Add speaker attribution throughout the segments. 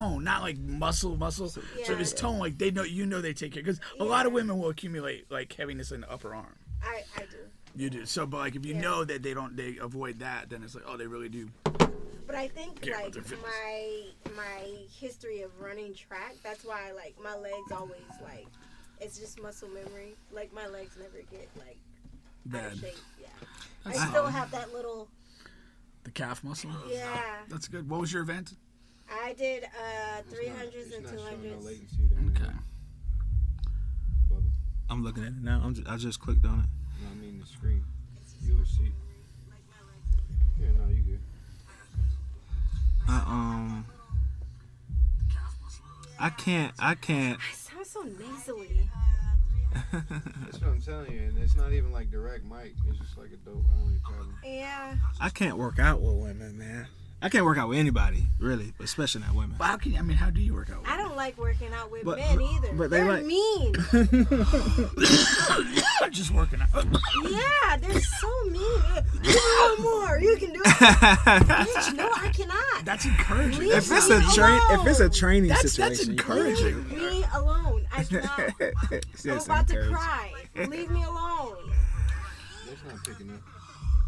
Speaker 1: tone, not like muscle, muscle. So,
Speaker 2: Yeah.
Speaker 1: if it's tone, like they know, you know, they take care. Because a lot of women will accumulate like heaviness in the upper arm.
Speaker 2: I, I do.
Speaker 1: You do. So, but like if you
Speaker 2: Yeah.
Speaker 1: know that they don't, they avoid that, then it's like, oh, they really do.
Speaker 2: But I think
Speaker 1: Care about
Speaker 2: like
Speaker 1: their fitness.
Speaker 2: my my history of running track, that's why like my legs always like it's just muscle memory. Like my legs never get like out
Speaker 1: Bad.
Speaker 2: of shape. Yeah. I still have that little
Speaker 1: The calf muscle.
Speaker 2: yeah.
Speaker 1: That's good. What was your event?
Speaker 2: I did uh three hundreds and
Speaker 3: It's
Speaker 2: two
Speaker 3: not showing no
Speaker 2: hundreds.
Speaker 3: latency there.
Speaker 4: Okay. I'm looking at it now. I'm just, I just clicked on it.
Speaker 3: No, I mean the screen. You would see. Yeah, no, you good.
Speaker 4: I um. I can't. I can't.
Speaker 2: I sound so nasally.
Speaker 3: That's what I'm telling you, and it's not even like direct mic. It's just like a dope. I don't even problem.
Speaker 2: Yeah.
Speaker 4: I can't work out with women, man. I can't work out with anybody, really, especially not women.
Speaker 1: Well, how can you, I mean, how do you work out?
Speaker 2: I don't like working out with
Speaker 4: But-
Speaker 2: men
Speaker 4: but-
Speaker 2: either.
Speaker 4: but they
Speaker 2: they're
Speaker 4: like-
Speaker 2: mean.
Speaker 1: Just working out.
Speaker 2: Yeah, they're so mean. One more. You can do it. Bitch, no, I cannot.
Speaker 1: That's encouraging.
Speaker 2: Leave
Speaker 4: if it's a
Speaker 2: Leave me
Speaker 4: train, if it's a
Speaker 2: alone.
Speaker 4: training
Speaker 1: That's that's
Speaker 4: situation,
Speaker 1: encouraging.
Speaker 2: Leave me alone. I cannot.
Speaker 4: That's
Speaker 2: I'm about to cry. Leave me alone.
Speaker 4: Uh-huh.
Speaker 3: That's not picking up.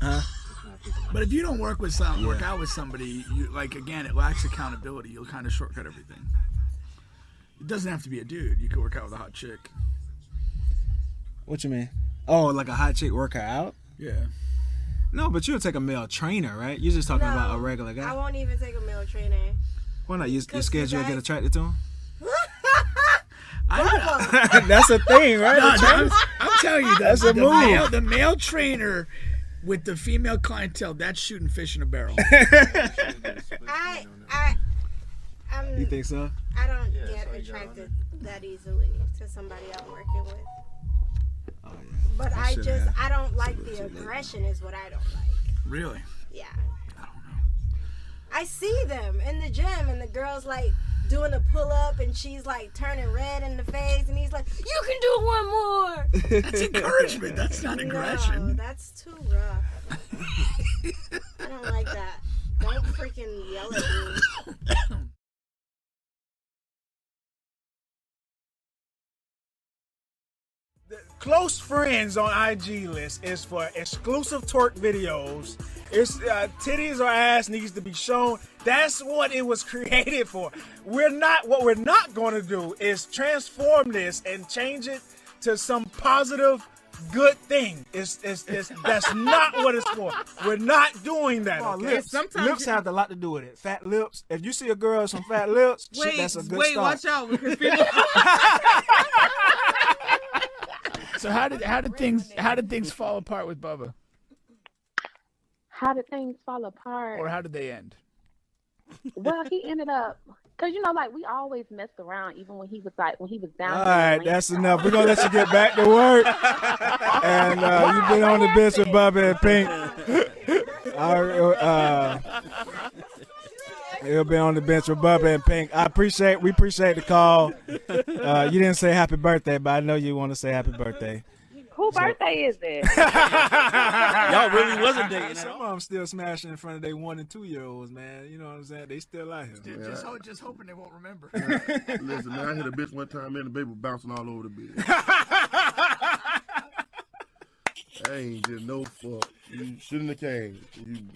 Speaker 4: Huh?
Speaker 3: That's not picking up.
Speaker 1: But if you don't work with some, work out with somebody, you like again, it lacks accountability. You'll kind of shortcut everything. It doesn't have to be a dude. You could work out with a hot chick.
Speaker 4: What you mean? Oh, like a hot chick work her out?
Speaker 1: Yeah.
Speaker 4: No, but you'll take a male trainer, right? You're just talking
Speaker 2: No,
Speaker 4: about a regular
Speaker 2: I
Speaker 4: guy.
Speaker 2: won't even take a male trainer.
Speaker 4: Why not? You, you're
Speaker 2: Because
Speaker 4: scared you'll
Speaker 2: guys-
Speaker 4: get attracted to him?
Speaker 1: I,
Speaker 4: That's a thing, right?
Speaker 1: no, no, I'm, I'm telling you, that's
Speaker 4: a
Speaker 1: the
Speaker 4: move.
Speaker 1: Male, the male trainer with the female clientele, that's shooting fish in a barrel.
Speaker 2: I, I, I'm,
Speaker 4: You think so?
Speaker 2: I don't
Speaker 3: Yeah,
Speaker 2: get
Speaker 3: that's all you got on
Speaker 2: attracted that easily to somebody I'm working with.
Speaker 4: Oh, yeah.
Speaker 2: But
Speaker 4: I
Speaker 2: I
Speaker 4: should
Speaker 2: just,
Speaker 4: have.
Speaker 2: I don't like
Speaker 4: Should've
Speaker 2: the
Speaker 4: said that.
Speaker 2: aggression is what I don't like.
Speaker 1: really?
Speaker 2: Yeah.
Speaker 1: I don't know.
Speaker 2: I see them in the gym and the girl's like doing a pull up and she's like turning red in the face and he's like, you can do one more.
Speaker 1: That's encouragement. That's not
Speaker 2: No,
Speaker 1: aggression.
Speaker 2: that's too rough. I don't like that. Don't freaking yell at me.
Speaker 5: The close friends on IG list is for exclusive twerk videos. It's uh, titties or ass needs to be shown. That's what it was created for. We're not what we're not going to do is transform this and change it to some positive, good thing. It's, it's, it's that's not what it's for. We're not doing that.
Speaker 6: Oh,
Speaker 5: okay?
Speaker 6: lips. Sometimes
Speaker 5: lips
Speaker 6: you-
Speaker 5: have a lot to do with it. Fat lips. If you see a girl with some fat lips, shit,
Speaker 6: Wait,
Speaker 5: that's a good
Speaker 6: wait,
Speaker 5: start.
Speaker 6: watch out because people.
Speaker 1: So how did how did things how did things fall apart with Bubba,
Speaker 7: how did things fall apart?
Speaker 1: or how did they end?
Speaker 7: well, he ended up because you know, like we always messed around, even when he was like when he was down.
Speaker 5: All
Speaker 7: here in
Speaker 5: right,
Speaker 7: Atlanta.
Speaker 5: that's enough. We're gonna let you get back to work. And uh, you've been on the bench with Bobby and Pink. All right, uh, you've been on the bench with Bubba and Pink. I appreciate. We appreciate the call. Uh, you didn't say happy birthday, but I know you want to say happy birthday.
Speaker 7: Who birthday is it?
Speaker 4: Y'all really wasn't dating at
Speaker 5: Some of
Speaker 4: all.
Speaker 5: them still smashing in front of their one and two year olds, man. You know what I'm saying? They still out here.
Speaker 1: Just just hoping they won't remember.
Speaker 8: Listen, man, I hit a bitch one time, man, the baby was bouncing all over the bed. I ain't just no fuck. You shouldn't have came. You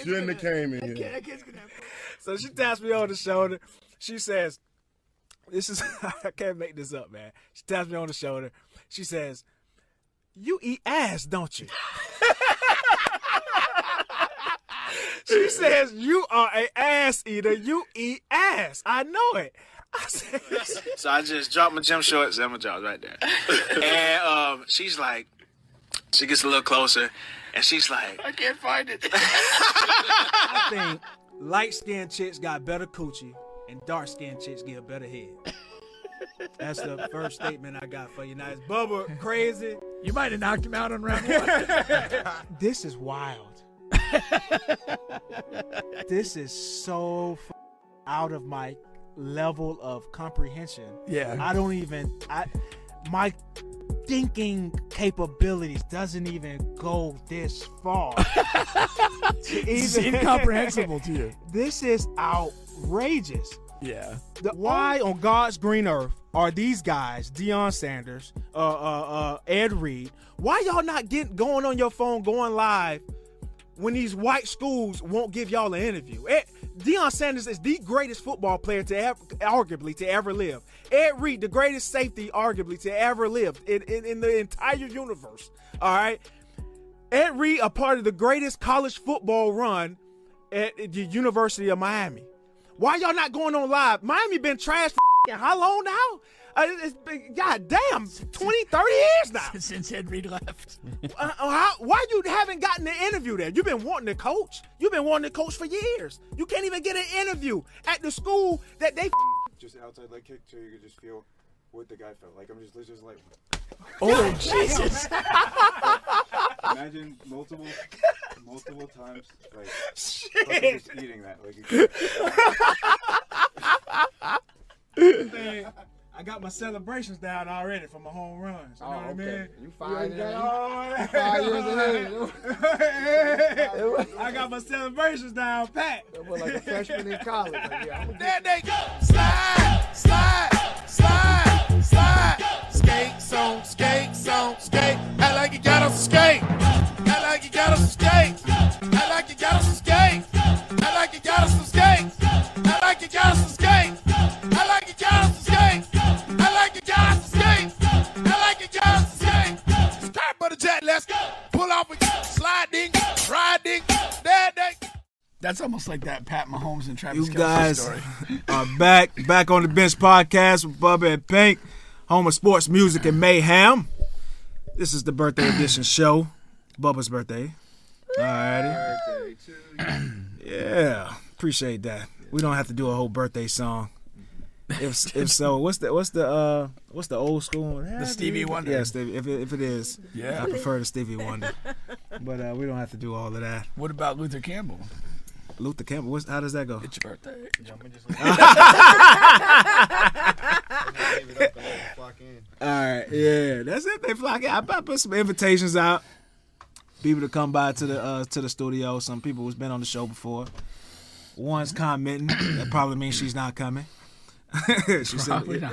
Speaker 8: shouldn't have came in here.
Speaker 5: So she taps me on the shoulder. She says, This is, I can't make this up, man. She taps me on the shoulder. She says, You eat ass, don't you? she says, You are a ass eater. You eat ass. I know it. I said,
Speaker 9: So I just dropped my gym shorts and my jaws right there. and um, she's like, she gets a little closer, and she's like,
Speaker 8: I can't find it.
Speaker 5: I think light skinned chicks got better coochie and dark skinned chicks get a better head. That's the first statement I got for you. Now, is Bubba crazy?
Speaker 1: you might have knocked him out on round one.
Speaker 5: This is wild. this is so f- out of my level of comprehension.
Speaker 1: Yeah.
Speaker 5: I don't even I my thinking capabilities doesn't even go this far. To
Speaker 1: It's
Speaker 5: even-
Speaker 1: incomprehensible to you.
Speaker 5: This is outrageous.
Speaker 1: Yeah.
Speaker 10: The, why on God's green earth are these guys, Deion Sanders, uh, uh, uh, Ed Reed, why y'all not getting going on your phone, going live when these white schools won't give y'all an interview? Ed, Deion Sanders is the greatest football player to ever, arguably, to ever live. Ed Reed, the greatest safety, arguably, to ever live in, in, in the entire universe. All right. Ed Reed, a part of the greatest college football run at the University of Miami. Why y'all not going on live? Miami been trash for how long now? Uh, it's been, God damn, 20, 30 years now.
Speaker 1: Since Ed Reed left.
Speaker 10: Uh, how, why you haven't gotten an interview there? You've been wanting to coach. You've been wanting to coach for years. You can't even get an interview at the school that they.
Speaker 11: Just outside leg kick, so you could just feel what the guy felt like. I'm just literally just like,
Speaker 1: Oh, Jesus.
Speaker 11: imagine multiple, multiple times, like fucking just eating that. Like, you-
Speaker 10: I got my celebrations down already for my home runs. You know what I mean?
Speaker 12: Oh, You five years
Speaker 10: Five
Speaker 12: Five years ahead.
Speaker 10: I got my celebrations down, Pat.
Speaker 12: We're like a freshman in college. Like, yeah, I'm gonna
Speaker 9: There they go. Slide, slide, slide, slide. Skates on, skates on, skate. I like you got on skate. I like you got on skate. I like you got on skate. I like you got on some skate. I like you got on some skate. I like you got on some skate. I like you got on some skate. I like you got on some skate. Skirt butter jet, let's go. Pull off a sliding, riding. There they go.
Speaker 1: That's almost like that Pat Mahomes and Travis
Speaker 5: You
Speaker 1: Kelce
Speaker 5: guys
Speaker 1: story.
Speaker 5: are back, back on the bench podcast with Bubba and Pink, home of sports, music, and mayhem. This is the birthday edition show, Bubba's birthday. Alrighty,
Speaker 12: birthday too.
Speaker 5: yeah, appreciate that. We don't have to do a whole birthday song. If if so, what's the what's the uh what's the old school one?
Speaker 1: The Stevie Wonder.
Speaker 5: Yeah, Stevie. If it, if it is,
Speaker 1: Yeah.
Speaker 5: I prefer the Stevie Wonder. But uh, we don't have to do all of that.
Speaker 1: What about Luther Campbell?
Speaker 5: Luther Campbell. What's, how does that go?
Speaker 1: It's your birthday.
Speaker 12: Give it up and let it flock in.
Speaker 5: All right, yeah, that's it. They flock out. I, I put some invitations out. People to come by to the uh, to the studio. Some people who's been on the show before. One's commenting. That probably means she's not coming. she
Speaker 1: Probably
Speaker 5: said,
Speaker 1: not.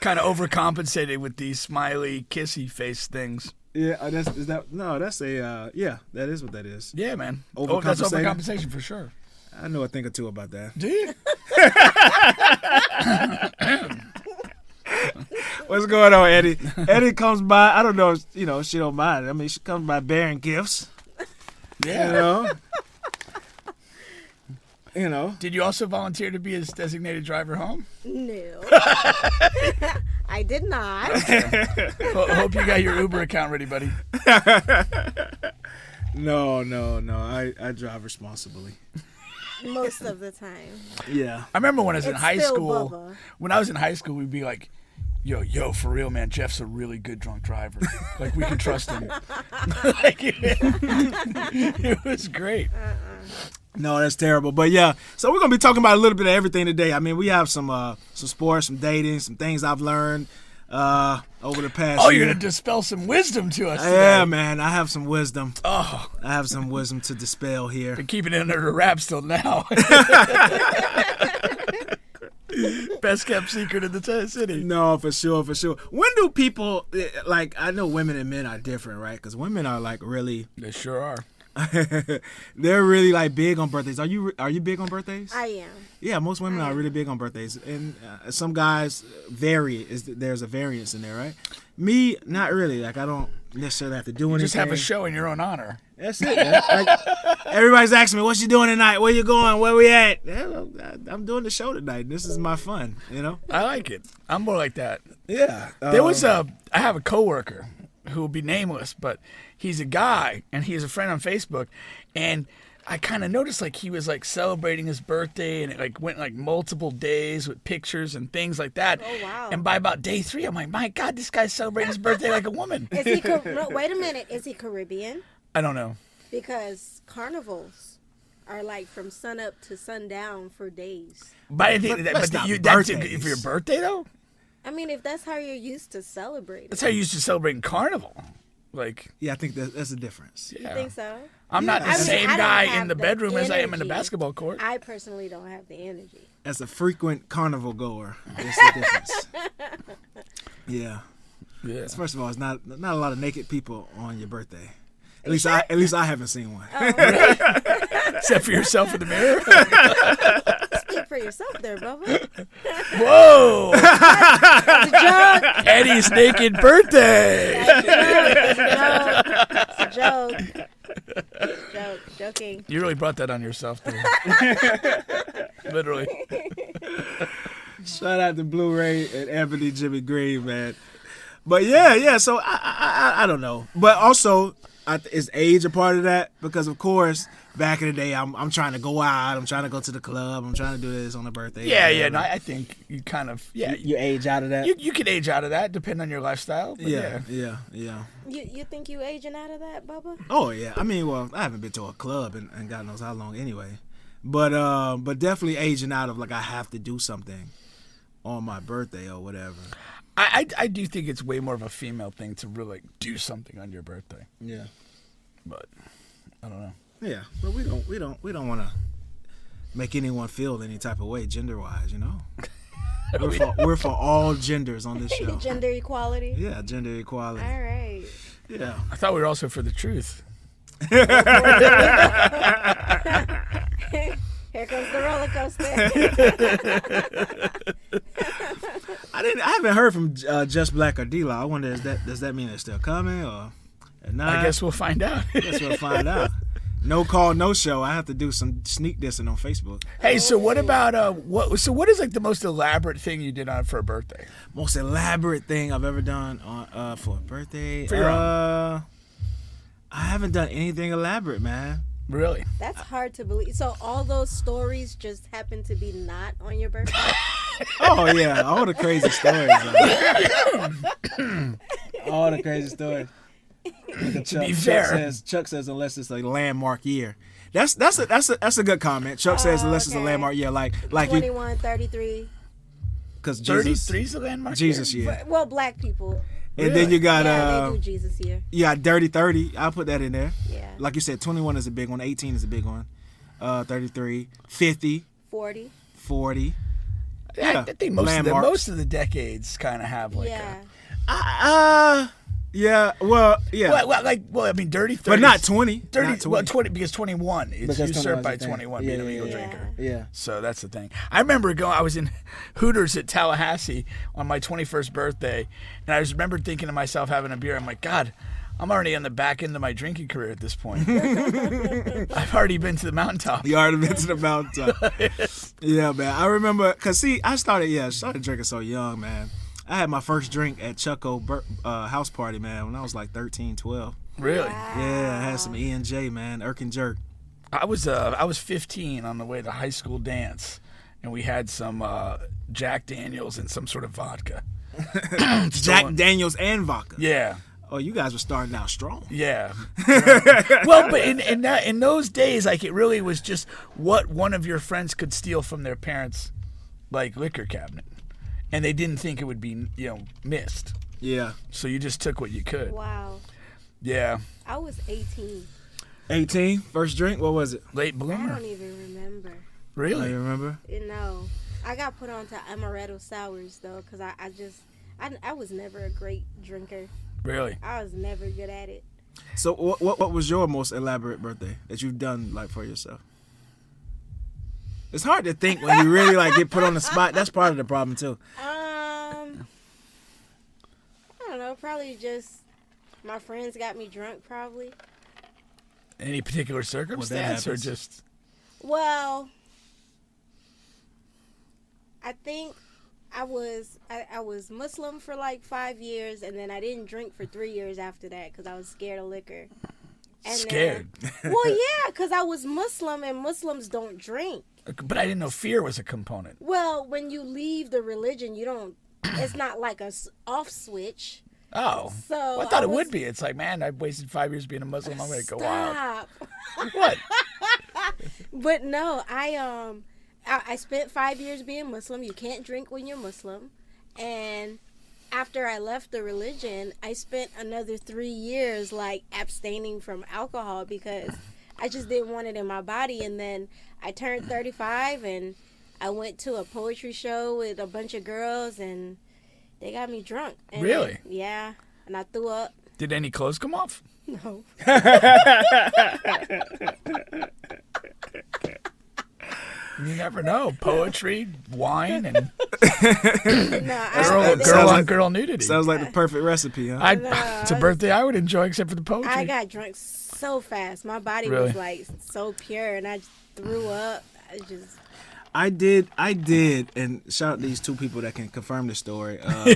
Speaker 1: kind of overcompensated with these smiley, kissy face things.
Speaker 5: "Yeah, uh, that's is that no, that's a uh, yeah, that is what that is."
Speaker 1: Yeah, man. Oh, that's
Speaker 5: Overcompensating?
Speaker 1: overcompensation for sure.
Speaker 5: I know a thing or two about that.
Speaker 1: Do you?
Speaker 5: What's going on, Eddie? Eddie comes by. I don't know. if, You know, she don't mind. I mean, she comes by bearing gifts. You
Speaker 1: Yeah.
Speaker 5: know. you know.
Speaker 1: Did you also volunteer to be his designated driver home?
Speaker 2: No. I did not.
Speaker 1: Ho- hope you got your Uber account ready, buddy.
Speaker 5: No, no, no. I I drive responsibly.
Speaker 2: Most of the time.
Speaker 5: Yeah.
Speaker 1: I remember when I was in
Speaker 2: It's
Speaker 1: high
Speaker 2: still
Speaker 1: school.
Speaker 2: Bubba.
Speaker 1: When I was in high school, we'd be like, "Yo, yo, for real, man. Jeff's a really good drunk driver. Like we can trust him." like, it, was great.
Speaker 5: No, that's terrible. But yeah, so we're gonna be talking about a little bit of everything today. I mean, we have some uh some sports, some dating, some things I've learned uh over the past.
Speaker 1: Oh, you're
Speaker 5: year.
Speaker 1: gonna dispel some wisdom to us.
Speaker 5: yeah,
Speaker 1: today.
Speaker 5: man. I have some wisdom.
Speaker 1: Oh,
Speaker 5: I have some wisdom to dispel here.
Speaker 1: been keeping it under wraps till now. Best kept secret in the t- city.
Speaker 5: No, for sure, for sure. When do people eh, like? I know women and men are different, right? Because women are like really,
Speaker 1: They sure are.
Speaker 5: they're really like big on birthdays. Are you are you big on birthdays?
Speaker 2: I am.
Speaker 5: yeah, most women are really big on birthdays, and uh, some guys vary. Is there's a variance in there, right? Me, not really. Like I don't necessarily have to do anything.
Speaker 1: Just have a show in your own honor.
Speaker 5: That's it. man. Like, everybody's asking me, "What you doing tonight? Where you going? Where we at?" Yeah, I- I'm doing the show tonight. This is my fun, you know. Um,
Speaker 1: I like it. I'm more like that.
Speaker 5: Yeah.
Speaker 1: There was a. I have a coworker who will be nameless, but he's a guy and he's a friend on Facebook, and I kind of noticed like he was like celebrating his birthday and it like went like multiple days with pictures and things like that.
Speaker 2: Oh, wow.
Speaker 1: And by about day three, I'm like, my God, this guy's celebrating his birthday like a woman.
Speaker 2: Is he Car- no, wait a minute, is he Caribbean?
Speaker 1: I don't know.
Speaker 2: Because carnivals are like from sunup to sundown for days.
Speaker 1: But I think that,
Speaker 5: that's
Speaker 1: but
Speaker 5: not
Speaker 1: you, that's
Speaker 5: birthdays.
Speaker 1: for your birthday though.
Speaker 2: I mean, if that's how you're used to celebrating.
Speaker 1: That's how you used to celebrate in carnival. Like,
Speaker 5: Yeah, I think that, that's the difference.
Speaker 2: You
Speaker 1: yeah.
Speaker 2: think so?
Speaker 1: I'm not the
Speaker 5: I mean,
Speaker 1: same
Speaker 2: I don't
Speaker 1: guy
Speaker 2: have
Speaker 1: in the
Speaker 2: the
Speaker 1: bedroom as I am in the
Speaker 2: energy.
Speaker 1: basketball court.
Speaker 2: I personally don't have the energy.
Speaker 5: As a frequent carnival goer, that's the difference. yeah.
Speaker 1: yeah.
Speaker 5: First of all, it's not not a lot of naked people on your birthday. At least I at least I haven't seen one.
Speaker 1: Except for yourself in the mirror.
Speaker 2: Speak for yourself there, Bubba.
Speaker 1: Whoa! Eddie's naked birthday.
Speaker 2: It's a joke. It's a joke. Joking.
Speaker 1: You really brought that on yourself, dude. Literally.
Speaker 5: Shout out to Blu-ray and Anthony Jimmy Green, man. But yeah, yeah. So I, I, I, I don't know. But also, I, is age a part of that? Because of course, back in the day, I'm, I'm trying to go out. I'm trying to go to the club. I'm trying to do this on a birthday.
Speaker 1: Yeah, yeah.
Speaker 5: whatever.
Speaker 1: No, I I think you kind of yeah. You
Speaker 5: you age out of that.
Speaker 1: you, can age out of that depending on your lifestyle. But yeah.
Speaker 5: yeah, yeah, yeah.
Speaker 2: You you think you aging out of that, Bubba?
Speaker 5: Oh yeah. I mean, well, I haven't been to a club in, in God knows how long, anyway. But uh, but definitely aging out of like I have to do something on my birthday or whatever.
Speaker 1: I, I I do think it's way more of a female thing to really do something on your birthday,
Speaker 5: Yeah.
Speaker 1: but I don't know.
Speaker 5: Yeah, but we don't we don't we don't want to make anyone feel any type of way gender wise, you know. We're for, we're for all genders on this show.
Speaker 2: Gender equality.
Speaker 5: Yeah, gender equality.
Speaker 2: All right.
Speaker 5: Yeah.
Speaker 1: I thought we were also for the truth.
Speaker 2: Here comes the roller coaster.
Speaker 5: I didn't I haven't heard from uh, Just Black or D-Law. I wonder is that does that mean it's still coming or not?
Speaker 1: I guess we'll find out.
Speaker 5: guess we'll find out. No call, no show. I have to do some sneak dissing on Facebook.
Speaker 1: hey, so what about uh what so what is like the most elaborate thing you did on for a birthday?
Speaker 5: Most elaborate thing I've ever done on uh for a birthday.
Speaker 1: For your own.
Speaker 5: uh, I haven't done anything elaborate, man.
Speaker 1: Really?
Speaker 2: That's hard to believe. So all those stories just happen to be not on your birthday.
Speaker 5: Oh yeah, all the crazy stories. man. all the crazy stories. Chuck,
Speaker 1: be
Speaker 5: Chuck
Speaker 1: fair.
Speaker 5: says Chuck says unless it's a landmark year. That's that's a that's a that's a good comment. Chuck says
Speaker 2: Oh,
Speaker 5: unless it's a
Speaker 2: okay.
Speaker 5: landmark year, like like you
Speaker 2: 21, 33.
Speaker 5: because
Speaker 1: Thirty
Speaker 5: Jesus,
Speaker 1: three's the landmark. year?
Speaker 5: Jesus year,
Speaker 2: But- Well, black people.
Speaker 5: and then you got
Speaker 2: yeah,
Speaker 5: uh
Speaker 2: they do Jesus here.
Speaker 5: you got dirty thirty. I'll put that in there.
Speaker 2: Yeah.
Speaker 5: Like you said, twenty one is a big one. Eighteen is a big one. Uh, 33, 50,
Speaker 2: 40.
Speaker 5: 40.
Speaker 1: I, I think most of, the,
Speaker 5: Landmarks.
Speaker 1: most of the decades kind of
Speaker 5: Oh
Speaker 1: have like
Speaker 2: yeah.
Speaker 5: Uh, yeah. Well, yeah.
Speaker 1: a, well, well, like well I mean dirty 30s,
Speaker 5: but not twenty.
Speaker 1: dirty
Speaker 5: Not 20.
Speaker 1: well twenty because twenty one is
Speaker 5: Because 21
Speaker 1: usurped
Speaker 5: is
Speaker 1: by
Speaker 5: the thing.
Speaker 1: twenty one
Speaker 5: Yeah,
Speaker 1: being a
Speaker 5: yeah,
Speaker 1: legal
Speaker 5: yeah.
Speaker 1: drinker.
Speaker 5: yeah.
Speaker 1: So that's the thing. I remember going. I was in Hooters at Tallahassee on my 21st birthday, and I just remember thinking to myself, having a beer. I'm like, God, I'm already on the back end of my drinking career at this point. I've already been to the mountaintop.
Speaker 5: You already been to the mountaintop. yeah, man. I remember because see, I started yeah, I started drinking so young, man. I had my first drink at Chucko Bur- uh, house party, man, when I was like 13, 12.
Speaker 1: Really,
Speaker 5: Yeah, I had some E and J, man, Irk and Jerk.
Speaker 1: I was uh, I was 15 on the way to high school dance, and we had some uh, Jack Daniels and some sort of vodka.
Speaker 5: Jack Daniels and vodka.
Speaker 1: Yeah.
Speaker 5: Oh, you guys were starting out strong.
Speaker 1: Yeah. well, but in in, that, in those days, like it really was just what one of your friends could steal from their parents, like liquor cabinet, and they didn't think it would be you know missed,
Speaker 5: Yeah,
Speaker 1: so you just took what you could.
Speaker 2: Wow.
Speaker 1: Yeah,
Speaker 2: I was 18.
Speaker 5: 18, first drink. What was it?
Speaker 1: late
Speaker 5: Oh
Speaker 2: I
Speaker 1: bloomer.
Speaker 2: don't even remember.
Speaker 5: I
Speaker 1: Really?
Speaker 5: remember.
Speaker 2: You know, I got put on to amaretto sours though, cause I, I just I, I was never a great drinker.
Speaker 1: Really?
Speaker 2: I was never good at it.
Speaker 5: So, what, what what was your most elaborate birthday that you've done like for yourself? It's hard to think when you really like get put on the spot. That's part of the problem too.
Speaker 2: Um, I don't know. Probably just my friends got me drunk. Probably.
Speaker 1: Any particular circumstance or
Speaker 5: happens.
Speaker 1: just?
Speaker 2: Well, I think I was I, I was Muslim for like five years, and then I didn't drink for three years after that because I was scared of liquor. And then-
Speaker 1: Scared?
Speaker 2: well, yeah, because I was Muslim, and Muslims don't drink.
Speaker 1: But I didn't know fear was a component.
Speaker 2: Well, when you leave the religion, you don't. It's not like a s- off switch.
Speaker 1: Oh.
Speaker 2: So
Speaker 1: Well, I thought it
Speaker 2: was-
Speaker 1: would be. It's like, man, I've wasted five years being a Muslim. I'm gonna go wild.
Speaker 2: Stop.
Speaker 1: What?
Speaker 2: But no, I um, I, I spent five years being Muslim. You can't drink when you're Muslim, and after I left the religion, I spent another three years like abstaining from alcohol because I just didn't want it in my body. And then I turned 35 and I went to a poetry show with a bunch of girls and they got me drunk. And
Speaker 1: Really?
Speaker 2: yeah. And I threw up.
Speaker 1: Did any clothes come off?
Speaker 2: No.
Speaker 1: You never know. Poetry, wine, and
Speaker 2: No,
Speaker 1: girl,
Speaker 2: I,
Speaker 1: girl
Speaker 5: sounds
Speaker 1: on
Speaker 5: like-
Speaker 1: girl nudity.
Speaker 5: Sounds like the perfect recipe, huh?
Speaker 1: I,
Speaker 2: No,
Speaker 1: it's a birthday I would enjoy except for the poetry.
Speaker 2: I got drunk so fast. My body
Speaker 1: Really?
Speaker 2: was like so pure and I just threw up. I just
Speaker 5: I did, I did, and shout out these two people that can confirm the story, uh,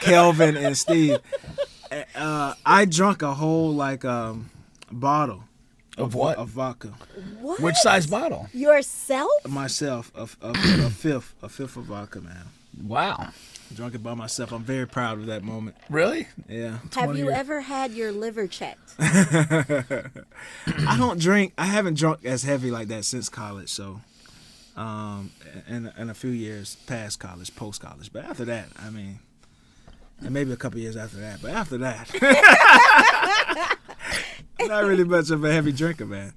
Speaker 5: Kelvin and Steve. Uh, I drunk a whole like um, bottle
Speaker 1: of what?
Speaker 5: of vodka
Speaker 2: what?
Speaker 1: Which size bottle?
Speaker 2: Yourself?
Speaker 5: myself, a, a, a fifth, a fifth of vodka, man.
Speaker 1: Wow.
Speaker 5: Drunk it by myself. I'm very proud of that moment.
Speaker 1: Really?
Speaker 5: Yeah.
Speaker 2: Have you ever had your liver checked?
Speaker 5: I don't drink. I haven't drunk as heavy like that since college. So, um, and and a few years past college, post college. But after that, I mean, and maybe a couple years after that. But after that, I'm not really much of a heavy drinker, man.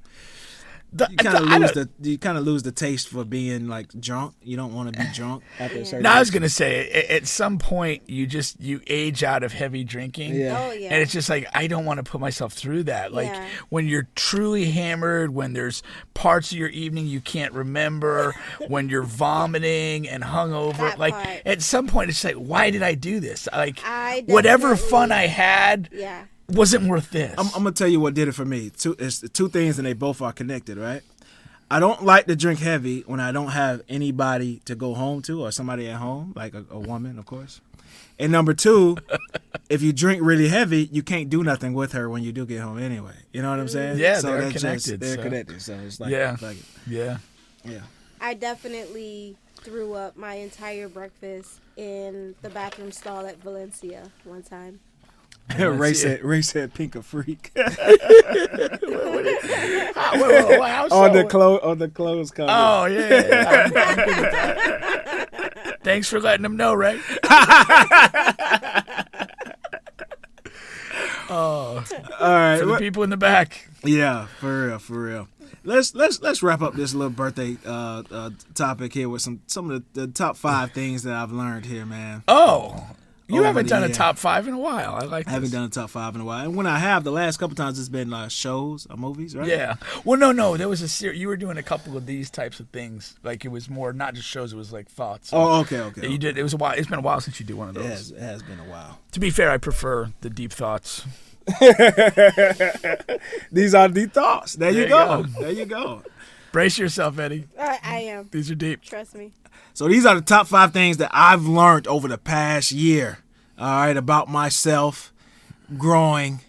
Speaker 1: The-
Speaker 5: You kind of
Speaker 1: the- I
Speaker 5: lose
Speaker 1: don't-
Speaker 5: the you kind of lose the taste for being like drunk. You don't want to be drunk after a certain.
Speaker 1: No, I was gonna say at, at some point you just you age out of heavy drinking.
Speaker 5: Yeah.
Speaker 2: Oh yeah.
Speaker 1: And it's just like I don't want to put myself through that. Like
Speaker 2: Yeah.
Speaker 1: when you're truly hammered, when there's parts of your evening you can't remember, when you're vomiting and hungover.
Speaker 2: That
Speaker 1: like
Speaker 2: part.
Speaker 1: at some point it's like, why did I do this? Like
Speaker 2: I
Speaker 1: whatever
Speaker 2: definitely-
Speaker 1: fun I had
Speaker 2: yeah.
Speaker 1: wasn't worth this.
Speaker 5: I'm, I'm gonna tell you what did it for me. Two, it's two things, and they both are connected, right? I don't like to drink heavy when I don't have anybody to go home to or somebody at home, like a, a woman, of course. And number two, if you drink really heavy, you can't do nothing with her when you do get home anyway. You know what I'm saying?
Speaker 1: Yeah,
Speaker 5: so
Speaker 1: they're
Speaker 5: that's Just,
Speaker 1: connected,
Speaker 5: they're
Speaker 1: so-
Speaker 5: connected. So it's like,
Speaker 1: Yeah.
Speaker 5: like-
Speaker 1: yeah.
Speaker 5: yeah.
Speaker 2: I definitely threw up my entire breakfast in the bathroom stall at Valencia one time.
Speaker 5: Ray said, Ray said, "Pink a freak
Speaker 1: Oh, Wait, wait, wait, how
Speaker 5: on the
Speaker 1: so?
Speaker 5: clo- on the clothes cover."
Speaker 1: Oh yeah. yeah, yeah. I'm- I'm good with that. Thanks for letting them know, Ray. oh,
Speaker 5: All right,
Speaker 1: for the
Speaker 5: what-
Speaker 1: people in the back.
Speaker 5: Yeah, for real, for real. Let's let's let's wrap up this little birthday uh, uh, topic here with some some of the, the top five things that I've learned here, man.
Speaker 1: Oh, you
Speaker 5: Over
Speaker 1: haven't
Speaker 5: the
Speaker 1: done a
Speaker 5: year.
Speaker 1: top five in a while. I like.
Speaker 5: I haven't
Speaker 1: this.
Speaker 5: done a top five in a while, and when I have, the last couple times it's been uh, shows or movies, right?
Speaker 1: Yeah. Well, no, no. There was a series. You were doing a couple of these types of things. Like it was more not just shows. It was like thoughts.
Speaker 5: Oh, okay, okay.
Speaker 1: That You did. It was a while. It's been a while since you did one of
Speaker 5: It
Speaker 1: those.
Speaker 5: has, it has been a while.
Speaker 1: To be fair, I prefer the deep thoughts.
Speaker 5: These are the thoughts. There,
Speaker 1: There
Speaker 5: you
Speaker 1: you
Speaker 5: go.
Speaker 1: go.
Speaker 5: There you go.
Speaker 1: Brace yourself, Eddie.
Speaker 2: I, I am.
Speaker 1: These are deep.
Speaker 2: Trust me.
Speaker 5: So these are the top five things that I've learned over the past year. All right, about myself growing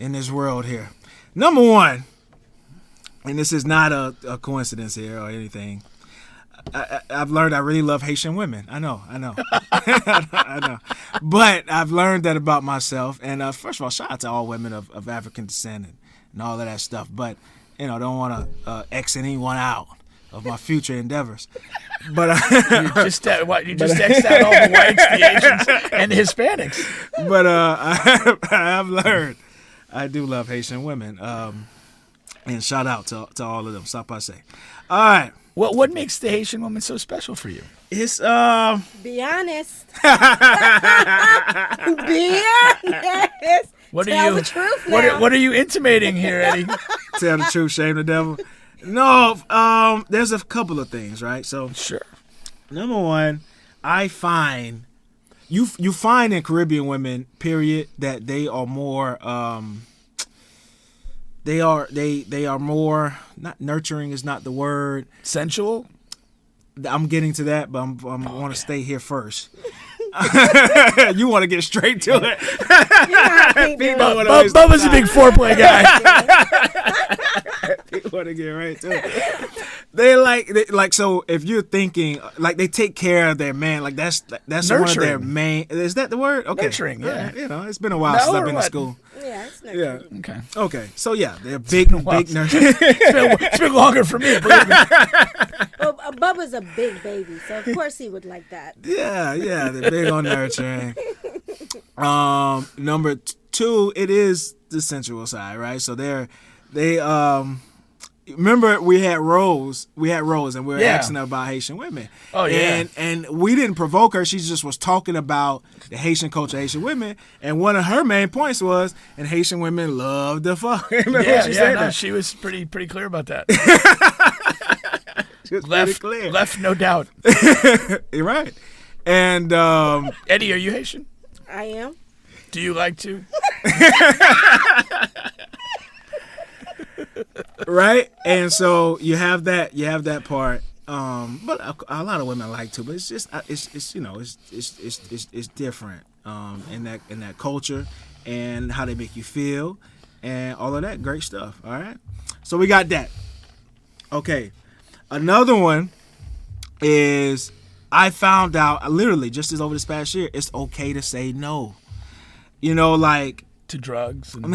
Speaker 5: in this world here. Number one, and this is not a, a coincidence here or anything. I, I, I've learned I really love Haitian women. I know, I know, I know. But I've learned that about myself. And uh, first of all, shout out to all women of, of African descent and, and all of that stuff. But you know, don't want to uh, X anyone out of my future endeavors. But. I,
Speaker 1: You just uh, what you just X'd out all the whites, the Asians, and the Hispanics.
Speaker 5: but uh, I have, I have learned I do love Haitian women. Um, and shout out to, to all of them. Stop I say. All right.
Speaker 1: What what makes the Haitian woman so special for you?
Speaker 5: It's um
Speaker 2: Be honest. Be honest.
Speaker 1: What
Speaker 2: Tell
Speaker 1: are you?
Speaker 2: the truth
Speaker 1: what
Speaker 2: now.
Speaker 1: are, what are you intimating here, Eddie?
Speaker 5: tell the truth, shame the devil. No, um, there's a couple of things, right? So
Speaker 1: sure.
Speaker 5: number one, I find you you find in Caribbean women, period, that they are more um they are they they are more not nurturing is not the word.
Speaker 1: Sensual.
Speaker 5: I'm getting to that, but I'm, I'm
Speaker 1: Oh,
Speaker 5: want to stay here first. you want to get straight to it.
Speaker 2: You know I can't do it.
Speaker 5: People wanna
Speaker 1: Bub-
Speaker 5: waste
Speaker 1: Bubba's a
Speaker 5: time.
Speaker 1: big foreplay guy.
Speaker 5: they want to get right to it. They like they, like so. If you're thinking like they take care of their man, like that's that's one of their
Speaker 1: Nurturing.
Speaker 5: main. Is that the word? Okay, Uh,
Speaker 1: Nurturing, yeah.
Speaker 5: you know, it's been a while
Speaker 1: No,
Speaker 5: since I've
Speaker 1: or
Speaker 5: been
Speaker 1: what?
Speaker 5: to school.
Speaker 2: Yeah, it's not.
Speaker 5: Yeah.
Speaker 1: Okay.
Speaker 5: Okay. So yeah, they're big,
Speaker 1: while.
Speaker 5: big nurturing.
Speaker 1: It's been, it's been longer for me. Believe me.
Speaker 2: Well, uh, Bubba's a big baby, so of course he would like that.
Speaker 5: Yeah, yeah, they're big on nurturing. Um, number t- two, it is the sensual side, right? So they're they um. Remember, we had roles. We had roles, and we were
Speaker 1: Yeah.
Speaker 5: asking her about Haitian women.
Speaker 1: Oh, yeah.
Speaker 5: and and we didn't provoke her. She just was talking about the Haitian culture, Haitian women, and one of her main points was, and Haitian women love the fuck. Remember when
Speaker 1: Yeah,
Speaker 5: she
Speaker 1: yeah,
Speaker 5: said
Speaker 1: no,
Speaker 5: that?
Speaker 1: she was pretty pretty clear about that.
Speaker 5: She was pretty
Speaker 1: left,
Speaker 5: clear.
Speaker 1: left, no doubt.
Speaker 5: You're right. And um,
Speaker 1: Eddie, are you Haitian?
Speaker 2: I am.
Speaker 1: Do you like to?
Speaker 5: right? And so you have that, you have that part. Um, but a, a lot of women like to, but it's just, uh, it's, it's, you know, it's, it's, it's, it's, it's different um, in that, in that culture, and how they make you feel, and all of that great stuff. All right, so we got that. Okay, another one is I found out literally just as over this past year, it's okay to say no. You know, like
Speaker 1: To drugs? And,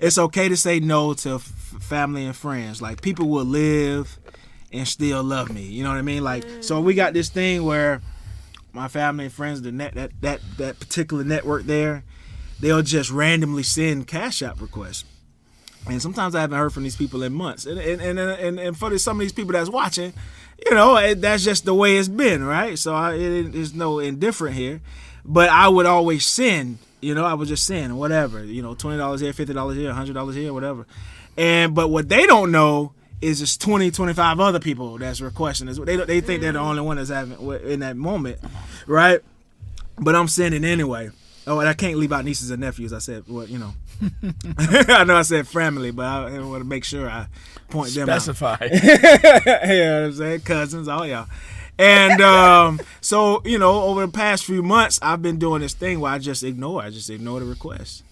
Speaker 5: it's okay to say no to f- family and friends. Like people will live and still love me. You know what I mean? Like so we got this thing where my family and friends, the net that that that particular network there, they'll just randomly send cash app requests. And sometimes I haven't heard from these people in months. And and and and, and for some of these people that's watching, you know, it, that's just the way it's been, right? So I, it, there's no indifferent here. But I would always send, you know, I would just send whatever, you know, twenty dollars here, fifty dollars here, hundred dollars here, whatever. And but what they don't know is it's 20, 25 other people that's requesting this. They don't- they think they're the only one that's having in that moment, right? But I'm sending anyway. Oh, and I can't leave out nieces and nephews. I said, well, you know, I know I said family, but I, want to make sure I point them out.
Speaker 1: specify.
Speaker 5: you know what I'm saying? Cousins, all y'all. And um, so, you know, over the past few months, I've been doing this thing where I just ignore. I just ignore the request.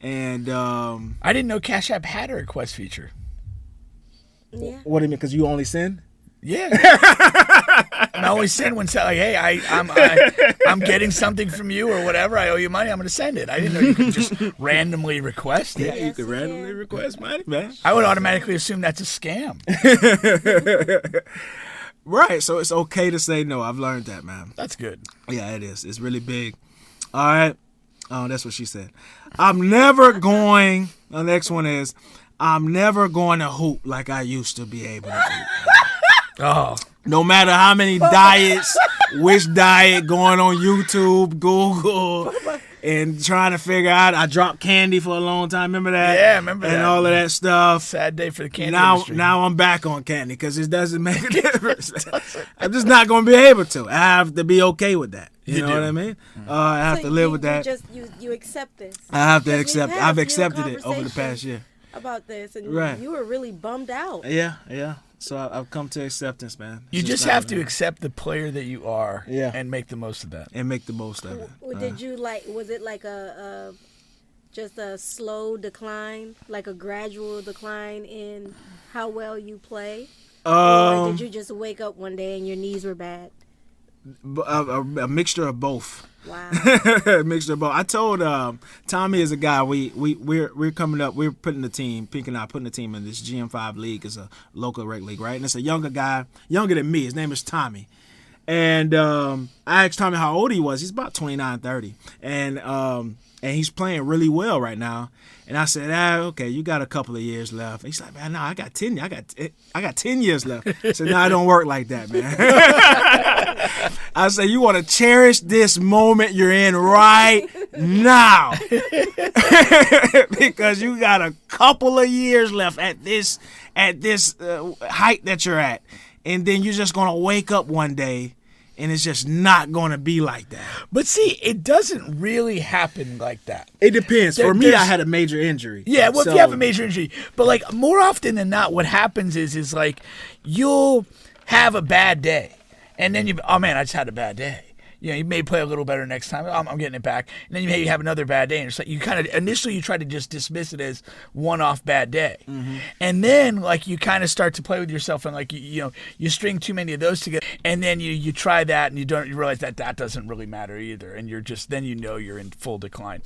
Speaker 5: And um,
Speaker 1: I didn't know Cash App had a request feature.
Speaker 2: Yeah.
Speaker 5: what do you mean? Because you only send?
Speaker 1: Yeah. and I always send when say like, "Hey, I, I'm I, I'm getting something from you or whatever. I owe you money. I'm going to send it." I didn't know you could just randomly request it.
Speaker 5: you could
Speaker 2: you
Speaker 5: randomly
Speaker 2: can.
Speaker 5: request money, man.
Speaker 1: I would automatically assume that's a scam.
Speaker 5: Right. So it's okay to say no. I've learned that, man.
Speaker 1: That's good.
Speaker 5: Yeah, it is. It's really big. All right. Oh, that's what she said. I'm never going. The next one is I'm never going to hoop like I used to be able to do.
Speaker 1: Oh,
Speaker 5: No matter how many diets, which diet going on YouTube, Google, and trying to figure out. I dropped candy for a long time. Remember that?
Speaker 1: Yeah, remember
Speaker 5: and
Speaker 1: that.
Speaker 5: all of that stuff.
Speaker 1: sad day for the candy
Speaker 5: now,
Speaker 1: industry.
Speaker 5: now I'm back on candy because it doesn't make a difference. I'm just not going to be able to. I have to be okay with that. You,
Speaker 1: You
Speaker 5: know
Speaker 1: do.
Speaker 5: what I mean? Uh, I have
Speaker 2: So
Speaker 5: to live
Speaker 2: you-
Speaker 5: with
Speaker 2: you
Speaker 5: that.
Speaker 2: Just you, you accept this
Speaker 5: I have to
Speaker 2: we've
Speaker 5: accept.
Speaker 2: had
Speaker 5: I've
Speaker 2: real
Speaker 5: accepted it over the past
Speaker 2: conversations.
Speaker 5: year.
Speaker 2: about this, and
Speaker 5: Right.
Speaker 2: you were really bummed out.
Speaker 5: Yeah, yeah. So I, I've come to acceptance, man.
Speaker 1: you
Speaker 5: It's
Speaker 1: just
Speaker 5: not-
Speaker 1: have to accept the player that you are
Speaker 5: Yeah.
Speaker 1: and make the most of that.
Speaker 5: and make the most of it.
Speaker 2: Or Did you like? Was it like a, a just a slow decline, like a gradual decline in how well you play, or
Speaker 5: Um,
Speaker 2: did you just wake up one day and your knees were bad?
Speaker 5: Uh, b- a, a- a mixture of both.
Speaker 2: Wow.
Speaker 5: mixture of both. I told um, Tommy is a guy. We we we're we're coming up. We're putting the team. Pink and I putting the team in this GM five league. It's a local rec league, right? And it's a younger guy, younger than me. His name is Tommy. And um, I asked Tommy how old he was. He's about 29, 30. And um, and he's playing really well right now. And I said, ah, okay, you got a couple of years left. And he's like, man, no, I got ten. I got I got ten years left. I said, no, I don't work like that, man. I say you want to cherish this moment you're in right now because you got a couple of years left at this at this uh, height that you're at, and then you're just gonna wake up one day and it's just not gonna be like that.
Speaker 1: But see, it doesn't really happen like that.
Speaker 5: It depends.
Speaker 1: There-
Speaker 5: For me, I
Speaker 1: there's-
Speaker 5: had a major injury.
Speaker 1: Yeah, well, if
Speaker 5: So-
Speaker 1: you have a major injury, but like more often than not, what happens is is like you'll have a bad day, and then you, oh man, I just had a bad day. you know, you may play a little better next time. I'm, I'm getting it back. And then you may have another bad day. And it's like you kind of initially you try to just dismiss it as one off bad day.
Speaker 5: Mm-hmm.
Speaker 1: And then like you kind of start to play with yourself and like you, you know, you string too many of those together. And then you, you try that and you don't you realize that that doesn't really matter either. And you're just then you know you're in full decline.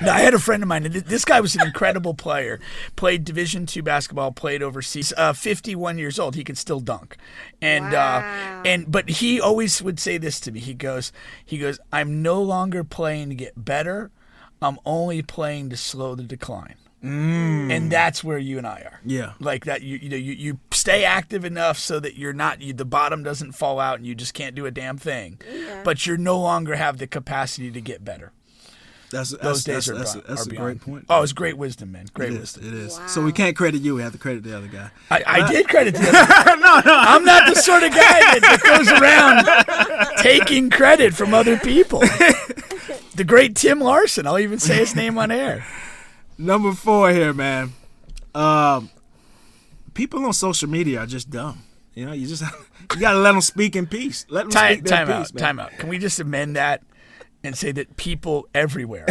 Speaker 1: No, I had a friend of mine. and th- This guy was an incredible player. Played Division two basketball. Played overseas. Uh, Fifty-one years old. He could still dunk, and
Speaker 2: Wow.
Speaker 1: uh, and but he always would say this to me. He goes, he goes. I'm no longer playing to get better. I'm only playing to slow the decline. And that's where you and I are.
Speaker 5: Yeah.
Speaker 1: Like that, you you know, you, you stay active enough so that you're not you, the bottom doesn't fall out and you just can't do a damn thing. But you no longer have the capacity to get better
Speaker 5: That's that's
Speaker 1: those
Speaker 5: that's,
Speaker 1: days are
Speaker 5: that's,
Speaker 1: gone-
Speaker 5: that's
Speaker 1: are
Speaker 5: a
Speaker 1: beyond.
Speaker 5: great point. Oh,
Speaker 1: Oh, it's great wisdom, man. Great
Speaker 5: it is.
Speaker 1: wisdom.
Speaker 5: It is. So we can't credit you. We have to credit the other guy.
Speaker 1: I, I did credit the other. no, no, I'm not the sort of guy that, that goes around taking credit from other people. The great Tim Larson. I'll even say his name on air.
Speaker 5: Number four here, man. Um, people on social media are just dumb. You know, you just you gotta let them speak in peace. Let them
Speaker 1: Time,
Speaker 5: speak their
Speaker 1: time out.
Speaker 5: peace, man.
Speaker 1: Time out. Can we just amend that and say that people everywhere,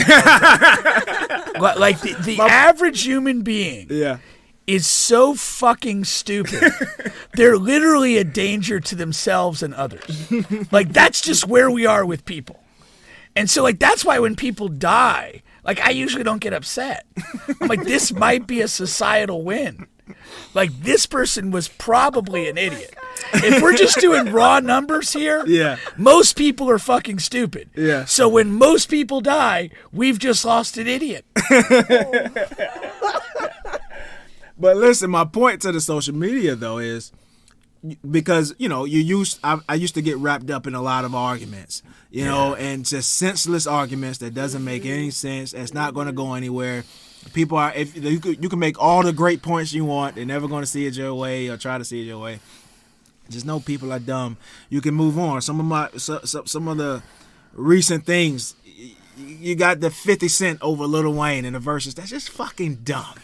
Speaker 1: Li- like the, the average human being,
Speaker 5: Yeah.
Speaker 1: is so fucking stupid. They're literally a danger to themselves and others. Like that's just where we are with people. And so like that's why when people die, like I usually don't get upset. I'm like this might be a societal win. Like this person was probably
Speaker 5: Oh
Speaker 1: an idiot. If we're just doing raw numbers here,
Speaker 5: Yeah.
Speaker 1: most people are fucking stupid.
Speaker 5: Yeah.
Speaker 1: So when most people die, we've just lost an idiot.
Speaker 5: But listen, my point to the social media though is because you know you used I, I used to get wrapped up in a lot of arguments, you know, and just senseless arguments that doesn't make any sense. It's not going to go anywhere. People are if you could, you can make all the great points you want, they're never going to see it your way or try to see it your way. Just know people are dumb. You can move on. Some of my so, so, some of the recent things y- you got the 50 cent over Little Wayne in the verses. That's just fucking dumb.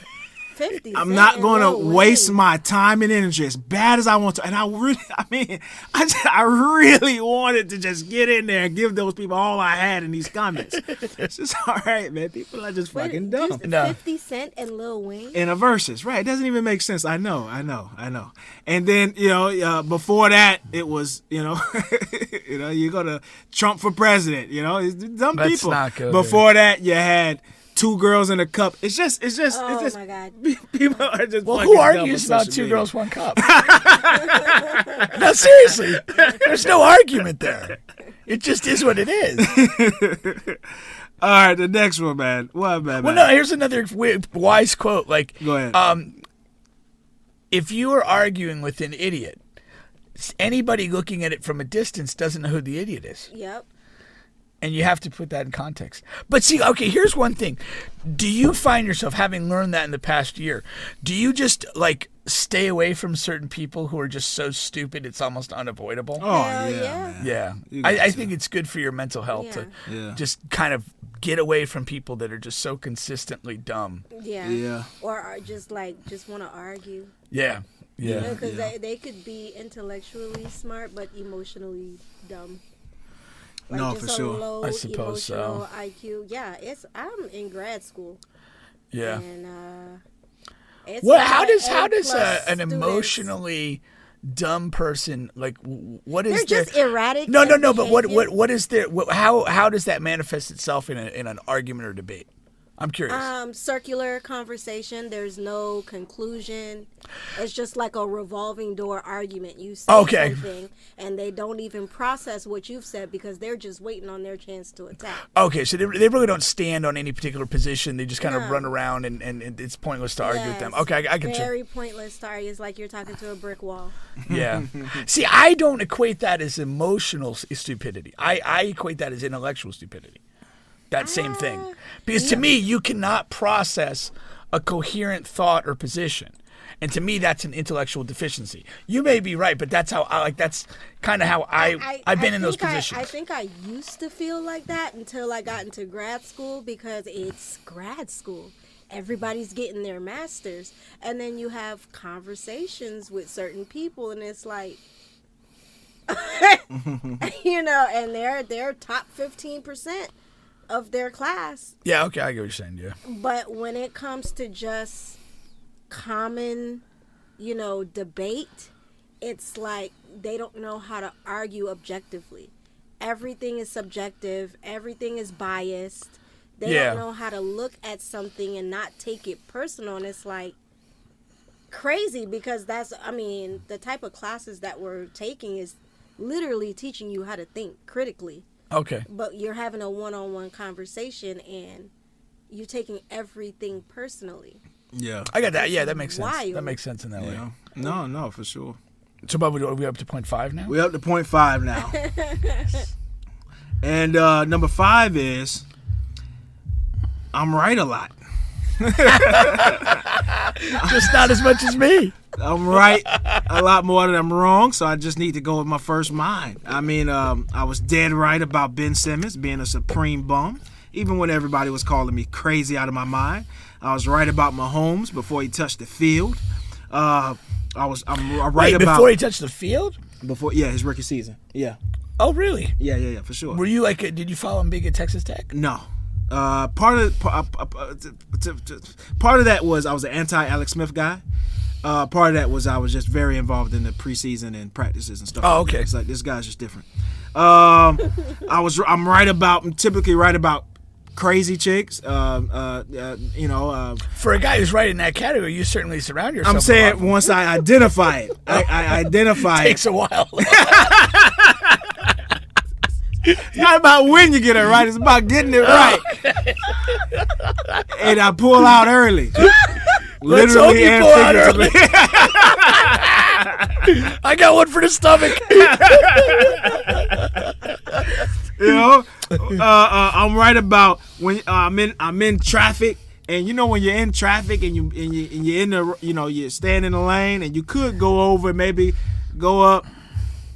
Speaker 2: 50
Speaker 5: I'm not
Speaker 2: cent,
Speaker 5: going to
Speaker 2: no way.
Speaker 5: waste my time and energy as bad as I want to. And I really, I mean, I, just, I really wanted to just get in there and give those people all I had in these comments. it's just all right, man. People are just
Speaker 2: Wait,
Speaker 5: fucking
Speaker 2: just
Speaker 5: dumb.
Speaker 1: No.
Speaker 2: 50 Cent and Lil Wayne?
Speaker 5: In a versus, right? It doesn't even make sense. I know, I know, I know. And then you know, uh, before that, it was you know, you know, you go to Trump for president. You know, it's dumb
Speaker 1: Let's
Speaker 5: people.
Speaker 1: not go there.
Speaker 5: before that, you had. Two girls in a cup. It's just, it's just,
Speaker 2: Oh
Speaker 5: it's just.
Speaker 2: my God.
Speaker 5: People are just.
Speaker 1: Well,
Speaker 5: fucking
Speaker 1: who
Speaker 5: dumb on
Speaker 1: argues about
Speaker 5: social
Speaker 1: two
Speaker 5: media.
Speaker 1: girls, one cup? no, seriously, there's no argument there. It just is what it is.
Speaker 5: All right, the next one, man. What, man?
Speaker 1: Well, no,
Speaker 5: man?
Speaker 1: here's another wi- wise quote. Like,
Speaker 5: Go ahead.
Speaker 1: Um, if you are arguing with an idiot, s- anybody looking at it from a distance doesn't know who the idiot is.
Speaker 2: Yep.
Speaker 1: and you have to put that in context. But see, okay, here's one thing. Do you find yourself having learned that in the past year? Do you just like stay away from certain people who are just so stupid it's almost unavoidable?
Speaker 5: Oh
Speaker 2: Hell
Speaker 5: yeah,
Speaker 2: yeah.
Speaker 5: man.
Speaker 1: yeah.
Speaker 5: You
Speaker 1: I,
Speaker 5: got
Speaker 1: I think it's good for your mental health to
Speaker 5: Yeah. Yeah.
Speaker 1: just kind of get away from people that are just so consistently dumb.
Speaker 2: Yeah.
Speaker 5: Yeah.
Speaker 2: Or are just like, just want to argue.
Speaker 1: Yeah. Yeah.
Speaker 2: Because they, they could be intellectually smart, but emotionally dumb. Like
Speaker 5: No,
Speaker 2: just
Speaker 5: for
Speaker 2: a
Speaker 5: sure.
Speaker 2: Low
Speaker 1: I suppose so.
Speaker 2: emotional IQ. Yeah, it's. I'm in grad school.
Speaker 1: Yeah.
Speaker 2: And, uh, it's
Speaker 1: Well,
Speaker 2: a
Speaker 1: how does how
Speaker 2: A+
Speaker 1: does a, an
Speaker 2: students-
Speaker 1: emotionally dumb person like w- w- what is
Speaker 2: They're
Speaker 1: their-
Speaker 2: just erratic.
Speaker 1: No, no,
Speaker 2: and
Speaker 1: no. But what, what,
Speaker 2: behavior.
Speaker 1: what is there? What, how, how does that manifest itself in, a, in an argument or debate? I'm curious.
Speaker 2: Um, circular conversation. There's no conclusion. It's just like a revolving door argument. You say
Speaker 1: Okay.
Speaker 2: something, and they don't even process what you've said because they're just waiting on their chance to attack.
Speaker 1: okay, so they, they really don't stand on any particular position. They just kind of
Speaker 2: No.
Speaker 1: run around, and, and, and it's pointless to argue with them.
Speaker 2: Yes.
Speaker 1: Okay, I, I can. check.
Speaker 2: Very pointless. Sorry, it's like you're talking to a brick wall.
Speaker 1: Yeah. See, I don't equate that as emotional s- stupidity. I, I equate that as intellectual stupidity. That same thing. Because to me, you cannot process a coherent thought or position. And to me, that's an intellectual deficiency. You may be right, but that's how I like. That's kind of how I, I have been in those
Speaker 2: think I-
Speaker 1: positions.
Speaker 2: I, think I used to feel like that until I got into grad school because it's grad school. Everybody's getting their masters, and then you have conversations with certain people, and it's like. you know, and they're they're top fifteen percent of their class.
Speaker 1: Yeah, okay, I get what you're saying. Yeah,
Speaker 2: But when it comes to just common, you know, debate, it's like they don't know how to argue objectively. Everything is subjective, everything is biased. They
Speaker 1: Yeah.
Speaker 2: don't know how to look at something and not take it personal. And it's like crazy because that's, I mean, the type of classes that we're taking is literally teaching you how to think critically
Speaker 1: okay,
Speaker 2: but you're having a one-on-one conversation and you're taking everything personally.
Speaker 5: Yeah.
Speaker 1: I got that. Yeah, that makes sense. That
Speaker 2: Wild.
Speaker 1: makes sense in that way.
Speaker 5: Yeah. No, no, for sure.
Speaker 1: So, Bob, are we up to point five now?
Speaker 5: We up to point five now. and uh number five is I'm right a lot.
Speaker 1: Just not as much as me.
Speaker 5: I'm right a lot more than I'm wrong, so I just need to go with my first mind. I mean, um, I was dead right about Ben Simmons being a supreme bum, even when everybody was calling me crazy out of my mind. I was right about Mahomes before he touched the field. Uh, I was I'm right
Speaker 1: Wait,
Speaker 5: about
Speaker 1: before he touched the field?
Speaker 5: before yeah his rookie season. Yeah,
Speaker 1: Oh, really?
Speaker 5: yeah, yeah, yeah, for sure.
Speaker 1: Were you like, a, did you follow him big at Texas Tech?
Speaker 5: No. Uh, part of pa- uh, pa- uh, t- t- t- part of that was I was an anti Alex Smith guy. Uh, part of that was I was just very involved in the preseason and practices and stuff.
Speaker 1: Oh,
Speaker 5: like that.
Speaker 1: okay.
Speaker 5: It's like this guy's just different. Um, I was I'm right about I'm typically right about crazy chicks. Um, uh, uh, you know, uh,
Speaker 1: For a guy who's right in that category, you certainly surround yourself.
Speaker 5: I'm
Speaker 1: with a lot
Speaker 5: saying
Speaker 1: of-
Speaker 5: once I identify it, I, I identify it.
Speaker 1: takes a while.
Speaker 5: It's not about when you get it right. It's about getting it right. and I pull out early.
Speaker 1: Let's hope
Speaker 5: Literally
Speaker 1: you
Speaker 5: and
Speaker 1: pull out
Speaker 5: figuratively.
Speaker 1: early. I got one for the stomach.
Speaker 5: you know, uh, uh, I'm right about when uh, I'm in I'm in traffic, and you know when you're in traffic and you and, you, and you're in the you know you stand in the lane and you could go over maybe go up,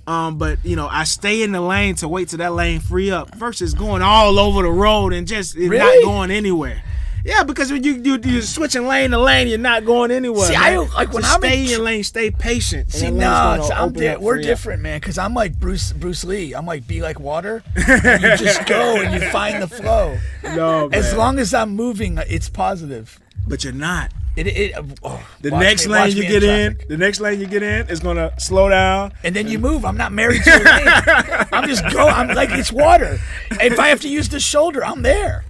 Speaker 5: um, but you know I stay in the lane to wait till that lane free up versus going all over the road and just and
Speaker 1: Really?
Speaker 5: not going anywhere. Yeah, because when you, you you're switching lane to lane, you're not going anywhere.
Speaker 1: See, I
Speaker 5: man.
Speaker 1: don't- like, when
Speaker 5: Just
Speaker 1: I'm in
Speaker 5: stay in
Speaker 1: tr-
Speaker 5: your lane, stay patient. and
Speaker 1: See,
Speaker 5: that lane's
Speaker 1: nah,
Speaker 5: gonna
Speaker 1: it's- I'm
Speaker 5: open
Speaker 1: di-
Speaker 5: up
Speaker 1: we're
Speaker 5: free up.
Speaker 1: different, man. Because I'm like Bruce Bruce Lee. I'm like be like water. And you just go and you find the flow.
Speaker 5: No,
Speaker 1: As
Speaker 5: man.
Speaker 1: long as I'm moving, it's positive.
Speaker 5: but you're not.
Speaker 1: It, it, oh,
Speaker 5: The
Speaker 1: watch
Speaker 5: next
Speaker 1: me- watch
Speaker 5: lane you
Speaker 1: me
Speaker 5: get in,
Speaker 1: traffic.
Speaker 5: the next lane you get in is gonna slow down.
Speaker 1: and then you move. I'm not married to a lane. I'm just go. I'm like it's water. If I have to use the shoulder, I'm there.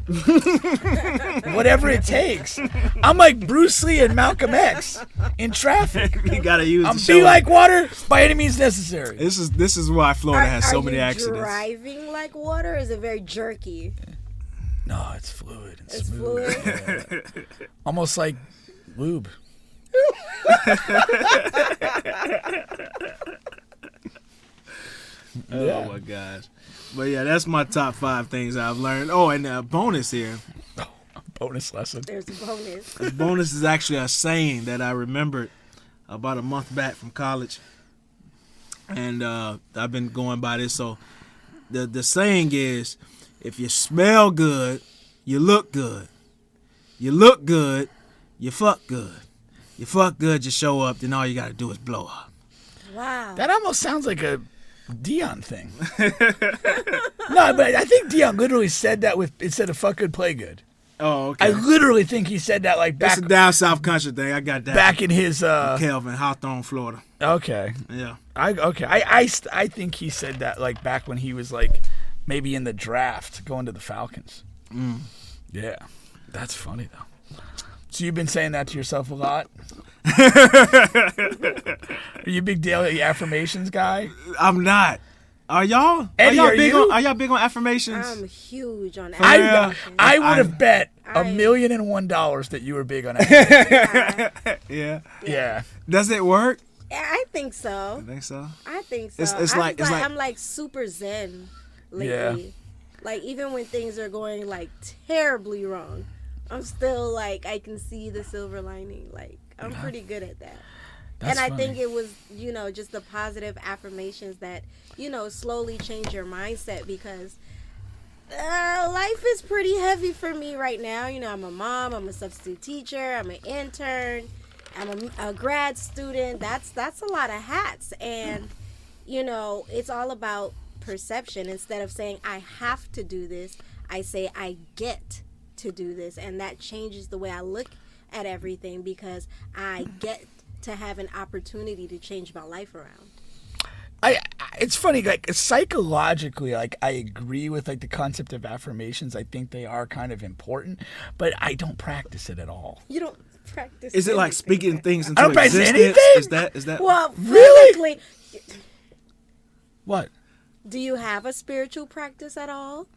Speaker 1: Whatever it takes. I'm like Bruce Lee and Malcolm X in traffic.
Speaker 5: You gotta use
Speaker 1: I'm
Speaker 5: the
Speaker 1: be
Speaker 5: shoulder.
Speaker 1: like water by any means necessary.
Speaker 5: this is this is why Florida has so
Speaker 2: Are
Speaker 5: many
Speaker 2: you
Speaker 5: accidents.
Speaker 2: driving like water? Or is it very jerky?
Speaker 1: No, it's fluid and
Speaker 2: It's
Speaker 1: smooth.
Speaker 2: fluid.
Speaker 1: Almost like lube.
Speaker 5: Oh my gosh! But yeah, that's my top five things I've learned. Oh, and a bonus here.
Speaker 1: Bonus lesson.
Speaker 2: There's a bonus.
Speaker 5: The bonus is actually a saying that I remembered about a month back from college, and uh, I've been going by this. So the the saying is, if you smell good, you look good. You look good, you fuck good. You fuck good, you show up. Then all you gotta do is blow up.
Speaker 2: Wow.
Speaker 1: That almost sounds like a Dion thing. no, but I think Dion literally said that with instead of fuck good, play good.
Speaker 5: Oh,
Speaker 1: I
Speaker 5: okay.
Speaker 1: literally think he said that like
Speaker 5: That's
Speaker 1: back
Speaker 5: a down south country thing. I got that.
Speaker 1: back in his uh
Speaker 5: Kelvin Hawthorne, Florida.
Speaker 1: okay.
Speaker 5: Yeah.
Speaker 1: I okay. I I st- I think he said that like back when he was like maybe in the draft going to the Falcons. Yeah. That's funny though. So you've been saying that to yourself a lot? Are you a big daily affirmations guy?
Speaker 5: I'm not. Are y'all?
Speaker 1: Eddie,
Speaker 5: are y'all
Speaker 1: are
Speaker 5: big
Speaker 1: you?
Speaker 5: on? Are y'all big on affirmations?
Speaker 2: I'm huge on
Speaker 1: I
Speaker 5: Yeah.
Speaker 1: I would
Speaker 5: I-
Speaker 1: have bet a
Speaker 2: I-
Speaker 1: million and one dollars that you were big on that.
Speaker 5: yeah.
Speaker 1: yeah.
Speaker 5: Does it work?
Speaker 2: I think so.
Speaker 5: I think so.
Speaker 2: I think so.
Speaker 5: It's- it's
Speaker 2: I'm
Speaker 5: like- it's like-
Speaker 2: I'm like super zen lately. Like even when things are going like terribly wrong, I'm still like I can see the silver lining. Like I'm pretty good at that.
Speaker 1: That's
Speaker 2: and I
Speaker 1: funny.
Speaker 2: think it was, you know, just the positive affirmations that, you know, slowly change your mindset because uh, life is pretty heavy for me right now. You know, I'm a mom, I'm a substitute teacher, I'm an intern, I'm a, a grad student. That's that's a lot of hats, and you know, it's all about perception. Instead of saying, I have to do this, I say, I get to do this. And that changes the way I look at everything because I
Speaker 1: Mm-hmm.
Speaker 2: get to have an opportunity to change my life around.
Speaker 1: I, I- it's funny like psychologically like I agree with like the concept of affirmations I think they are kind of important but I don't practice it at all
Speaker 2: You don't practice.
Speaker 5: Is it like
Speaker 2: anything.
Speaker 5: speaking things
Speaker 1: I
Speaker 5: into
Speaker 1: don't practice
Speaker 5: existence?
Speaker 1: anything.
Speaker 5: Is that is that
Speaker 2: Well,
Speaker 1: Really?
Speaker 2: really?
Speaker 1: what
Speaker 2: Do you have a spiritual practice at all?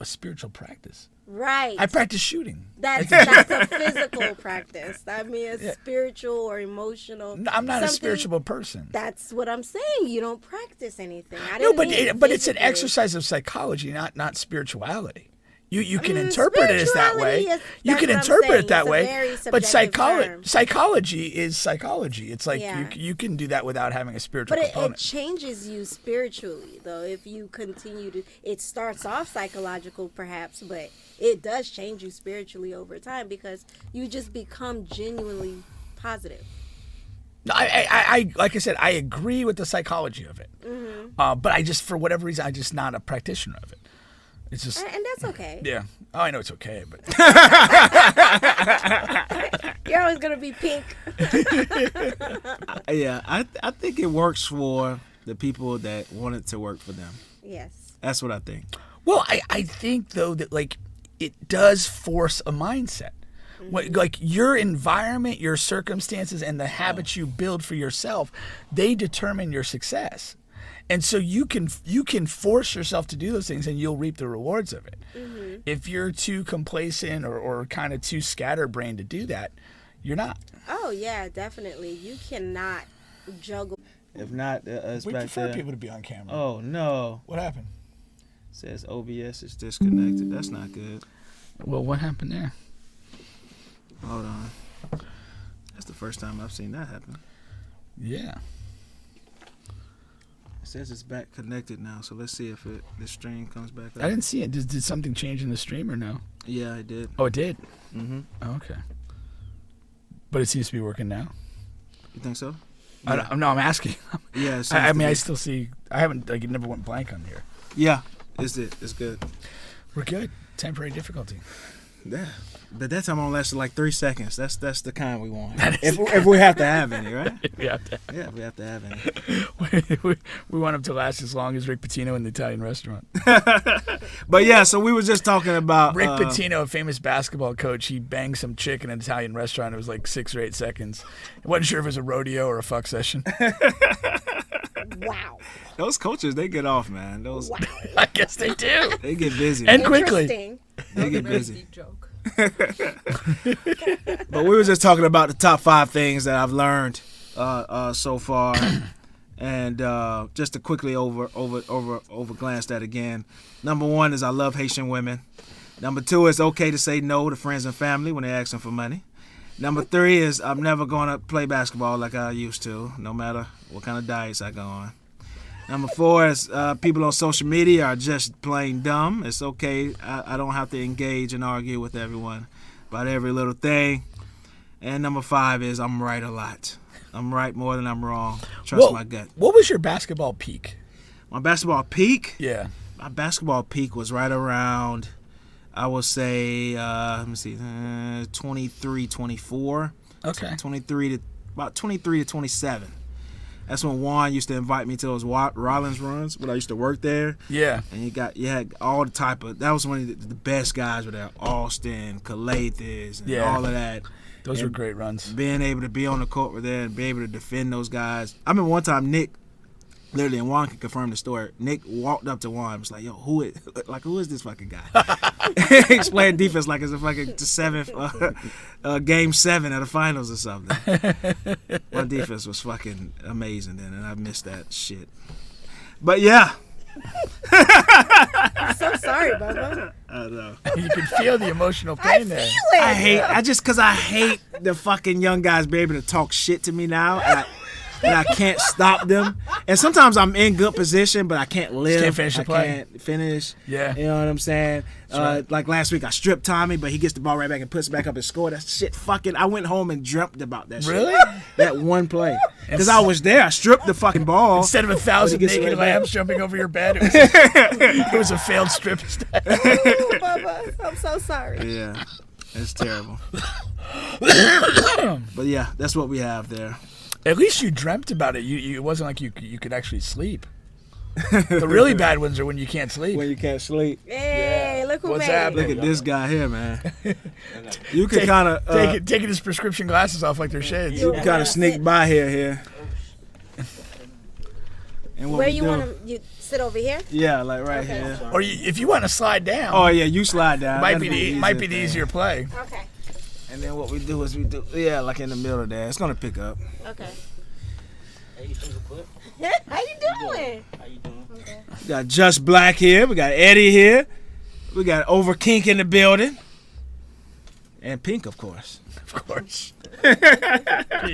Speaker 1: a spiritual practice
Speaker 2: Right.
Speaker 1: I practice shooting
Speaker 2: That's that's a physical practice. I mean, a spiritual or emotional.
Speaker 1: No, I'm not a
Speaker 2: something-
Speaker 1: spiritual person
Speaker 2: That's what I'm saying. You don't practice anything. I
Speaker 1: no
Speaker 2: didn't
Speaker 1: but
Speaker 2: mean
Speaker 1: it, but it's an
Speaker 2: physically.
Speaker 1: exercise of psychology not not spirituality you you can
Speaker 2: Mm,
Speaker 1: interpret it as that way
Speaker 2: spirituality is-
Speaker 1: you
Speaker 2: that's
Speaker 1: can
Speaker 2: what I'm
Speaker 1: interpret
Speaker 2: saying.
Speaker 1: it that
Speaker 2: It's a very
Speaker 1: way but
Speaker 2: subjective
Speaker 1: psychology
Speaker 2: term.
Speaker 1: psychology is psychology it's like
Speaker 2: Yeah.
Speaker 1: you you can do that without having a spiritual
Speaker 2: But it, it
Speaker 1: component
Speaker 2: changes you spiritually, though. If you continue to, it starts off psychological, perhaps, but it does change you spiritually over time because you just become genuinely positive.
Speaker 1: No, I, I, I, I- like I said, I agree with the psychology of it, uh, but I just, for whatever reason, I'm just not a practitioner of it. It's just,
Speaker 2: And, and that's okay.
Speaker 1: yeah. Oh, I know it's okay, but
Speaker 2: You're always going to be pink.
Speaker 5: yeah, I I think it works for the people that want it to work for them.
Speaker 2: Yes.
Speaker 5: That's what I think.
Speaker 1: well, I, I think though that like it does force a mindset. What,
Speaker 5: Mm-hmm.
Speaker 1: like your environment, your circumstances, and the habits you build for yourself, they determine your success. And so you can you can force yourself to do those things, and you'll reap the rewards of it.
Speaker 5: Mm-hmm.
Speaker 1: If you're too complacent or, or kind of too scatterbrained to do that, you're not.
Speaker 2: Oh, yeah, definitely. You cannot juggle.
Speaker 5: If not, uh, us
Speaker 1: We
Speaker 5: back
Speaker 1: prefer
Speaker 5: there.
Speaker 1: people to be on camera.
Speaker 5: Oh no!
Speaker 1: What happened?
Speaker 5: Says OBS is disconnected. That's not good.
Speaker 1: Well, what happened there?
Speaker 5: Hold on. That's the first time I've seen that happen.
Speaker 1: Yeah.
Speaker 5: It says it's back connected now, so let's see if it the stream comes back
Speaker 1: I
Speaker 5: up.
Speaker 1: didn't see it. Did, did something change in the stream or no?
Speaker 5: Yeah, I did.
Speaker 1: Oh, it did.
Speaker 5: Mm-hmm.
Speaker 1: Oh, okay. But it seems to be working now.
Speaker 5: You think so?
Speaker 1: I don't, no, I'm asking.
Speaker 5: Yeah. It seems
Speaker 1: I, I
Speaker 5: to
Speaker 1: mean, I
Speaker 5: be-
Speaker 1: still see. I haven't. Like, it never went blank on here.
Speaker 5: yeah. It's it. It's good.
Speaker 1: We're good. Temporary difficulty.
Speaker 5: Yeah. But that time only lasted like three seconds. That's that's the kind we want. If, if we have to have any, right?
Speaker 1: Yeah.
Speaker 5: Yeah, if we have to have any.
Speaker 1: we, we, we want him to last as long as Rick Pitino in the Italian restaurant.
Speaker 5: But yeah, so we were just talking about
Speaker 1: Rick
Speaker 5: uh,
Speaker 1: Pitino, a famous basketball coach, he banged some chick in an Italian restaurant. It was like six or eight seconds. I wasn't sure if it was a rodeo or a fuck session.
Speaker 2: Wow.
Speaker 5: Those coaches, they get off, man. Those
Speaker 1: I guess they do.
Speaker 5: they get busy.
Speaker 1: And
Speaker 5: man.
Speaker 1: quickly.
Speaker 2: Interesting.
Speaker 5: They get busy.
Speaker 13: Deep joke.
Speaker 5: But we were just talking about the top five things that I've learned uh, uh, so far, and uh, just to quickly over over over over glance that again. Number one is I love Haitian women. Number two is okay to say no to friends and family when they ask them for money. Number three is I'm never going to play basketball like I used to, no matter what kind of diets I go on. Number four is uh, people on social media are just plain dumb. It's okay. I, I don't have to engage and argue with everyone about every little thing. And number five is I'm right a lot. I'm right more than I'm wrong. Trust
Speaker 1: Whoa,
Speaker 5: my gut.
Speaker 1: What was your basketball peak?
Speaker 5: My basketball peak,
Speaker 1: Yeah.
Speaker 5: my basketball peak was right around, I will say, uh, let me see, uh, 23, 24.
Speaker 1: Okay.
Speaker 5: 23 to about 23 to 27. That's when Juan used to invite me to those Wa- Rollins runs when I used to work there.
Speaker 1: Yeah.
Speaker 5: And you got you had all the type of that was one of the, the best guys with that Austin, Calathis, and
Speaker 1: Yeah.
Speaker 5: all of that.
Speaker 1: Those were
Speaker 5: And
Speaker 1: great runs.
Speaker 5: Being able to be on the court with them and be able to defend those guys. I remember one time Nick, literally, and Juan can confirm the story. Nick walked up to Juan and was like, "Yo, who is like who is this fucking guy?" He's playing defense like it's a fucking seventh uh, uh, game seven of the finals or something. My defense was fucking amazing then, and I missed that shit. But yeah,
Speaker 2: So sorry, Bubba.
Speaker 5: I know.
Speaker 1: You can feel the emotional pain there.
Speaker 5: I hate. I just because I hate the fucking young guys be able to talk shit to me now. and I, and I can't stop them. And sometimes I'm in good position, but I can't live.
Speaker 1: can't finish the
Speaker 5: I
Speaker 1: play.
Speaker 5: can't finish.
Speaker 1: Yeah.
Speaker 5: You know what I'm saying? Uh, Like last week, I stripped Tommy, but he gets the ball right back and puts it back up and scored. That shit fucking. I went home and dreamt about that shit.
Speaker 1: Really?
Speaker 5: That one play. Because I was there. I stripped the fucking ball.
Speaker 1: Instead of a thousand
Speaker 5: gets it
Speaker 1: naked
Speaker 5: right back.
Speaker 1: lambs jumping over your bed, it was, it was a failed strip.
Speaker 2: Ooh, Bubba, I'm so sorry.
Speaker 5: Yeah, it's terrible. but yeah, that's what we have there.
Speaker 1: At least you dreamt about it. You, you it wasn't like you c- you could actually sleep. The really bad ones are when you can't sleep.
Speaker 5: When you can't sleep,
Speaker 2: Hey, look who
Speaker 1: What's
Speaker 2: made
Speaker 1: happening?
Speaker 2: it.
Speaker 5: look at this guy here, man. You can
Speaker 1: Take-
Speaker 5: kind of uh,
Speaker 1: taking, taking his prescription glasses off like they're shades.
Speaker 5: you kind of sneak by here, here. And what
Speaker 2: Where
Speaker 5: we
Speaker 2: you
Speaker 5: do-
Speaker 2: want to you sit over here?
Speaker 5: Yeah, like right here.
Speaker 1: Or you, if you want to slide down,
Speaker 5: Oh yeah, you slide down.
Speaker 1: might be
Speaker 5: That'd
Speaker 1: the
Speaker 5: easier
Speaker 1: might be the
Speaker 5: thing.
Speaker 1: easier play.
Speaker 2: Okay.
Speaker 5: And then what we do is we do yeah, like in the middle of that. It's gonna pick up.
Speaker 2: Okay. How you doing?
Speaker 5: We got Just Black here. We got Eddie here. We got Over Kink in the building. And Pink, of course.
Speaker 1: Of course. Gee,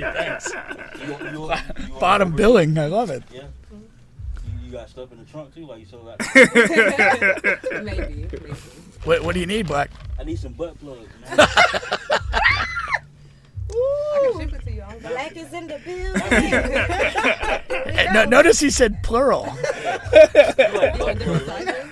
Speaker 1: thanks. Bottom billing. I love it.
Speaker 13: You got stuff in the trunk too, like you sold out.
Speaker 6: Maybe. maybe.
Speaker 1: What, what do you need, Black?
Speaker 13: I need some butt plugs. Man.
Speaker 6: I can ship it to you. I don't got
Speaker 2: Black is in the building.
Speaker 1: Eh, No, notice he said plural.
Speaker 6: you a different size.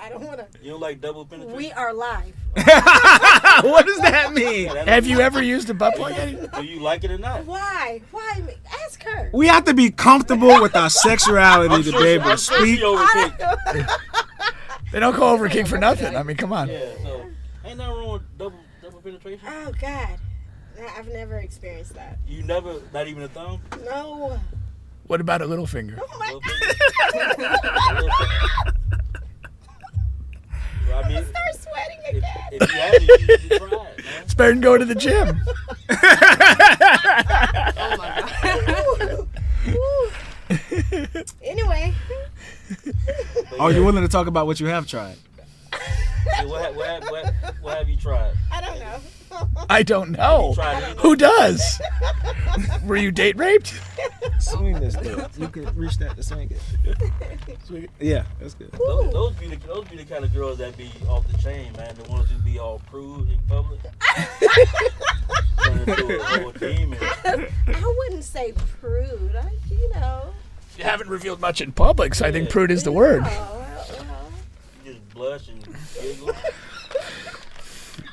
Speaker 2: I don't want to.
Speaker 13: You don't like double penetration?
Speaker 2: We are live.
Speaker 5: what does that mean?
Speaker 1: Have you ever used a butt plug? Eddie?
Speaker 13: Do you like it or not?
Speaker 2: Why? Why? me? Ask her.
Speaker 5: We have to be comfortable with our sexuality to be able to speak.
Speaker 13: She over kick.
Speaker 1: They don't call over king for nothing. I mean, come on.
Speaker 13: Yeah, so ain't nothing wrong with double double penetration.
Speaker 2: Oh God, Nah, I've never experienced that.
Speaker 13: You never, not even a thumb.
Speaker 2: No.
Speaker 1: What about a little finger?
Speaker 2: Oh my
Speaker 13: Little
Speaker 2: God.
Speaker 13: finger? Little finger? Well, I mean,
Speaker 2: Start sweating
Speaker 13: if,
Speaker 2: again.
Speaker 13: if you have it, you should try it, man.
Speaker 1: It's better than going to the gym.
Speaker 6: Oh my god.
Speaker 2: Anyway,
Speaker 5: Are you willing to talk about what you have tried?
Speaker 13: Yeah, what, ha- what, ha- what, ha- what have you tried?
Speaker 2: I don't know.
Speaker 1: I don't know.
Speaker 13: Tried anything?
Speaker 1: Who does? Were you date raped?
Speaker 5: Swing this thing. You could reach that to swing it. Yeah, that's good.
Speaker 13: Those, those be the those be the kind of girls that be off the chain, man. The ones who be all prude in public. Turn into a little demon.
Speaker 2: I wouldn't say prude. I, you know.
Speaker 1: You haven't revealed much in public, so I think prude is the word.
Speaker 2: Oh, well,
Speaker 13: You just blush and giggle.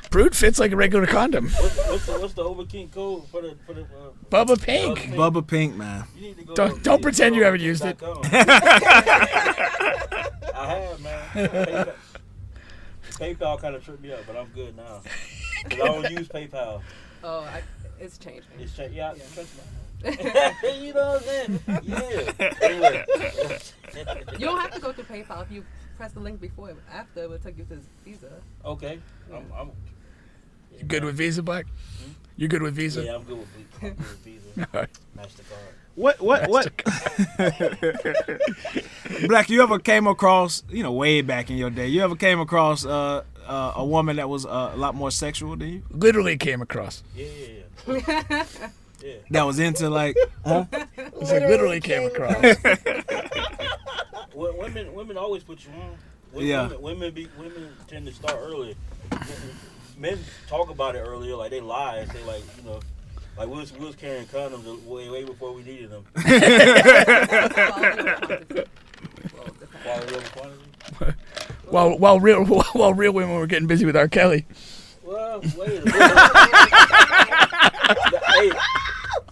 Speaker 1: Prude fits like a regular condom.
Speaker 13: What's, what's the what's the over king code for the for the? Uh,
Speaker 1: Bubba
Speaker 13: Bubba
Speaker 1: Pink.
Speaker 13: Pink?
Speaker 5: Bubba Pink, man.
Speaker 13: You need to go
Speaker 1: Don't-
Speaker 13: to-
Speaker 1: don't pretend you
Speaker 13: go
Speaker 1: haven't
Speaker 13: to
Speaker 1: used it.
Speaker 13: .com. I have, man. PayPal, PayPal kind of tripped me up, but I'm good now. 'Cause I don't use PayPal.
Speaker 6: Oh, I, it's changing.
Speaker 13: It's check, yeah, trust me. you know what I'm saying? Yeah. Anyway.
Speaker 6: You don't have to go through PayPal. If you press the link before and after, it will take you to Visa.
Speaker 13: Okay. I'm, I'm,
Speaker 1: You good with Visa, Black? You good with Visa?
Speaker 13: yeah, I'm good with Visa. I'm good with Visa.
Speaker 1: Alright.
Speaker 13: Mastercard.
Speaker 5: What what what Black, you ever came across, you know, way back in your day, you ever came across uh, uh, a woman that was uh, a lot more sexual than you?
Speaker 1: Literally came across.
Speaker 13: Yeah, yeah, yeah.
Speaker 5: That was into like
Speaker 1: It's like literally came across.
Speaker 13: Wo- Women, women always put you on. Wo-
Speaker 5: Yeah.
Speaker 13: Women, women, be, women tend to start early. Men talk about it earlier, like they lie and say, like, you know, like we was, we was carrying condoms way, way before we needed them. Quality over quantity.
Speaker 1: While while real while real women were getting busy with R. Kelly.
Speaker 13: Well, wait a minute. hey,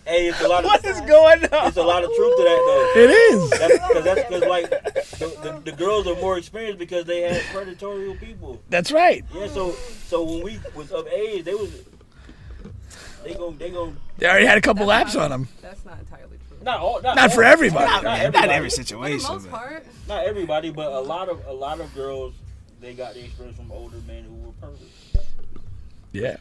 Speaker 13: hey, it's a lot of
Speaker 5: going on?
Speaker 13: it's a lot of truth to that though.
Speaker 1: It is.
Speaker 13: That's because that's because like the, the, the girls are more experienced because they had predatory people.
Speaker 1: That's right.
Speaker 13: Yeah, so so when we was of age, they was they gon' they gon'
Speaker 1: They already had a couple laps on them.
Speaker 6: That's not entirely true.
Speaker 13: not all not,
Speaker 1: Not for
Speaker 13: all-
Speaker 1: everybody.
Speaker 13: Not, not
Speaker 5: Not
Speaker 13: everybody.
Speaker 5: every
Speaker 6: For the
Speaker 5: situation.
Speaker 6: most
Speaker 5: but-
Speaker 6: part,
Speaker 13: Not everybody, but a lot of a lot of girls they got the experience from older men who were perfect.
Speaker 1: Yeah.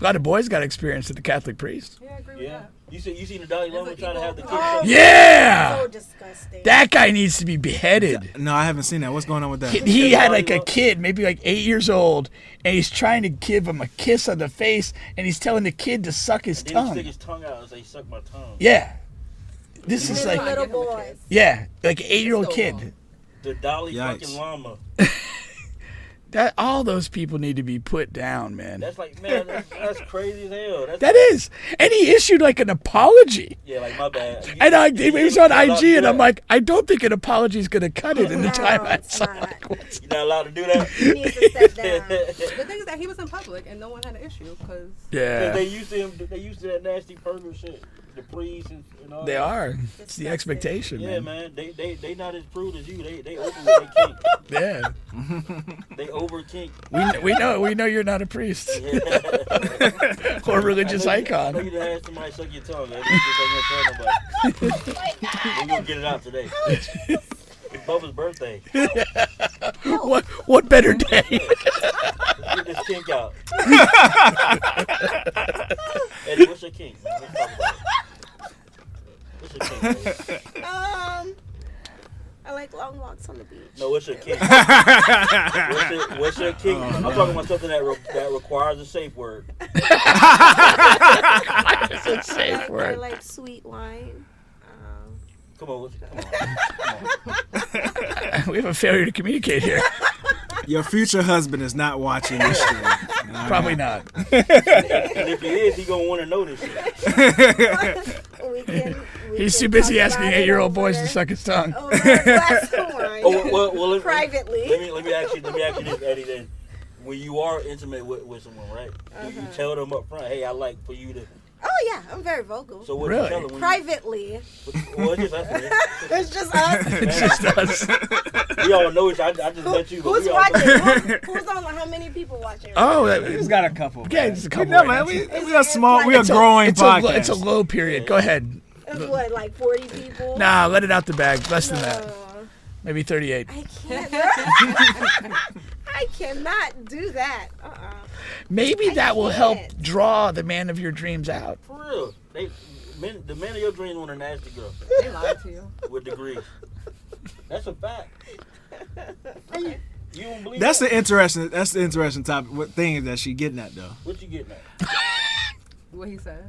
Speaker 1: A lot of boys got experience with the Catholic priest.
Speaker 13: Yeah. You see, you seen the Dalai Lama trying to have the kids.
Speaker 1: Yeah.
Speaker 2: So disgusting.
Speaker 1: That guy needs to be beheaded.
Speaker 5: No, I haven't seen that. What's going on with that?
Speaker 1: He, he had like a kid, maybe like eight years old, and he's trying to give him a kiss on the face, and he's telling the kid to suck his
Speaker 13: Then he stick
Speaker 1: tongue.
Speaker 13: his tongue out and say, "Suck my tongue."
Speaker 1: Yeah. This is
Speaker 2: Little
Speaker 1: like,
Speaker 2: boys.
Speaker 1: yeah, like an eight year old
Speaker 13: So
Speaker 1: kid.
Speaker 13: The Dalai
Speaker 1: Yikes.
Speaker 13: fucking Lama.
Speaker 1: That all those people need to be put down, man.
Speaker 13: That's like, man, that's, that's crazy as hell. That's,
Speaker 1: That is, and he issued like an apology.
Speaker 13: Yeah, like my bad. You-
Speaker 1: And I,
Speaker 13: you-
Speaker 1: it was on
Speaker 13: you're not
Speaker 1: IG, and
Speaker 13: allowed
Speaker 1: I'm like, I don't think an apology is gonna cut it in the time I saw.
Speaker 13: to- you're not allowed to do that.
Speaker 6: the thing is that he was in public and no one had an issue because
Speaker 1: Yeah.
Speaker 13: 'Cause they used to him. They used to that nasty pervert shit. The priests and, and all.
Speaker 1: They
Speaker 13: that.
Speaker 1: are. It's the expectation,
Speaker 13: Yeah,
Speaker 1: man.
Speaker 13: man. They they they not as prude as you. They they over they kink.
Speaker 1: Yeah.
Speaker 13: They over kink.
Speaker 1: We, we know we know you're not a priest
Speaker 13: Yeah.
Speaker 1: or religious
Speaker 13: I know you- I know
Speaker 1: icon.
Speaker 13: you done had somebody suck your tongue. man. You just ain't gonna tell nobody. We're gonna get it out today. It's Bubba's birthday.
Speaker 1: What what better day?
Speaker 13: Let's get this kink out. Eddie, what's your kink? man? Let's talk about it. What's your kink? Eddie?
Speaker 2: Um, I like long walks on the beach.
Speaker 13: No, what's your kink? what's, your, what's your kink?
Speaker 2: Oh,
Speaker 13: I'm
Speaker 2: man.
Speaker 13: talking about something that re- that requires a safe word.
Speaker 2: It's
Speaker 13: a safe
Speaker 2: I, I
Speaker 13: word.
Speaker 2: like sweet wine. Um,
Speaker 13: Come on, what's, come on.
Speaker 1: we have a failure to communicate here.
Speaker 5: Your future husband is not watching this shit.
Speaker 1: Probably not.
Speaker 13: and if he is, he gonna want to know this shit.
Speaker 1: He's too busy asking eight-year-old boys to suck his tongue.
Speaker 13: Oh, well, well, well, let-
Speaker 2: Privately.
Speaker 13: Let me let me ask you let me ask you this, Eddie. Then, when you are intimate with, with someone, right? You, you tell them up front, hey, I like for you to.
Speaker 2: Oh yeah, I'm very vocal.
Speaker 13: So what you Really? tell 'em when you-
Speaker 2: Privately.
Speaker 13: Well, it's just us. man.
Speaker 2: It's just us.
Speaker 13: It's just us. we all know each. I, I just let you. But
Speaker 2: Who's
Speaker 13: we all
Speaker 2: watching?
Speaker 13: Know.
Speaker 2: Who- who's on? How many people watching?
Speaker 1: Oh, that, has
Speaker 5: got a couple.
Speaker 1: Yeah, it's a couple.
Speaker 5: never-
Speaker 1: right now.
Speaker 5: we- It's- we are small- it's we are like- growing
Speaker 1: it's a lo-
Speaker 5: podcast.
Speaker 1: it's a low period. Go ahead.
Speaker 2: It was what, like 40 people? Uh,
Speaker 1: Nah, let it out the bag. Less than that. Maybe 38.
Speaker 2: I can't. I cannot do that. Uh-uh.
Speaker 1: Maybe that will help draw the man of your dreams out.
Speaker 13: For real, they men, the man of your dreams want a nasty girl.
Speaker 6: They lied to you.
Speaker 13: with degrees. That's a fact. You don't believe
Speaker 5: That's
Speaker 13: that?
Speaker 5: the interesting. That's the interesting topic. What thing is that she getting at though?
Speaker 13: What you getting at?
Speaker 6: what he said.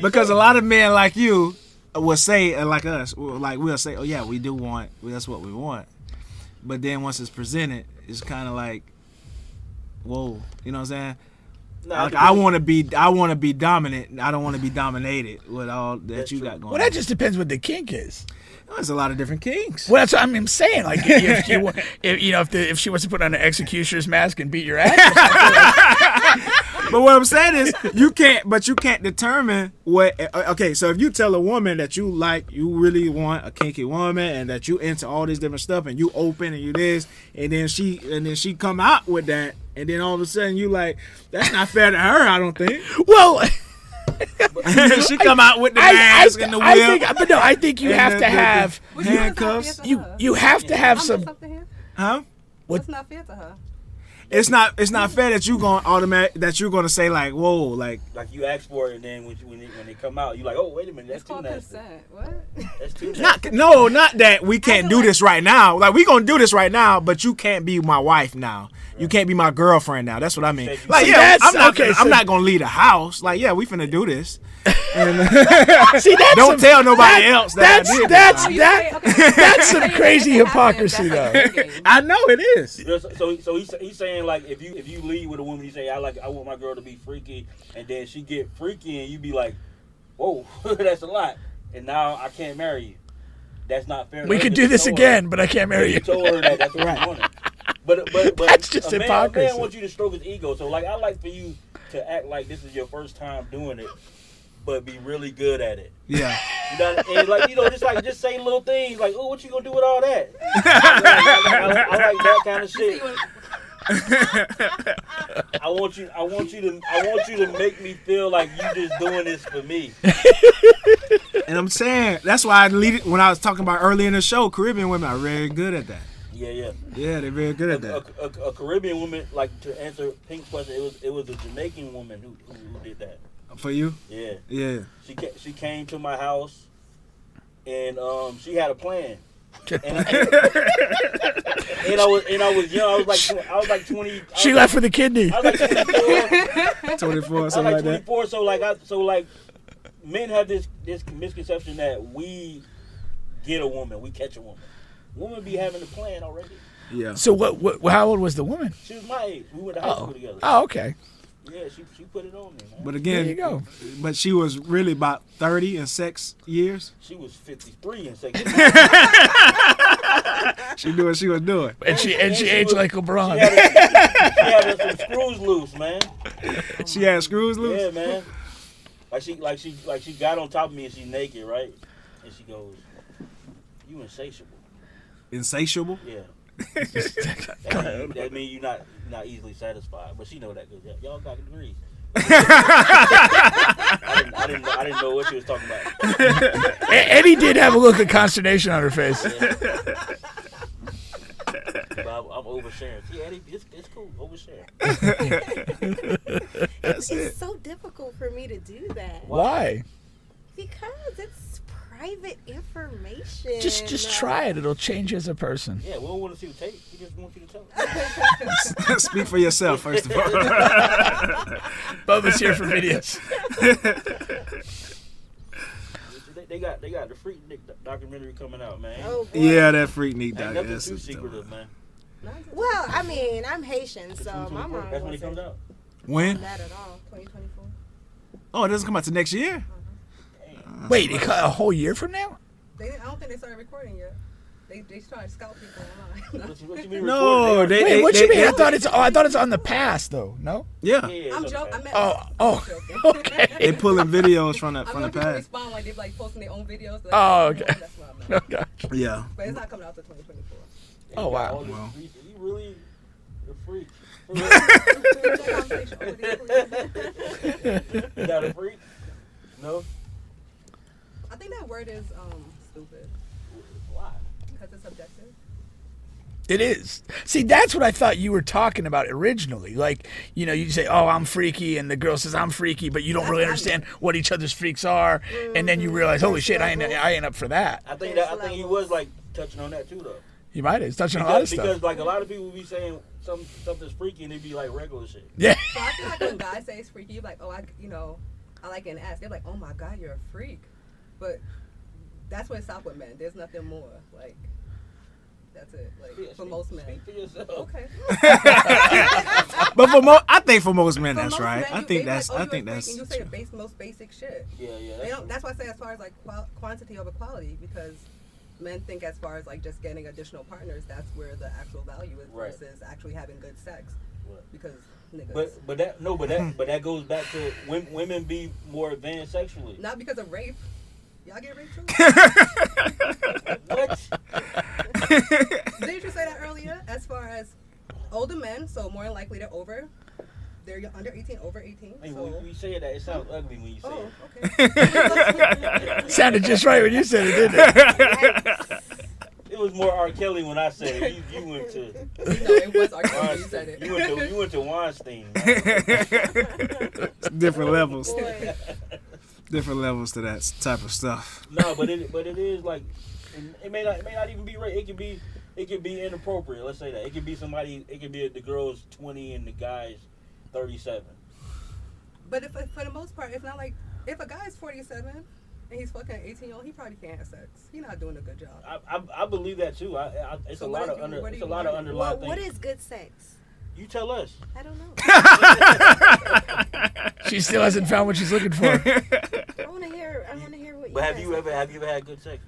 Speaker 5: because a lot of men like you will say uh, like us, will- like we'll say, "Oh yeah, we do want. well, That's what we want." But then once it's presented, it's kind of like, "Whoa," you know what I'm saying?
Speaker 13: Nah,
Speaker 5: like
Speaker 13: I can
Speaker 5: I
Speaker 13: believe-
Speaker 5: want to be, I want to be dominant. and I don't want to be dominated with all that you got going.
Speaker 1: Well, that just depends what the kink is.
Speaker 5: There's a lot of different kinks.
Speaker 1: Well, that's what I'm I'm saying. Like, if you, wa- if, you know, if, the, if she wants to put on an executioner's mask and beat your ass,
Speaker 5: but what I'm saying is, you can't. But you can't determine what. uh, Okay, so if you tell a woman that you like, you really want a kinky woman, and that you into all this different stuff, and you open and you this, and then she and then she come out with that, and then all of a sudden you like, that's not fair to her. I don't think.
Speaker 1: Well.
Speaker 5: she come out with the
Speaker 1: I- I-
Speaker 5: mask and the whip.
Speaker 1: I think- but no, I think you
Speaker 5: and
Speaker 1: have
Speaker 5: the-
Speaker 1: to
Speaker 5: the- the
Speaker 1: have- Would you
Speaker 5: handcuffs.
Speaker 1: you you have to have some.
Speaker 5: Huh?
Speaker 6: It's not fair to her.
Speaker 5: It's not it's not fair that you going to automatic that you're gonna say like whoa like
Speaker 13: Like you ask for it, and then when you, when, they, when they come out, you're like, oh wait a minute, that's too
Speaker 6: Called
Speaker 13: nasty.
Speaker 6: consent. What?
Speaker 13: That's too nasty.
Speaker 5: Not no, not that we can't do this right now. Like we gonna do this right now, but you can't be my wife now. You can't be my girlfriend now. That's what I mean. Like
Speaker 1: See,
Speaker 5: yeah,
Speaker 1: that's-
Speaker 5: I'm not.
Speaker 1: okay,
Speaker 5: gonna,
Speaker 1: so-
Speaker 5: I'm not gonna leave the house. Like yeah, we finna do this. And-
Speaker 1: See, that's some-
Speaker 5: don't tell nobody
Speaker 1: that-
Speaker 5: else. That
Speaker 1: That's
Speaker 5: I did
Speaker 6: Oh,
Speaker 1: that's
Speaker 5: this.
Speaker 1: that, that's some crazy hypocrisy, though.
Speaker 5: I know it is.
Speaker 13: You know, So, so, so he's, he's saying like if you if you leave with a woman, you say I like I want my girl to be freaky, and then she get freaky, and you be like, whoa, that's a lot, and now I can't marry you. That's not fair.
Speaker 1: We
Speaker 13: That's
Speaker 1: could
Speaker 13: just
Speaker 1: do this
Speaker 13: so-
Speaker 1: again, but I can't marry you.
Speaker 13: told her that that's what
Speaker 1: Right.
Speaker 13: you wanted. But, but, but
Speaker 1: That's just
Speaker 13: a man, A
Speaker 1: hypocrisy.
Speaker 13: man wants you to stroke his ego. So, like, I like for you to act like this is your first time doing it, but be really good at it.
Speaker 5: Yeah.
Speaker 13: You know, and like you know, just like just say little things like, "Oh, what you gonna do with all that?" I, like, I like that kind of shit. I want you. I want you to. I want you to make me feel like you just doing this for me.
Speaker 5: And I'm saying that's why I lead it when I was talking about earlier in the show. Caribbean women are very good at that.
Speaker 13: Yeah, yeah.
Speaker 5: Yeah, they're very good at that.
Speaker 13: A, a Caribbean woman, like to answer Pink's question, it was it was a Jamaican woman who who, who did that.
Speaker 5: For you?
Speaker 13: Yeah.
Speaker 5: Yeah.
Speaker 13: She ca- she came to my house, and um, she had a plan. And, and I was and I was young. I was like tw- I was like twenty. I
Speaker 1: She
Speaker 13: was
Speaker 1: left with a
Speaker 13: like-
Speaker 1: kidney.
Speaker 13: I was like twenty
Speaker 5: 24,
Speaker 13: four. I was
Speaker 5: something
Speaker 13: like
Speaker 5: like
Speaker 13: twenty
Speaker 5: that.
Speaker 13: four. So like I so like men have this this misconception that we get a woman, we catch a woman. Women be having a plan already.
Speaker 5: Yeah.
Speaker 1: So what? What? How old was the woman?
Speaker 13: She was my age. We went to high
Speaker 1: Oh.
Speaker 13: school together.
Speaker 1: Oh, okay.
Speaker 13: Yeah, she she put it on me. Man.
Speaker 5: But again,
Speaker 13: there you go.
Speaker 5: but she was really about 30 and six years.
Speaker 13: She was fifty three and second.
Speaker 5: She knew what she was doing.
Speaker 13: was- She had, she had some screws loose, man.
Speaker 5: She had screws loose?
Speaker 13: Yeah, man. Like she, like she, like she got on top of me and she naked, right? And she goes, "You insatiable."
Speaker 5: Insatiable?
Speaker 13: Yeah. that means that mean you're not not easily satisfied, but she know that because y'all got degrees. I, didn't, I, didn't, I didn't know what she was talking about.
Speaker 1: A- Eddie did have a look of consternation on her face.
Speaker 13: But I'm, I'm oversharing. Yeah, Eddie, it's, it's cool. Oversharing.
Speaker 2: it's so difficult for me to do that.
Speaker 1: Why?
Speaker 2: Because it's private information.
Speaker 1: Just just try it. It'll change you as a person.
Speaker 13: Yeah, we don't want to see the tape. We just want you to tell.
Speaker 5: Speak for yourself, first of all.
Speaker 1: Bubba's here for videos.
Speaker 13: they, they got they got the Freak Nick do- documentary coming out, man.
Speaker 2: Oh, boy.
Speaker 5: Yeah, that Freak Nick
Speaker 13: Ain't
Speaker 5: doc-
Speaker 13: Nothing
Speaker 5: that's
Speaker 13: too
Speaker 5: just the
Speaker 13: secretive, man.
Speaker 2: Well, I mean, I'm Haitian, so my mom.
Speaker 13: That's when it
Speaker 2: wasn't
Speaker 13: comes out.
Speaker 5: When?
Speaker 2: Not at all. 2024.
Speaker 5: Oh, it doesn't come out till next year? Uh,
Speaker 1: Wait, it cut a whole year from now?
Speaker 6: They didn't, I don't think they started recording yet. They they started scalping people online.
Speaker 1: Wait, what you mean? I thought it's oh, I thought it's on the past though. No.
Speaker 5: Yeah.
Speaker 6: I'm joking. I meant
Speaker 1: Oh, oh, okay.
Speaker 5: They pulling videos from the
Speaker 6: I'm
Speaker 5: from the
Speaker 6: going people
Speaker 5: past.
Speaker 6: respond like they're like posting their own videos. Like,
Speaker 1: Oh, okay.
Speaker 6: That's what I meant.
Speaker 1: Okay.
Speaker 5: Yeah.
Speaker 6: But it's not coming out till 2024.
Speaker 1: Oh wow.
Speaker 13: Wow. You really a freak. you got a freak? No.
Speaker 6: I think that word is um stupid.
Speaker 13: Why?
Speaker 6: Because it's subjective.
Speaker 1: It is. See, that's what I thought you were talking about originally. Like, you know, you say, "Oh, I'm freaky," and the girl says, "I'm freaky," but you don't really understand what each other's freaks are, and then you realize, "Holy shit, I ain't, I ain't up for that."
Speaker 13: I think that I think he was like touching on that too, though.
Speaker 1: You might have touching on a lot of
Speaker 13: Because- Because
Speaker 1: stuff.
Speaker 13: like a lot of people be saying some something's freaky and it be like regular shit.
Speaker 1: Yeah.
Speaker 6: So I feel like when guys say it's freaky, you're like, oh, I, you know, I like an ass. They're like, oh my god, you're a freak. But that's what it's up with men. There's nothing more. Like, that's it. Like for most men. Okay.
Speaker 5: But for most, I think for most men,
Speaker 6: For
Speaker 5: that's
Speaker 6: most
Speaker 5: right.
Speaker 6: men,
Speaker 5: I
Speaker 6: you-
Speaker 5: think
Speaker 6: they be like,
Speaker 5: that's,
Speaker 6: oh,
Speaker 5: I
Speaker 6: you a
Speaker 5: think
Speaker 6: freak,
Speaker 5: that's.
Speaker 6: And you say the base, most basic shit.
Speaker 13: Yeah, yeah.
Speaker 6: They don't, that's why I say as far as like qual- quantity over quality because men think as far as like just getting additional partners, that's where the actual value is
Speaker 13: Right.
Speaker 6: versus actually having good sex. Because niggas.
Speaker 13: But but that no, but
Speaker 1: Hmm.
Speaker 13: that but that goes back to women, women be more advanced sexually.
Speaker 6: Not because of rape. Y'all get raped too.
Speaker 13: what?
Speaker 6: Didn't you say that earlier? As far as older men, so more than likely they're over. They're y- under 18, over 18.
Speaker 13: Hey,
Speaker 6: so.
Speaker 13: when you say that, it sounds ugly when you say
Speaker 6: Oh,
Speaker 13: it.
Speaker 6: okay.
Speaker 1: Sounded just right when you said it, didn't it?
Speaker 13: It was more R. Kelly when I said it. You, you went to. No,
Speaker 6: it was R.
Speaker 13: Kelly
Speaker 6: you said it.
Speaker 13: You went to, you went to Weinstein.
Speaker 5: It's different levels.
Speaker 13: Boy.
Speaker 5: Different levels to that type of stuff.
Speaker 13: No, but it but it is like and it may not it may not even be right. It could be it could be inappropriate. Let's say that it could be somebody. It could be the girl's twenty and the guy's thirty seven.
Speaker 6: But if, for the most part, it's not like if a guy's 47 and he's fucking an 18 year old, he probably can't have sex. He's not doing a good job.
Speaker 13: I, I, I believe that too. I, I it's
Speaker 6: So
Speaker 13: a
Speaker 6: what
Speaker 13: lot
Speaker 6: did
Speaker 13: of
Speaker 6: you-
Speaker 13: under
Speaker 6: what do
Speaker 13: it's a
Speaker 6: you
Speaker 13: lot of
Speaker 6: mean?
Speaker 13: underlying
Speaker 6: Well, what
Speaker 13: things.
Speaker 6: is
Speaker 2: Good sex.
Speaker 13: You tell us.
Speaker 2: I don't know.
Speaker 1: She still hasn't found what she's looking for.
Speaker 2: I want to hear. I want to hear what you.
Speaker 13: But have
Speaker 2: guys
Speaker 13: you ever have you ever had good sex,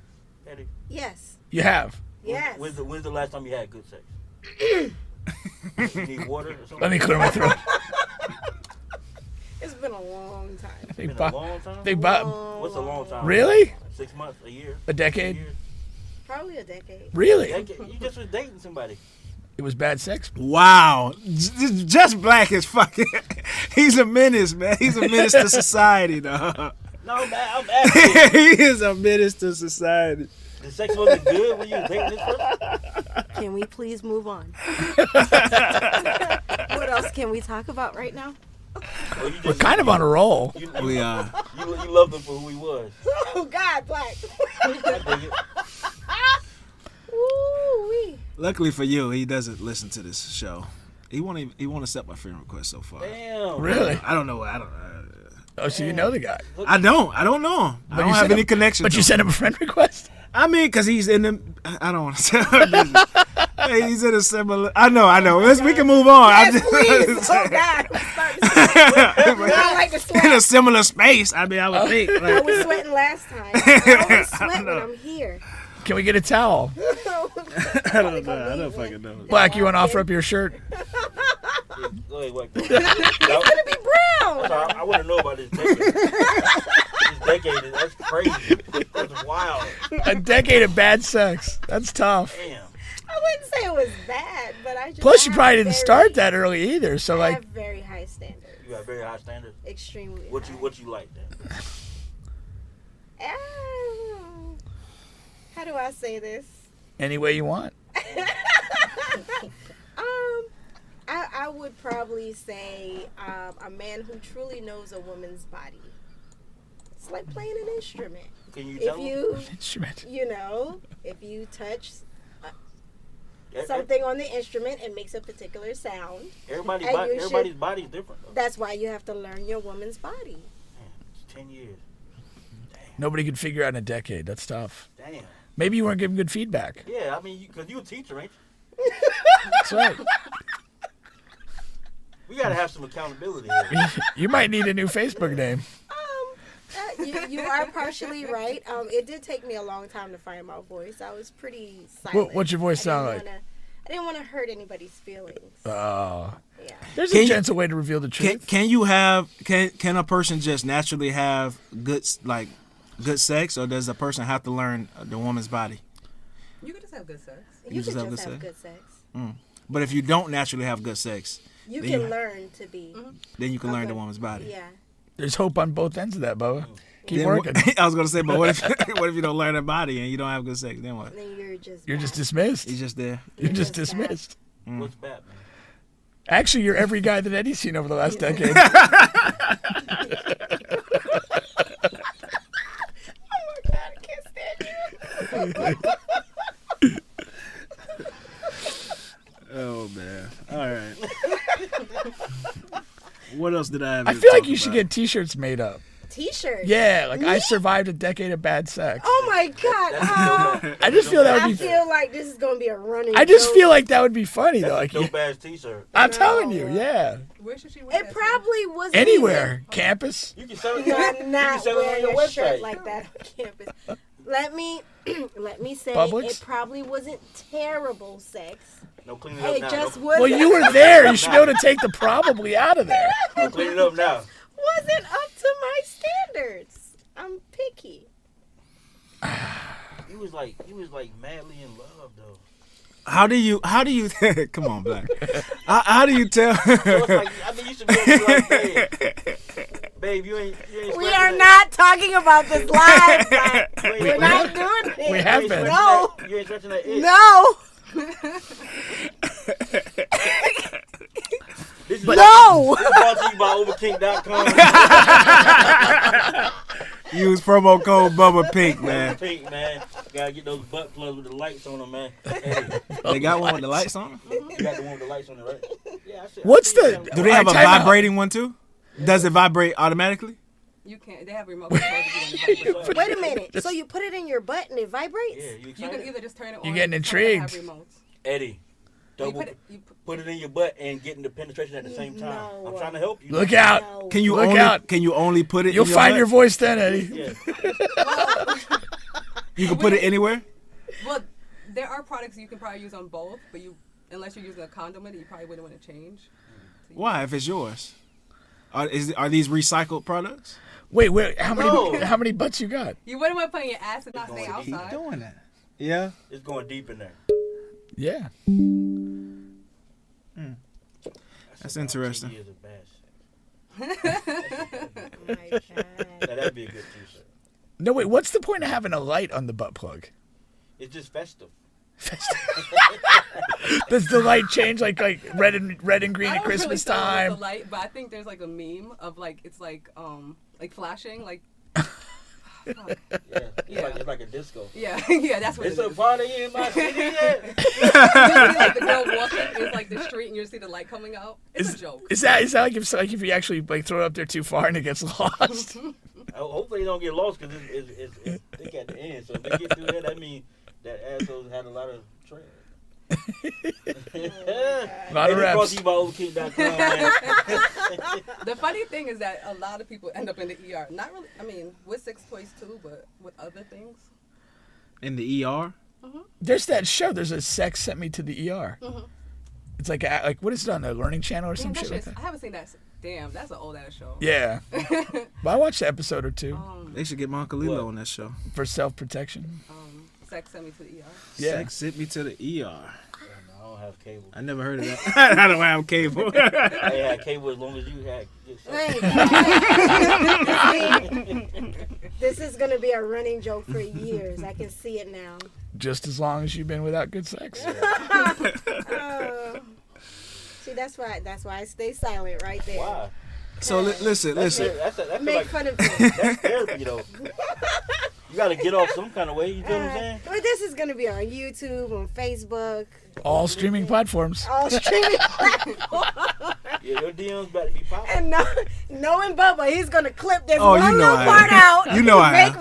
Speaker 13: Eddie?
Speaker 2: Yes.
Speaker 1: You have.
Speaker 2: Yes.
Speaker 13: When's the, when's the last time you had good sex? you need water or something?
Speaker 1: Let me clear my throat.
Speaker 2: It's been a long time. Um,
Speaker 1: They
Speaker 13: Been a
Speaker 1: bought.
Speaker 13: long time?
Speaker 1: They bought.
Speaker 13: What's a long time?
Speaker 1: Really?
Speaker 13: Six months, a year,
Speaker 1: A decade?
Speaker 13: two years?
Speaker 2: Probably a decade.
Speaker 1: Really?
Speaker 13: Decade. You just was dating somebody.
Speaker 1: It was bad sex.
Speaker 5: Wow, J- just black as fuck. He's a menace, man. He's a menace to society, though.
Speaker 13: No, I'm, I'm
Speaker 5: he
Speaker 13: asking.
Speaker 5: is a menace to society.
Speaker 13: The sex wasn't good when you was dating this person.
Speaker 2: Can we please? please move on. what else can we talk about right now?
Speaker 1: We're kind of on a roll.
Speaker 5: We uh, are.
Speaker 13: You, you loved him for who he was.
Speaker 2: Oh God, black. Woo wee.
Speaker 5: Luckily for you, he doesn't listen to this show. He won't. Even, he won't accept my friend request so far.
Speaker 13: Damn.
Speaker 1: Really?
Speaker 5: I don't know. I don't. uh,
Speaker 1: Oh, so you know the guy?
Speaker 5: I don't. I don't know him. I
Speaker 1: you
Speaker 5: don't have
Speaker 1: sent
Speaker 5: any
Speaker 1: him-
Speaker 5: connection.
Speaker 1: but you sent him a friend request.
Speaker 5: I mean, because he's in the. I don't want to tell. her business. Hey, he's in a similar. I know. I know. Let's, we can move on. I just,
Speaker 9: please. Oh, God.
Speaker 2: I like to sweat.
Speaker 5: in a similar space. I mean, I would think.
Speaker 2: I
Speaker 5: like-
Speaker 2: was sweating last time. I always sweat when I'm here.
Speaker 1: Can we get a towel?
Speaker 5: I don't know. I don't fucking know.
Speaker 1: Black, you want to offer up your shirt?
Speaker 13: Go ahead, what?
Speaker 2: It's gonna be brown.
Speaker 13: I, I want to know about this decade. this decade, is- that's crazy. That's wild.
Speaker 1: A decade of bad sex. That's tough.
Speaker 2: I wouldn't say it was bad, but I just
Speaker 1: Plus, you
Speaker 2: I
Speaker 1: probably
Speaker 2: have
Speaker 1: didn't
Speaker 2: very-
Speaker 1: start that early either. So,
Speaker 2: I
Speaker 1: like,
Speaker 2: have very high standards,
Speaker 13: You got very high standards.
Speaker 2: extremely.
Speaker 13: What you what you like then?
Speaker 2: Um, How do I say this?
Speaker 1: any way you want.
Speaker 2: Um, I, I would probably say um, a man who truly knows a woman's body. It's like playing an instrument.
Speaker 13: Can you
Speaker 2: if
Speaker 13: tell?
Speaker 2: you
Speaker 1: instrument.
Speaker 2: you know if you touch uh,
Speaker 13: Eh,
Speaker 2: something on the instrument it makes a particular sound
Speaker 13: Everybody's
Speaker 2: And
Speaker 13: body,
Speaker 2: you should-
Speaker 13: everybody's body's different. Though.
Speaker 2: that's why you have to learn your woman's body
Speaker 13: It's Ten years.
Speaker 1: Nobody could figure out in a decade. That's tough.
Speaker 13: Damn.
Speaker 1: Maybe you weren't giving good feedback.
Speaker 13: Yeah, I mean, you, cause you a teacher, ain't you?
Speaker 1: That's right.
Speaker 13: We gotta have some accountability. Here.
Speaker 1: you might need a new Facebook name.
Speaker 2: Uh, you, you are partially right um, it did take me a long time to find my voice i was pretty silent
Speaker 1: What, what's your voice
Speaker 2: I didn't
Speaker 1: sound like?
Speaker 2: wanna- i didn't want to hurt anybody's feelings
Speaker 1: Oh. There's
Speaker 5: Can
Speaker 1: a
Speaker 5: you-
Speaker 1: gentle way to reveal the truth.
Speaker 5: Can, can you have can can a person just naturally have good s- like good sex, or does a person have to learn the woman's body?
Speaker 6: You could just have good sex.
Speaker 5: You You just could have just good have
Speaker 2: good sex
Speaker 5: Mm. But if you don't naturally have good sex,
Speaker 2: you
Speaker 5: then
Speaker 2: can
Speaker 5: you,
Speaker 2: learn to be
Speaker 5: then you can learn the woman's body.
Speaker 2: yeah
Speaker 1: There's hope on both ends of that, Bubba. Keep
Speaker 5: Then what-
Speaker 1: working.
Speaker 5: I was gonna say, but what if what if you don't learn her body and you don't have good sex? Then what?
Speaker 2: then you're just
Speaker 1: You're just dismissed.
Speaker 5: He's just there.
Speaker 1: You're just dismissed.
Speaker 13: What's bad?
Speaker 1: Actually, you're every guy that Eddie's seen over the last decade.
Speaker 5: Oh man! All right. what else did I have?
Speaker 1: I
Speaker 5: to
Speaker 1: feel like
Speaker 5: talk
Speaker 1: you should
Speaker 5: about?
Speaker 1: get T-shirts made up.
Speaker 2: t-shirt
Speaker 1: Yeah, like I
Speaker 2: Me?
Speaker 1: survived a decade of bad sex.
Speaker 2: oh my god uh,
Speaker 1: I just feel that
Speaker 2: I
Speaker 1: would be.
Speaker 2: feel like this is gonna be a running.
Speaker 1: I just
Speaker 2: joke.
Speaker 1: feel like that would be funny though. Like,
Speaker 13: That's a dope ass t-shirt.
Speaker 1: I'm telling you, yeah.
Speaker 6: Where should she wear
Speaker 2: it probably was
Speaker 1: Anywhere, campus.
Speaker 13: You can sell it.
Speaker 2: You would
Speaker 13: you can
Speaker 2: not
Speaker 13: sell it
Speaker 2: wear
Speaker 13: on your
Speaker 2: a shirt
Speaker 13: website.
Speaker 2: like that on campus. Let me, let me say,
Speaker 1: Publix?
Speaker 2: it probably wasn't terrible sex.
Speaker 13: no clean it up
Speaker 2: It
Speaker 13: now.
Speaker 2: just
Speaker 13: no,
Speaker 2: was.
Speaker 1: Well, you were there. You should be able to take the probably out of there.
Speaker 13: no clean it up now.
Speaker 2: wasn't up to my standards. I'm picky.
Speaker 13: You was like you was like madly in love though.
Speaker 5: How do you? How do you? come on, black. how, how do you tell?
Speaker 13: So it's like I mean you should be able to be like, babe, babe, you ain't you ain't
Speaker 2: We
Speaker 13: scratching
Speaker 2: are
Speaker 13: that.
Speaker 2: not talking about this live. Black.
Speaker 13: You ain't-
Speaker 2: We're not doing it.
Speaker 1: We have
Speaker 13: you
Speaker 1: been.
Speaker 13: ain't scratching
Speaker 2: No.
Speaker 13: that- You ain't stretching that itch.
Speaker 2: No,
Speaker 13: This is
Speaker 2: no.
Speaker 13: This is brought to you by overking.com.
Speaker 5: Use promo code Bubba Pink, man.
Speaker 13: Pink man, gotta get those butt plugs with the lights on them, man. Hey,
Speaker 5: They got one with the lights on.
Speaker 13: you got the one with the lights on it, right? Yeah, I said.
Speaker 1: What's the?
Speaker 5: Do they have a
Speaker 1: All right, time out.
Speaker 5: vibrating one too? Does it vibrate automatically?
Speaker 6: You can't. They have remote controls. if you want to vibrate.
Speaker 2: Wait a minute. So you put it in your butt and it
Speaker 13: Yeah,
Speaker 2: vibrates?
Speaker 13: you
Speaker 6: You can
Speaker 13: excited?
Speaker 6: either just turn it on.
Speaker 1: getting
Speaker 6: or some of them have
Speaker 1: intrigued.
Speaker 6: remotes.
Speaker 13: Eddie,
Speaker 6: You
Speaker 13: double
Speaker 6: put it. You put,
Speaker 13: put it in your butt and getting the penetration at the same time. I'm trying to help you.
Speaker 1: Look out!
Speaker 2: No.
Speaker 5: Can you
Speaker 1: Look
Speaker 5: only
Speaker 1: out.
Speaker 5: can you only put it? in
Speaker 1: You'll
Speaker 5: your
Speaker 1: find
Speaker 5: butt?
Speaker 1: your voice then, Eddie.
Speaker 13: Yeah.
Speaker 5: You can put it anywhere.
Speaker 6: well, there are products you can probably use on both, but you unless you're using a condom, in it, you probably wouldn't want to change.
Speaker 5: Why? If it's yours, are is are these recycled products?
Speaker 1: Wait, wait. How many?
Speaker 13: No.
Speaker 1: How many butts you got?
Speaker 6: You wouldn't want to put in your ass and not stay outside.
Speaker 5: doing that. Yeah.
Speaker 13: It's going deep in there.
Speaker 1: Yeah.
Speaker 5: That's interesting.
Speaker 13: Years of bad shit.
Speaker 2: Oh my God.
Speaker 13: Now, that'd be a good t-shirt.
Speaker 1: No, wait. What's the point of having a light on the butt plug?
Speaker 13: It's just festive.
Speaker 1: Does the light change like like red and red and green
Speaker 6: I
Speaker 1: at
Speaker 6: don't really
Speaker 1: Christmas
Speaker 6: follow
Speaker 1: time?
Speaker 6: The light, but I think there's like a meme of like it's like um like flashing like.
Speaker 13: Yeah, it's, Like, it's like a disco.
Speaker 6: Yeah, yeah, that's what
Speaker 13: it's
Speaker 6: it
Speaker 13: a party in my city. yeah.
Speaker 6: You'll see like the girl walking in like the street, and you'll see the light coming out. It's a joke.
Speaker 1: Is that is that like if like if you actually like throw it up there too far and it gets lost?
Speaker 13: Ho- Hopefully they don't get lost because it's, it's, it's, it's thick at the end. So if they get through there, that means that assholes had a lot of trash.
Speaker 1: Lot of
Speaker 13: It is brought
Speaker 1: reps.
Speaker 13: to you by OverKing.com, man.
Speaker 6: the funny thing is that a lot of people end up in the ER. Not really. I mean, with sex toys too, but with other things.
Speaker 5: In the ER?
Speaker 1: There's that show. There's a sex sent me to the ER.
Speaker 6: Mhm.
Speaker 1: It's like a, like what is it on the Learning Channel or
Speaker 6: Damn,
Speaker 1: some
Speaker 6: that
Speaker 1: shit like
Speaker 6: shit's-
Speaker 1: that?
Speaker 6: I haven't seen that. s- Damn, that's an old ass show.
Speaker 1: Yeah. but I watched an episode or two
Speaker 6: Oh.
Speaker 5: They should get my Uncle Lilo on that show.
Speaker 1: for self protection.
Speaker 6: Um, sex sent me to the ER.
Speaker 1: Yeah.
Speaker 5: Sex sent me to the ER.
Speaker 13: I don't have cable.
Speaker 5: I never heard of that. I don't have cable.
Speaker 13: I had cable as long as you had.
Speaker 2: this is gonna be a running joke for years. I can see it now.
Speaker 1: Just as long as you've been without good sex.
Speaker 2: Oh. see, that's why. That's why I stay silent right there.
Speaker 13: Why?
Speaker 5: so li- listen,
Speaker 13: That's
Speaker 5: listen.
Speaker 13: it. That's a, that's
Speaker 2: Make
Speaker 13: like,
Speaker 2: fun of me.
Speaker 13: That's therapy though. You gotta get off some kind of way. You know what I'm saying?
Speaker 2: But this is gonna be on YouTube, on Facebook,
Speaker 1: All streaming platforms.
Speaker 2: all streaming.
Speaker 13: Yeah, your DMs better be popping.
Speaker 2: and no, knowing Bubba, he's gonna clip this
Speaker 5: Oh,
Speaker 2: one
Speaker 5: you know
Speaker 2: little
Speaker 5: I
Speaker 2: part
Speaker 5: am.
Speaker 2: out.
Speaker 5: You know I
Speaker 2: make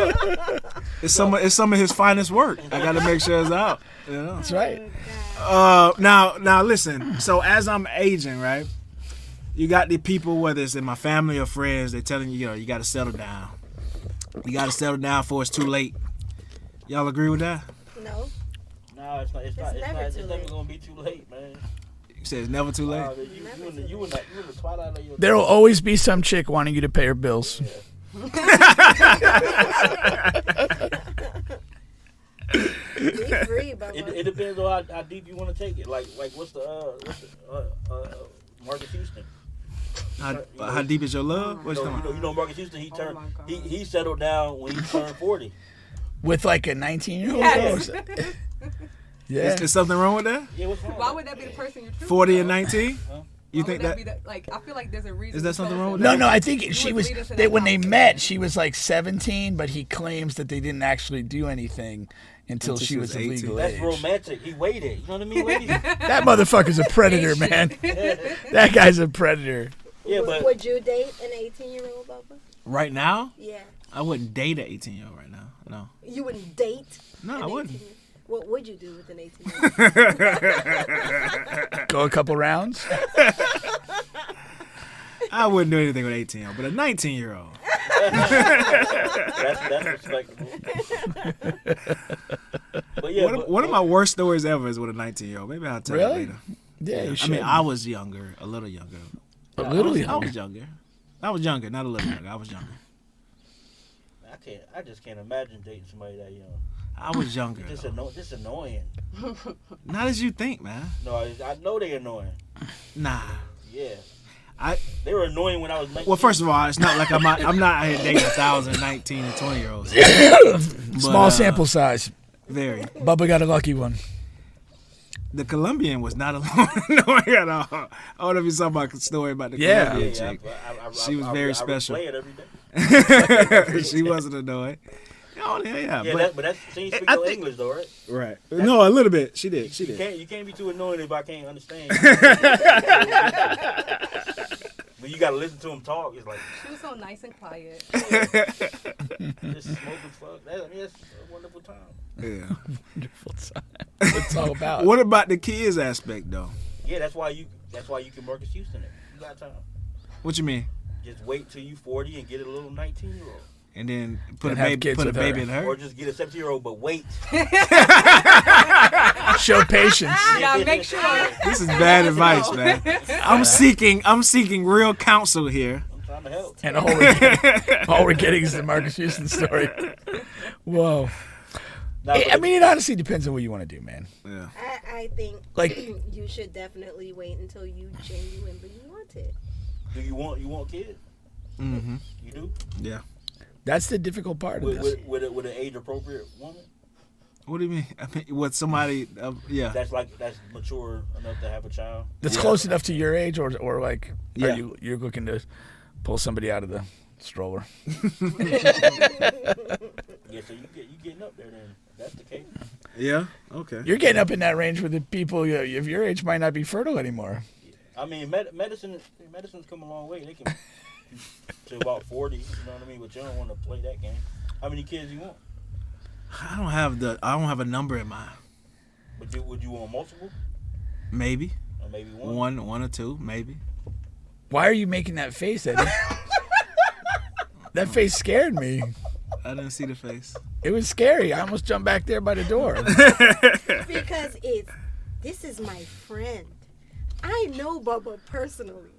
Speaker 5: am.
Speaker 2: reels.
Speaker 5: It's some of, it's some of his finest work. I got to make sure it's out. Yeah.
Speaker 1: That's right.
Speaker 6: Mm.
Speaker 5: Uh, now now listen. So as I'm aging, right? You got the people, whether it's in my family or friends, they're telling you, you know, you got to settle down. You got to settle down before it's too late. Y'all agree with that?
Speaker 2: No,
Speaker 13: No, it's not. It's, not. It's,
Speaker 2: never
Speaker 13: not, it's
Speaker 2: too
Speaker 13: never
Speaker 2: late.
Speaker 13: gonna be too late, man.
Speaker 5: You say it's never too late.
Speaker 13: Wow, you, you, in the, you, in the, you in the twilight of your.
Speaker 1: There will always be some chick wanting you to pay her bills.
Speaker 2: be free, Bubba.
Speaker 13: It, it depends on how, how deep you want to take it. Like like what's the uh what's the, uh, uh Marcus Houston?
Speaker 5: How, how deep is your love? What's
Speaker 13: You
Speaker 5: going
Speaker 13: know, you,
Speaker 5: on?
Speaker 13: know, you know Marcus Houston.
Speaker 2: Oh
Speaker 13: He turned he he settled down when he turned forty.
Speaker 1: With like a 19 year old.
Speaker 6: Yes.
Speaker 1: Yeah.
Speaker 5: Is, is something wrong with that?
Speaker 13: Yeah, what's wrong?
Speaker 6: Why would that be the person you're choosing?
Speaker 5: 40 and
Speaker 6: though?
Speaker 5: 19? You
Speaker 6: Why would
Speaker 5: think that?
Speaker 6: be the, like I feel like there's a reason.
Speaker 5: Is that
Speaker 6: you
Speaker 5: something
Speaker 6: chose
Speaker 5: wrong
Speaker 6: him.
Speaker 5: with
Speaker 1: No, no. I think
Speaker 6: You
Speaker 1: she
Speaker 6: would
Speaker 1: was
Speaker 6: lead us in
Speaker 1: they
Speaker 6: that
Speaker 1: when they
Speaker 6: conversation.
Speaker 1: met. She was like 17, but he claims that they didn't actually do anything until, she was, of
Speaker 5: 18.
Speaker 1: legal
Speaker 13: That's
Speaker 1: age.
Speaker 13: romantic. He waited. You know what I mean? Waited.
Speaker 1: That motherfucker's a predator, man. that guy's a predator.
Speaker 13: yeah,
Speaker 2: would,
Speaker 13: but
Speaker 2: would you date an 18 year old Bubba?
Speaker 5: Right now,
Speaker 2: Yeah,
Speaker 5: I wouldn't date an 18 year old right now. No.
Speaker 2: you wouldn't date.
Speaker 5: No,
Speaker 2: an
Speaker 5: I wouldn't.
Speaker 2: 18 What would you do with an 18 year old?
Speaker 1: Go a couple rounds.
Speaker 5: I wouldn't do anything with 18 year old, but a 19 year old.
Speaker 13: that's that's respectable. but yeah,
Speaker 5: One,
Speaker 13: but,
Speaker 5: of- one of my worst stories ever is with a 19 year old. Maybe I'll tell
Speaker 1: Really?
Speaker 5: you later.
Speaker 1: Yeah, you
Speaker 5: I
Speaker 1: should.
Speaker 5: mean, I was younger, a little younger.
Speaker 1: a
Speaker 5: I
Speaker 1: little
Speaker 5: was- I
Speaker 1: younger.
Speaker 5: was younger. I was younger, not a little younger. I was younger.
Speaker 13: I can't. I just can't imagine dating somebody that young.
Speaker 5: I was younger.
Speaker 13: This
Speaker 5: though.
Speaker 13: anno- this annoying.
Speaker 5: Not as you think, man.
Speaker 13: No, I, I know they annoying.
Speaker 5: Nah.
Speaker 13: Yeah,
Speaker 5: I
Speaker 13: they were annoying when I was. 19.
Speaker 5: well, first of all, it's not like I'm out, I'm not out here dating a thousand 19 and 20 year olds.
Speaker 1: Small
Speaker 5: uh,
Speaker 1: sample size.
Speaker 5: Very.
Speaker 1: Bubba got a lucky one.
Speaker 5: The Colombian was not alone annoying at all. I don't know if you saw my story about the
Speaker 1: Yeah.
Speaker 13: yeah,
Speaker 5: Colombian
Speaker 13: yeah,
Speaker 5: chick.
Speaker 13: I, I, I,
Speaker 5: She
Speaker 13: I,
Speaker 5: was
Speaker 13: I,
Speaker 5: very
Speaker 13: I,
Speaker 5: special.
Speaker 13: I replay it every day.
Speaker 5: she wasn't annoyed. Oh, yeah, yeah.
Speaker 13: Yeah,
Speaker 5: but,
Speaker 13: but, that, but that's she ain't speak
Speaker 5: I
Speaker 13: no
Speaker 5: think-
Speaker 13: English though, right?
Speaker 5: right. No, a little bit. She did. She
Speaker 13: You
Speaker 5: did.
Speaker 13: can't you can't be too annoying if I can't understand. you. but you gotta listen to him talk. It's like
Speaker 6: She was so nice and quiet.
Speaker 13: just smoke and fuck. That, I mean, that's a wonderful time.
Speaker 5: Yeah.
Speaker 1: Wonderful time. It's all about.
Speaker 5: What about the kids aspect though?
Speaker 13: Yeah, that's why you that's why you can Marcus Houston it. You got time.
Speaker 5: What you mean?
Speaker 13: Just wait till you forty and get a little nineteen year old,
Speaker 5: And then put
Speaker 1: And
Speaker 5: a
Speaker 1: have
Speaker 5: baby
Speaker 1: kids
Speaker 5: put a
Speaker 1: with
Speaker 5: baby
Speaker 1: her.
Speaker 5: in
Speaker 13: or
Speaker 5: her.
Speaker 13: just get a seventeen year old, but wait.
Speaker 1: Show patience.
Speaker 6: Yeah, make sure. I'm
Speaker 5: This is bad advice, man. I'm seeking I'm seeking real counsel here.
Speaker 13: trying to help.
Speaker 1: And all we're, getting, all we're getting is the Marcus Houston story. Whoa.
Speaker 13: Nah,
Speaker 1: I-
Speaker 13: but
Speaker 1: I mean, it honestly depends on what you want to do, man.
Speaker 5: Yeah.
Speaker 2: I, I think
Speaker 1: Like-
Speaker 2: you should definitely wait until you genuinely want it.
Speaker 13: do you want you want kids?
Speaker 5: Mm-hmm.
Speaker 13: You do
Speaker 5: Yeah.
Speaker 1: That's the difficult part of
Speaker 13: with
Speaker 1: this.
Speaker 13: with, with, a, with an age appropriate woman.
Speaker 5: What do you mean? I mean what somebody? Uh, yeah.
Speaker 13: That's like that's mature enough to have a child.
Speaker 1: That's close enough to your age, or or like,
Speaker 5: Yeah.
Speaker 1: are you you're looking to pull somebody out of the stroller?
Speaker 13: Yeah, so you get you getting up there then. If that's the case.
Speaker 5: yeah. Okay.
Speaker 1: You're getting up in that range where the people you know, of your age might not be fertile anymore.
Speaker 13: I mean, med- medicine medicine's come a long way. They can to about forty. You know what I mean? But you don't want to play that game. How many kids you want?
Speaker 5: I don't have the. I don't have a number in mind.
Speaker 13: Would you would you want multiple?
Speaker 5: Maybe.
Speaker 13: Or maybe one.
Speaker 5: One, one or two, maybe.
Speaker 1: Why are you making that face, Eddie? that face scared me.
Speaker 5: I didn't see the face.
Speaker 1: It was scary. I almost jumped back there by the door.
Speaker 2: because it's this is my friend. I know Bubba personally.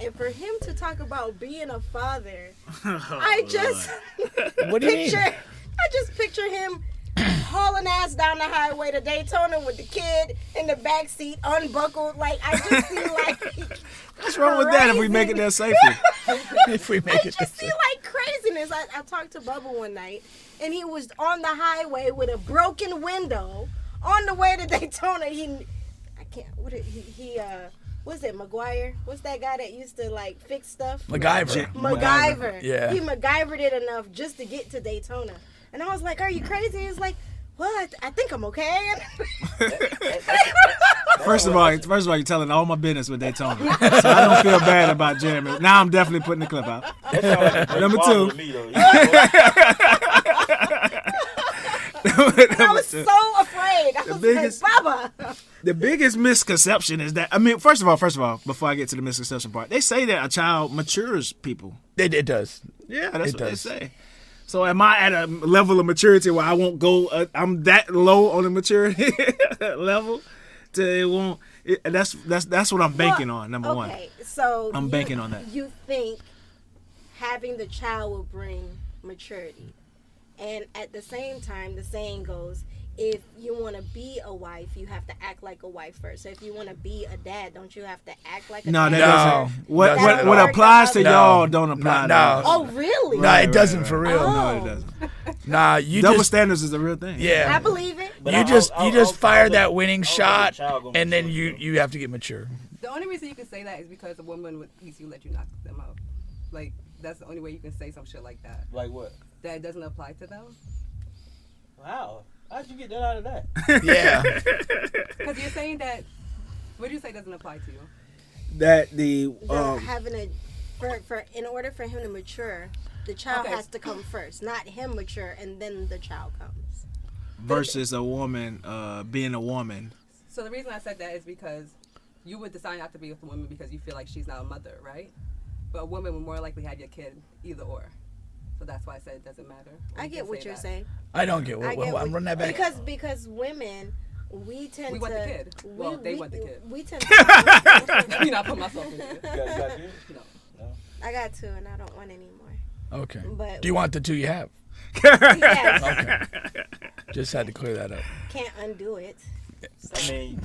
Speaker 2: And for him to talk about being a father, I just
Speaker 5: Oh,
Speaker 1: What do you mean?
Speaker 2: picture I just picture him hauling ass down the highway to Daytona with the kid in the back seat unbuckled. Like I just see like
Speaker 5: What's wrong with that if we make it there safely?
Speaker 1: if we make it
Speaker 2: I see like craziness. I, I talked to Bubba one night, and he was on the highway with a broken window on the way to Daytona. He, I can't. What did he? he uh, was it McGuire? What's that guy that used to like fix stuff?
Speaker 1: MacGyver. Ja-
Speaker 2: MacGyver.
Speaker 1: MacGyver. Yeah.
Speaker 2: He MacGyvered it enough just to get to Daytona, and I was like, "Are you crazy?" He's like. Well, I, I think I'm okay.
Speaker 5: First of all, first of all, you're telling all my business with Daytona, so I don't feel bad about Jeremy. Now I'm definitely putting the clip out. Number two.
Speaker 2: And I
Speaker 5: Number
Speaker 2: was so
Speaker 5: two.
Speaker 2: afraid. I
Speaker 5: The
Speaker 2: was
Speaker 5: biggest-
Speaker 2: like, Baba.
Speaker 5: The biggest misconception is that I mean, first of all, first of all, before I get to the misconception part, they say that a child matures people.
Speaker 1: It, it does.
Speaker 5: Yeah, that's
Speaker 1: It
Speaker 5: what
Speaker 1: does.
Speaker 5: they say. So am I at a level of maturity where I won't go? Uh, I'm that low on the maturity level to it won't. It, that's that's that's what I'm banking on. Number one.
Speaker 2: Okay, so
Speaker 5: I'm
Speaker 2: you-
Speaker 5: banking on that.
Speaker 2: You think having the child will bring maturity, and at the same time, the saying goes: if you want to be a wife, you have to act like a wife first. So if you want to be a dad, don't you have to act like a
Speaker 5: No,
Speaker 2: dad?
Speaker 5: that
Speaker 1: No.
Speaker 5: doesn't. What
Speaker 1: Doesn't
Speaker 5: what,
Speaker 1: at
Speaker 5: what
Speaker 1: all.
Speaker 5: applies to
Speaker 1: No.
Speaker 5: y'all don't
Speaker 1: No,
Speaker 5: apply. to
Speaker 1: no.
Speaker 5: us.
Speaker 2: Oh, really?
Speaker 1: Nah, it doesn't for real.
Speaker 5: No, it doesn't.
Speaker 1: Nah, you
Speaker 5: Double
Speaker 1: just
Speaker 5: standards is a real thing.
Speaker 1: yeah.
Speaker 2: I believe it.
Speaker 1: you just you just fire that winning shot, and then you you have to get mature.
Speaker 6: The only reason you can say that is because a woman would easily let you knock them out. Like that's the only way you can say some shit like that.
Speaker 13: Like what?
Speaker 6: That doesn't apply to them.
Speaker 13: Wow. How'd you get that out of that?
Speaker 1: Yeah.
Speaker 6: Because you're saying that. What do you say doesn't apply to you?
Speaker 5: That the
Speaker 2: The
Speaker 5: um,
Speaker 2: having a for, for in order for him to mature, the child
Speaker 6: Okay.
Speaker 2: has to come first, not him mature and then the child comes.
Speaker 5: versus a woman uh, being a woman.
Speaker 6: So the reason I said that is because you would decide not to be with a woman because you feel like she's not a mother, right? But a woman would more likely have your kid either or. So that's why I said it doesn't matter.
Speaker 2: I
Speaker 6: You
Speaker 2: get
Speaker 6: can
Speaker 2: what
Speaker 6: say
Speaker 2: you're
Speaker 6: that.
Speaker 2: saying.
Speaker 1: I don't get what.
Speaker 2: I get
Speaker 1: what, I'm
Speaker 2: what-
Speaker 1: running that back.
Speaker 2: Because because women, we tend
Speaker 6: We want
Speaker 2: to
Speaker 6: the kid. Well, they want the kid.
Speaker 2: We tend. To,
Speaker 6: I mean, I put myself in it.
Speaker 13: You got, you got kids?
Speaker 6: No.
Speaker 2: I got two, and I don't want any more.
Speaker 1: okay.
Speaker 2: But-
Speaker 1: Do you want the two you have?
Speaker 2: Yes,
Speaker 1: Okay. just had to clear that up.
Speaker 2: can't undo it.
Speaker 13: I mean,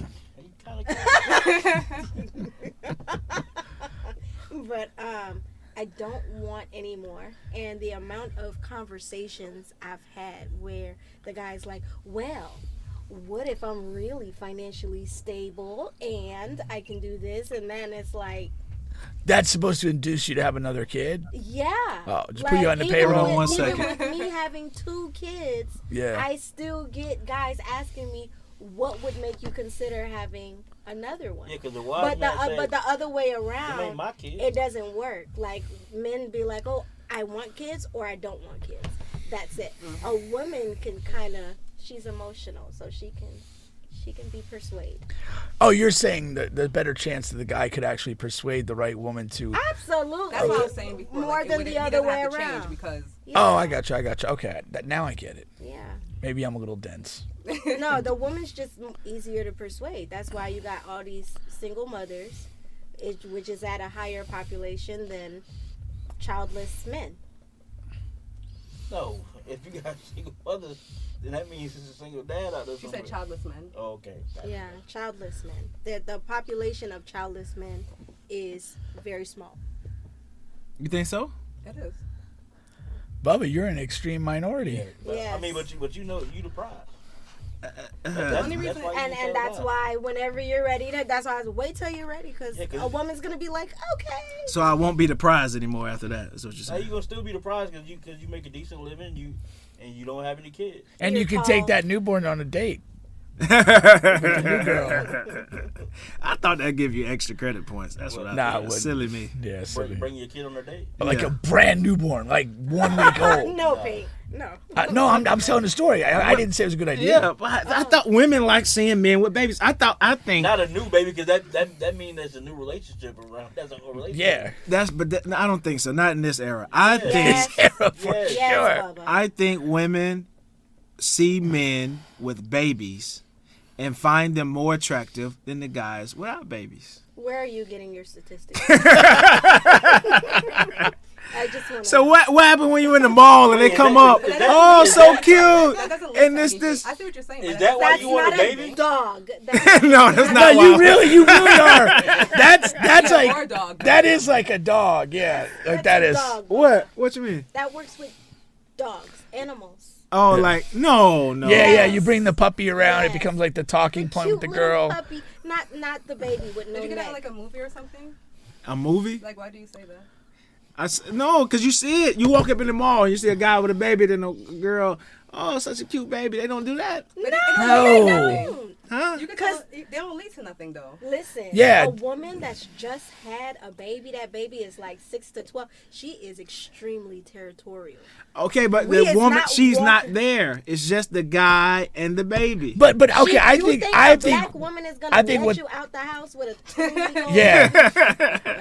Speaker 2: But um, I don't want any more. And the amount of conversations I've had where the guy's like, "Well." What if I'm really financially stable and I can do this and then it's like,
Speaker 1: That's supposed to induce you to have another kid.
Speaker 2: yeah.
Speaker 1: Oh, just put you on the
Speaker 2: even
Speaker 1: payroll.
Speaker 2: with-
Speaker 1: Hold on one
Speaker 2: even
Speaker 1: second.
Speaker 2: With me having two kids,
Speaker 1: Yeah.
Speaker 2: I still get guys asking me what would make you consider having another one.
Speaker 13: yeah, because the wise
Speaker 2: but the
Speaker 13: man
Speaker 2: uh,
Speaker 13: say,
Speaker 2: but the other way
Speaker 13: "Them ain't
Speaker 2: around,
Speaker 13: my kids.
Speaker 2: it doesn't work. Like men be like, oh, I want kids or I don't want kids. That's it.
Speaker 13: Mm-hmm.
Speaker 2: A woman can kind of she's emotional, so she can she can be persuaded.
Speaker 1: Oh, you're saying that the better chance that the guy could actually persuade the right woman to.
Speaker 2: Absolutely,
Speaker 6: That's what I was saying before.
Speaker 2: More
Speaker 6: like, it
Speaker 2: than
Speaker 6: wouldn't-
Speaker 2: the
Speaker 6: he
Speaker 2: other
Speaker 6: doesn't
Speaker 2: way
Speaker 6: have to change
Speaker 2: around.
Speaker 6: Because
Speaker 1: Oh, I got you. I got you. Okay, that, now I get it.
Speaker 2: Yeah.
Speaker 1: Maybe I'm a little dense.
Speaker 2: no, the woman's just m- easier to persuade. That's why you got all these single mothers, it, which is at a higher population than childless men.
Speaker 13: No, if you got single mothers, then that means it's a single dad out there.
Speaker 6: she said
Speaker 13: somewhere.
Speaker 6: childless men.
Speaker 13: Oh, okay. Got it.
Speaker 2: Yeah, childless men. The, the population of childless men is very small.
Speaker 5: You think so?
Speaker 6: It is.
Speaker 1: Bubba, you're an extreme minority.
Speaker 13: But, I
Speaker 2: Yes.
Speaker 13: mean, but you, but you know, you the prize.
Speaker 1: Uh,
Speaker 13: That's-
Speaker 2: Only
Speaker 13: that's
Speaker 2: reason,
Speaker 13: why you
Speaker 2: and
Speaker 13: need
Speaker 2: and
Speaker 13: to
Speaker 2: that's
Speaker 13: allow.
Speaker 2: why whenever you're ready, to, that's why I was wait till you're ready because
Speaker 13: Yeah, 'cause-
Speaker 2: a woman's gonna be like, okay,
Speaker 5: So I won't be the prize anymore after that. Is what you're
Speaker 13: Now
Speaker 5: saying?
Speaker 13: you gonna still be the prize because you because you make a decent living you and you don't have any kids.
Speaker 1: And you can take that newborn on a date. new girl.
Speaker 5: I thought that'd give you extra credit points. That's what I
Speaker 1: Nah, it
Speaker 5: thought.
Speaker 1: wouldn't.
Speaker 5: Silly me.
Speaker 1: Yeah,
Speaker 13: Bring, bring your kid on a date.
Speaker 1: Like a brand newborn, like one week old.
Speaker 2: no, Pete, no.
Speaker 1: Uh, no, I'm, I'm telling the story. I, I didn't say it was a good idea.
Speaker 5: Yeah, but I, I thought women like seeing men with babies. I thought I think
Speaker 13: Not a new baby because that that that means there's a new relationship around. That's a whole relationship.
Speaker 5: that's but that, no, I don't think so. Not in this era. I think
Speaker 1: era
Speaker 13: for
Speaker 2: Yes, Bubba.
Speaker 5: I think women see men with babies and find them more attractive than the guys without babies.
Speaker 2: Where are you getting your statistics? I just want.
Speaker 5: So what what happened when you in the mall and they come up? Oh, so cute. And this this
Speaker 6: I see what you're saying.
Speaker 13: Is
Speaker 6: but
Speaker 13: that why
Speaker 2: That's
Speaker 13: you want a
Speaker 2: not a
Speaker 13: baby?
Speaker 2: dog.
Speaker 5: no, that's
Speaker 1: No,
Speaker 5: not
Speaker 1: you
Speaker 5: wild.
Speaker 1: really, you really are. That's that's
Speaker 6: You are
Speaker 1: like
Speaker 6: a dog.
Speaker 1: that is like a dog. Yeah, like that is.
Speaker 2: dog.
Speaker 5: What? What you mean?
Speaker 2: That works with dogs, animals.
Speaker 5: Oh, like no, no.
Speaker 1: Yeah, yeah. You bring the puppy around. It
Speaker 2: Yes.
Speaker 1: becomes like the talking point with the
Speaker 2: Cute little
Speaker 1: girl.
Speaker 2: puppy, not not the baby with no
Speaker 6: Did you get out
Speaker 2: neck.
Speaker 6: of, like a movie or something?
Speaker 5: A movie?
Speaker 6: Like, why do you say that?
Speaker 5: I s- no, cause you see it. You walk up in the mall, and you see a guy with a baby, then a girl. Oh, such a cute baby. They don't do that,
Speaker 6: But it- it don't-
Speaker 1: No.
Speaker 5: huh?
Speaker 6: You could tell, they don't lead to nothing though.
Speaker 2: Listen,
Speaker 1: Yeah.
Speaker 2: a woman that's just had a baby, that baby is like six to twelve. She is extremely territorial.
Speaker 5: Okay, but
Speaker 2: We
Speaker 5: the
Speaker 2: is
Speaker 5: woman,
Speaker 2: not
Speaker 5: she's
Speaker 2: walking-
Speaker 5: not there. It's just the guy and the baby.
Speaker 1: But but okay,
Speaker 2: She-
Speaker 1: I
Speaker 2: you
Speaker 1: think,
Speaker 2: think
Speaker 1: I
Speaker 2: a
Speaker 1: think
Speaker 2: black woman is gonna
Speaker 1: I think
Speaker 2: let
Speaker 1: what-
Speaker 2: you out the house with a two-year-old?
Speaker 1: yeah,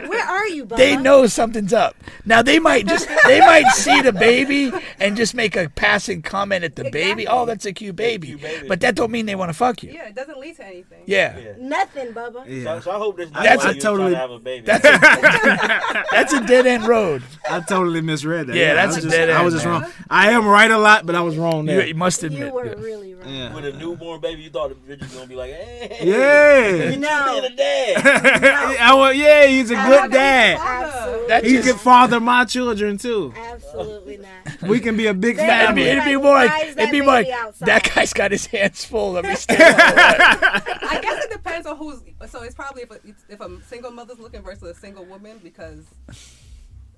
Speaker 2: Where are you, Bubba?
Speaker 1: they know something's up. Now they might just they might see the baby and just make a passing comment at the baby. Oh, that's a cute baby.
Speaker 13: baby.
Speaker 1: But that don't mean they want to fuck you.
Speaker 6: Yeah, it doesn't lead to anything.
Speaker 1: Yeah.
Speaker 13: Yeah.
Speaker 2: nothing, Bubba.
Speaker 13: So,
Speaker 5: yeah,
Speaker 13: so I hope this.
Speaker 5: That's
Speaker 13: That's
Speaker 5: a
Speaker 13: a
Speaker 5: totally-
Speaker 13: totally to have a baby.
Speaker 1: That's a, that's a dead end road.
Speaker 5: I totally misread that.
Speaker 1: Yeah,
Speaker 5: I
Speaker 1: that's
Speaker 5: was
Speaker 1: a
Speaker 5: just-
Speaker 1: dead
Speaker 5: I was
Speaker 1: end,
Speaker 5: just
Speaker 1: man.
Speaker 5: wrong. I am right a lot, but I was wrong
Speaker 1: You,
Speaker 5: there.
Speaker 1: you must admit.
Speaker 2: You were
Speaker 1: yeah.
Speaker 2: really wrong.
Speaker 5: Yeah.
Speaker 13: with a newborn baby, you thought the bitch was gonna be like, hey,
Speaker 5: Yeah.
Speaker 13: no, a dad.
Speaker 5: I was, yeah, he's a good dad.
Speaker 2: Absolutely,
Speaker 1: That
Speaker 5: He
Speaker 1: just-
Speaker 5: can father my children too.
Speaker 2: absolutely not.
Speaker 5: We can be a big
Speaker 2: That'd
Speaker 1: It'd be, it'd
Speaker 2: Like,
Speaker 5: family.
Speaker 1: be more like,
Speaker 2: why is
Speaker 1: it'd
Speaker 2: that
Speaker 1: be more like,
Speaker 2: baby outside?
Speaker 1: that guy's got his hands full. Let me stand.
Speaker 6: I guess it depends on who's. So it's probably if a, it's- if a single mother's looking versus a single woman because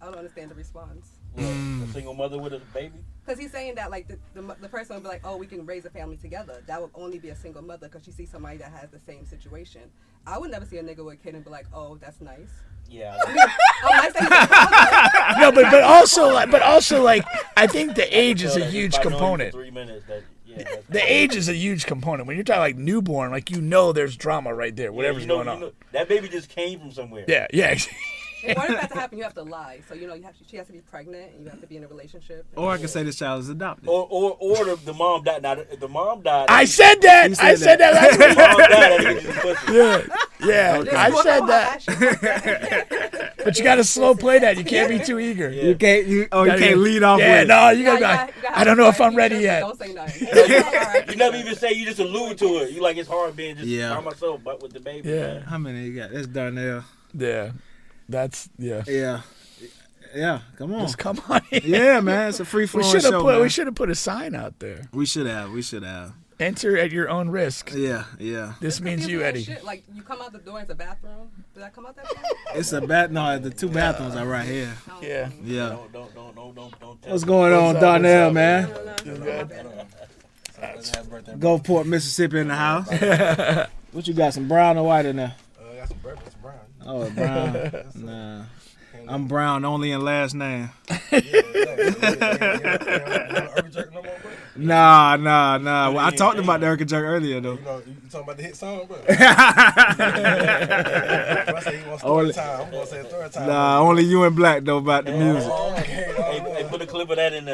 Speaker 6: I don't understand the response.
Speaker 13: Well, a single mother with a baby.
Speaker 6: Because he's saying that like the, the mo- the person would be like, oh, we can raise a family together. That would only be a single mother because you see somebody that has the same situation. I would never see a nigga with a kid and be like, oh, that's nice.
Speaker 13: Yeah.
Speaker 6: Oh, nice that he's a father.
Speaker 1: no, but but also like, but also like, I think the age is
Speaker 13: So
Speaker 1: a
Speaker 13: that if
Speaker 1: huge
Speaker 13: I know you for
Speaker 1: component.
Speaker 13: Three minutes. That, yeah, that's-
Speaker 1: The age is a huge component. When you're talking like newborn, like you know there's drama right there, whatever's
Speaker 13: you know-
Speaker 1: going
Speaker 13: you
Speaker 1: on.
Speaker 13: know- that baby just came from somewhere.
Speaker 1: Yeah, yeah.
Speaker 6: In order for that to happen, you have to lie. So you know, you have to, she has to be pregnant and you have to be in a relationship.
Speaker 5: Or I can say this child is adopted.
Speaker 13: Or or or the, the mom died. Now the, the mom died.
Speaker 1: I said that.
Speaker 5: said
Speaker 1: I said that. last
Speaker 13: the mom died. That nigga just pussy.
Speaker 1: week. Yeah,
Speaker 6: Just
Speaker 1: I
Speaker 6: look
Speaker 1: said
Speaker 6: how
Speaker 1: that.
Speaker 6: ashy-
Speaker 1: But you got to slow play that. You can't be too eager.
Speaker 5: You can't. You, oh, you can't lead off
Speaker 1: Yeah,
Speaker 5: with.
Speaker 1: no, you gotta be
Speaker 6: Yeah, you gotta-
Speaker 1: like,
Speaker 6: you gotta
Speaker 1: I don't know if
Speaker 6: have
Speaker 1: I'm ready
Speaker 6: RIP,
Speaker 1: yet.
Speaker 6: Don't say nothing. You gotta have
Speaker 13: You
Speaker 6: RIP.
Speaker 13: never even say. You just allude to it. You like it's hard being just
Speaker 5: Yeah.
Speaker 13: by myself, but with the baby.
Speaker 1: Yeah,
Speaker 5: How many you got? That's Darnell.
Speaker 1: yeah. That's yeah.
Speaker 5: Yeah, yeah. Come on.
Speaker 1: Just come on. in.
Speaker 5: Yeah, man. It's a free
Speaker 1: We
Speaker 5: flowing
Speaker 1: should have
Speaker 5: show.
Speaker 1: put.
Speaker 5: man.
Speaker 1: We should have put a sign out there.
Speaker 5: We should have. We should have.
Speaker 1: Enter at your own risk.
Speaker 5: Yeah, yeah.
Speaker 1: This means
Speaker 6: People
Speaker 1: you,
Speaker 6: ain't
Speaker 1: Eddie.
Speaker 6: Shit. Like you come out the door, it's a bathroom. Did I come out that door?
Speaker 5: It's a bat. No, the two bathrooms are right here.
Speaker 1: Yeah.
Speaker 5: Yeah.
Speaker 13: Don't don't don't don't don't don't. Tell
Speaker 5: What's going on,
Speaker 1: What's up,
Speaker 5: Darnell,
Speaker 1: what's up,
Speaker 5: man?
Speaker 11: Doesn't have birthday.
Speaker 5: Gulfport, Mississippi, in the house. what you got? Some brown or white in there?
Speaker 11: Uh, that's a breakfast, Brian.
Speaker 5: Oh, brown. nah. I'm brown only in last name.
Speaker 11: You
Speaker 5: Nah, nah, nah. Well, I talked about the Erica Jerk earlier though.
Speaker 11: know, you you talking about the hit song, bro? If I say he wants story
Speaker 5: Only-
Speaker 11: time. I'm gonna say story time.
Speaker 5: Oh, Nah, only you and Black know about the music.
Speaker 13: Hey, hey, put a clip of that in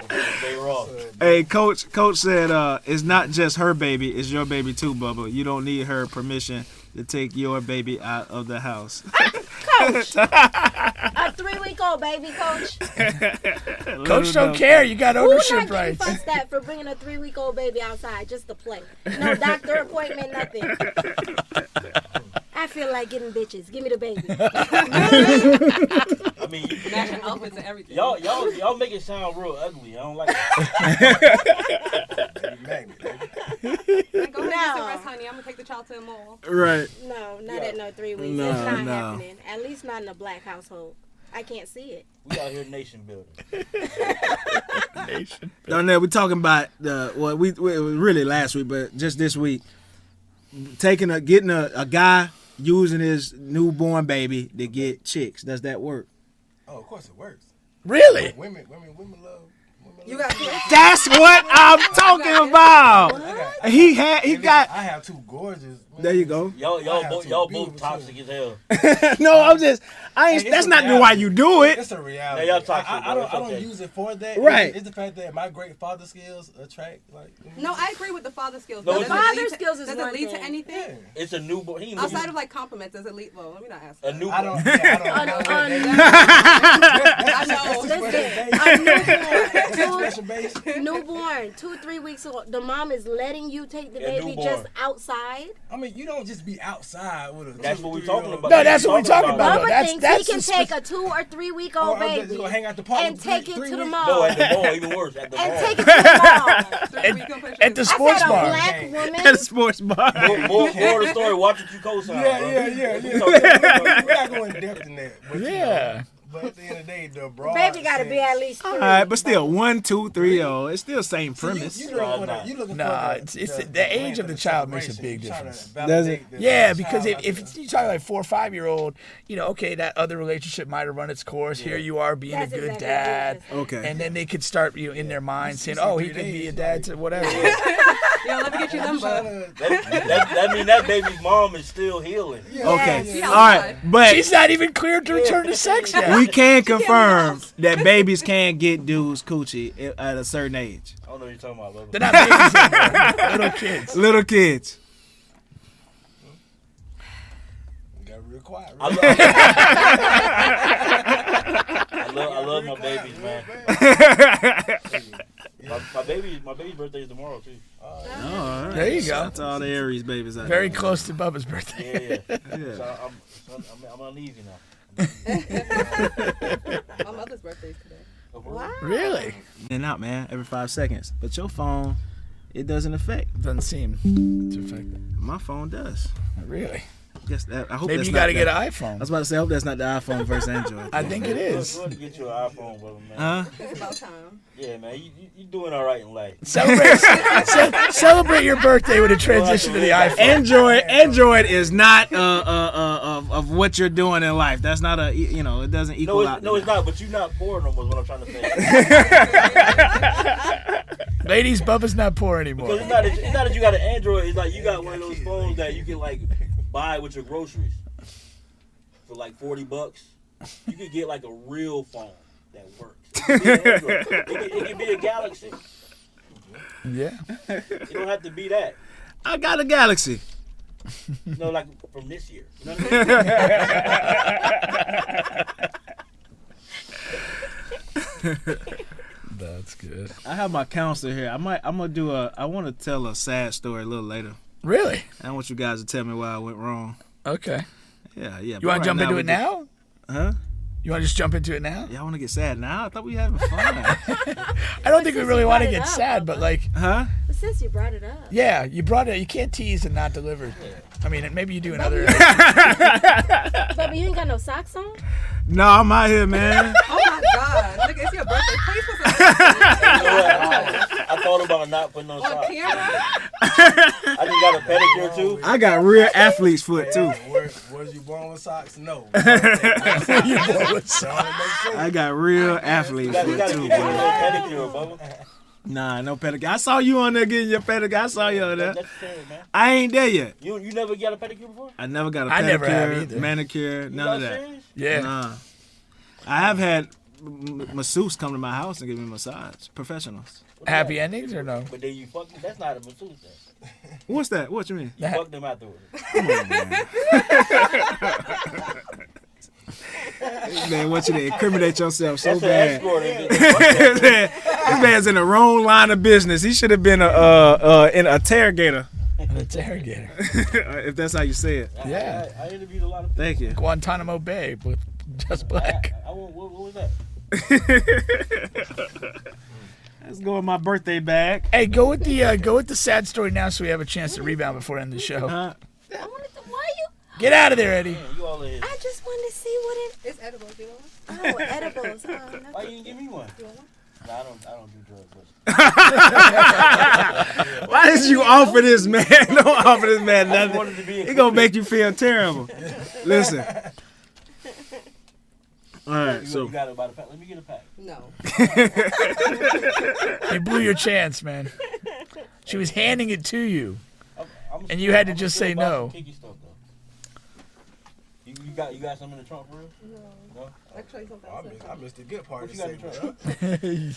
Speaker 13: there. they raw.
Speaker 5: Hey, coach. Coach said, uh, "It's not just her baby; it's your baby too, Bubba. You don't need her permission to take your baby out of the house."
Speaker 2: A three-week-old baby, coach.
Speaker 1: Coach
Speaker 5: Little
Speaker 1: don't
Speaker 5: dog.
Speaker 1: care. You got
Speaker 2: Who not
Speaker 1: ownership
Speaker 2: getting
Speaker 1: rights.
Speaker 2: fussed at for bringing a three-week-old baby outside just to play? No doctor appointment, nothing. I feel like getting bitches. Give me the baby.
Speaker 13: I mean, you-
Speaker 6: Matching outfits and everything.
Speaker 13: Y'all, y'all, y'all make it sound real ugly. I don't like
Speaker 6: Like,
Speaker 13: it.
Speaker 6: go ahead and get some
Speaker 2: No.
Speaker 6: rest, honey. I'm gonna take the child to the mall.
Speaker 5: Right.
Speaker 2: No, not
Speaker 6: Yeah.
Speaker 2: at no three weeks.
Speaker 5: No,
Speaker 2: it's not
Speaker 5: no.
Speaker 2: happening. At least not in a black household. I can't see it.
Speaker 13: we out here nation building.
Speaker 1: Nation.
Speaker 5: Darnell, we're talking about the well, we, we it was really last week, but just this week, taking a getting a, a guy using his newborn baby to get chicks. Does that work?
Speaker 3: Oh, of course it works.
Speaker 1: Really?
Speaker 3: Women, women, women love.
Speaker 6: You got
Speaker 5: That's what I'm talking about. He had he got.
Speaker 3: I have two gorgeous.
Speaker 5: There you go.
Speaker 13: Y'all, y'all, both, y'all both toxic as hell.
Speaker 5: no, I'm just. I ain't.
Speaker 3: Hey, it's
Speaker 5: that's
Speaker 3: a
Speaker 5: not why
Speaker 3: reality.
Speaker 5: you do it.
Speaker 3: It's a reality.
Speaker 13: Yeah, y'all toxic,
Speaker 3: I, I, I
Speaker 13: bro.
Speaker 3: don't.
Speaker 13: It's
Speaker 3: I don't
Speaker 13: okay.
Speaker 3: use it for that.
Speaker 5: Right.
Speaker 3: It's, it's the fact that my great father skills attract like.
Speaker 6: No, I agree with the father skills.
Speaker 13: No,
Speaker 6: Does
Speaker 13: it's
Speaker 6: it
Speaker 13: not-
Speaker 6: lead
Speaker 13: Father
Speaker 6: to-
Speaker 13: skills is
Speaker 6: Does
Speaker 13: one
Speaker 6: it lead to
Speaker 13: thing.
Speaker 6: anything?
Speaker 13: It's a newborn. He ain't looking-
Speaker 6: Outside of like compliments, does it lead? Well, let me not ask.
Speaker 13: a newborn.
Speaker 6: I know.
Speaker 2: Listen, a newborn, two, newborn, two, three weeks old. The mom is letting you take the
Speaker 3: Yeah,
Speaker 2: baby
Speaker 3: newborn.
Speaker 2: just outside.
Speaker 3: I mean, you don't just be outside with a.
Speaker 13: That's what we talking about.
Speaker 1: Oh, No, that's what we talking about.
Speaker 2: Bubba
Speaker 1: though. That's
Speaker 2: thinks
Speaker 1: that's
Speaker 2: he can
Speaker 1: a
Speaker 2: take a two or three week old
Speaker 3: Or Oh, I'm just
Speaker 2: baby
Speaker 3: gonna hang out the park
Speaker 2: and
Speaker 3: with
Speaker 2: take
Speaker 3: three-
Speaker 2: it
Speaker 3: three
Speaker 2: to the
Speaker 3: weeks.
Speaker 2: mall.
Speaker 13: No, at the mall, even worse. At the mall.
Speaker 2: and take it to the mall.
Speaker 1: at, at the sports
Speaker 2: I said a
Speaker 1: bar.
Speaker 2: black woman.
Speaker 5: At a sports bar.
Speaker 13: More, more, more of the story. Watch what you co-sign.
Speaker 3: Yeah,
Speaker 13: bro.
Speaker 3: yeah, yeah,
Speaker 13: We
Speaker 3: yeah.
Speaker 13: talking-
Speaker 3: We're not going depth in that. But
Speaker 1: Yeah.
Speaker 3: But at the end of the day, the
Speaker 2: The
Speaker 3: broad.
Speaker 2: baby got to be at least three.
Speaker 5: All right, but still, one, two, three, oh, it's still same premise.
Speaker 3: You looking for the, you looking
Speaker 1: Nah,
Speaker 3: for the,
Speaker 1: it's, it's the, age of the child makes a big difference. Yeah, because if, if it's- you talk like four or five year old, you know, okay, that other relationship might have run its course. Here you are being
Speaker 2: That's
Speaker 1: a good
Speaker 2: exactly what
Speaker 1: dad.
Speaker 5: it is. Okay.
Speaker 1: And then they could start you know, in their mind saying, oh, he could be a dad to whatever.
Speaker 6: Yeah, let me get your number.
Speaker 13: That, that, that mean that baby's mom is still healing.
Speaker 5: Okay.
Speaker 6: yeah.
Speaker 5: All right, but
Speaker 1: She's not even cleared to return to sex yet.
Speaker 5: we can confirm that babies can get dudes coochie at- at a certain age.
Speaker 13: I don't know what you're talking about, Bubba.
Speaker 1: They're not babies anymore. Little kids.
Speaker 5: Little kids.
Speaker 3: Got real quiet.
Speaker 13: I, lo- I love, I love my babies, man. my, my baby, my baby's birthday is tomorrow too.
Speaker 5: All right.
Speaker 1: There you go.
Speaker 5: Shout out to all the Aries babies out
Speaker 1: Very
Speaker 5: there.
Speaker 1: close to Bubba's
Speaker 13: Yeah,
Speaker 1: birthday.
Speaker 13: yeah.
Speaker 5: Yeah.
Speaker 13: So I'm, so I'm, I'm uneasy now.
Speaker 6: My mother's birthday is today.
Speaker 2: Wow.
Speaker 1: Really?
Speaker 5: And out, man, every five seconds. But your phone, it doesn't affect.
Speaker 1: Doesn't seem to affect them.
Speaker 5: My phone does.
Speaker 1: Really?
Speaker 5: Guess that, I hope
Speaker 1: Maybe
Speaker 5: that's
Speaker 1: you
Speaker 5: not
Speaker 1: got to
Speaker 5: the-
Speaker 1: get an
Speaker 5: I
Speaker 1: iPhone.
Speaker 5: was about to say, I hope that's not the iPhone versus Android.
Speaker 1: I think it is.
Speaker 13: You get you an iPhone, brother, man.
Speaker 5: Huh?
Speaker 6: It's about time.
Speaker 13: Yeah, man. You, you, you doing all right in life.
Speaker 1: Celebrate, ce- celebrate your birthday with a transition to the iPhone.
Speaker 5: Android, Android is not uh, uh, uh, of, of what you're doing in life. That's not a you know. It doesn't
Speaker 13: No,
Speaker 5: equal
Speaker 13: it's,
Speaker 5: out.
Speaker 13: no, it's not. But you're not poor no more. Is what I'm trying to say.
Speaker 1: Ladies, Bubba's not poor
Speaker 13: Because
Speaker 1: anymore.
Speaker 13: it's not, that, it's not that you got an Android. It's like you got one of those phones that you can like buy with your groceries for like forty bucks. You could get like a real phone that works. It could be an Android. It could- it could be a Galaxy.
Speaker 1: Yeah.
Speaker 13: It don't have to be that.
Speaker 5: I got a Galaxy.
Speaker 13: No, like from this year. You know what I mean?
Speaker 1: That's good.
Speaker 5: I have my counselor here. I might. I'm gonna do a. I want to tell a sad story a little later.
Speaker 1: Really?
Speaker 5: I want you guys to tell me why I went wrong.
Speaker 1: Okay.
Speaker 5: Yeah, yeah.
Speaker 1: You want to jump into it now?
Speaker 5: Huh?
Speaker 1: You want to just jump into it now?
Speaker 5: Y'all want to get sad now? I thought we were having fun.
Speaker 1: I don't think we
Speaker 2: since
Speaker 1: really
Speaker 2: you
Speaker 1: want to
Speaker 2: brought it
Speaker 1: get
Speaker 2: up,
Speaker 1: sad, but like,
Speaker 5: huh?
Speaker 2: But since you brought it up,
Speaker 1: yeah, you brought it. You can't tease and not deliver. I mean, maybe you do another.
Speaker 2: Bubba, you ain't got no socks on.
Speaker 5: No, I'm out here, man.
Speaker 6: Oh my God! Look, it's your birthday. Please put some
Speaker 13: You know what? I thought about not putting on
Speaker 6: on
Speaker 13: socks.
Speaker 6: camera.
Speaker 13: I just got a pedicure too.
Speaker 5: I got real athlete's foot too.
Speaker 3: Where, where's you born with socks? No.
Speaker 5: I got real athlete's
Speaker 13: You
Speaker 5: foot
Speaker 13: gotta
Speaker 5: too,
Speaker 13: get you a
Speaker 5: bro.
Speaker 13: little pedicure, Bubba.
Speaker 5: Nah, no pedicure. I saw you on there getting your pedicure. I saw you on there.
Speaker 13: That's the thing, man.
Speaker 5: I ain't there yet.
Speaker 13: You you never got a pedicure before?
Speaker 5: I never got a pedicure,
Speaker 1: I never have either.
Speaker 5: manicure,
Speaker 13: You
Speaker 5: none of
Speaker 13: got
Speaker 5: that.
Speaker 13: serious?
Speaker 1: yeah.
Speaker 5: Nah. I have had m- masseuse come to my house and give me massage. Professionals.
Speaker 13: What's
Speaker 1: Happy
Speaker 13: that?
Speaker 1: endings or no?
Speaker 13: But then you fucking. That's not a masseuse. Thing.
Speaker 5: What's that? What you mean?
Speaker 13: You
Speaker 1: That-
Speaker 13: fucked them afterwards.
Speaker 5: Man, want you to incriminate yourself so
Speaker 13: That's
Speaker 5: bad.
Speaker 13: an escort. isn't it?
Speaker 5: this man- this man's in the wrong line of business. He should have been a uh, uh, in a interrogator.
Speaker 1: An interrogator.
Speaker 5: if that's how you say it.
Speaker 13: I- I, I interviewed a lot of people.
Speaker 5: Thank you.
Speaker 1: Guantanamo Bay with just black.
Speaker 13: I, I, what, what was that?
Speaker 5: Let's go with my birthday bag.
Speaker 1: Hey, go with the uh, go with the sad story now, so we have a chance to rebound before end the show.
Speaker 5: Uh-huh.
Speaker 2: I wanted to. Why you?
Speaker 1: Get out of there, Eddie.
Speaker 2: I just wanted to see what it.
Speaker 6: It's edibles, you know.
Speaker 2: Oh, edibles. Oh, no.
Speaker 13: Why you didn't give me one? Nah, I don't. I don't do drugs. but-
Speaker 5: Why did you offer this man? Don't offer this man nothing.
Speaker 13: wanted to be
Speaker 5: It gonna make you feel terrible. Listen. All right,
Speaker 13: You-
Speaker 5: so
Speaker 13: you got about a pack. Let me get a pack.
Speaker 6: No.
Speaker 1: You blew your chance, man. She was handing it to you, and you had to just say no.
Speaker 13: You, you got you got something in the trunk for real? No.
Speaker 6: Actually, something.
Speaker 3: I missed, I missed the good part. of the segment,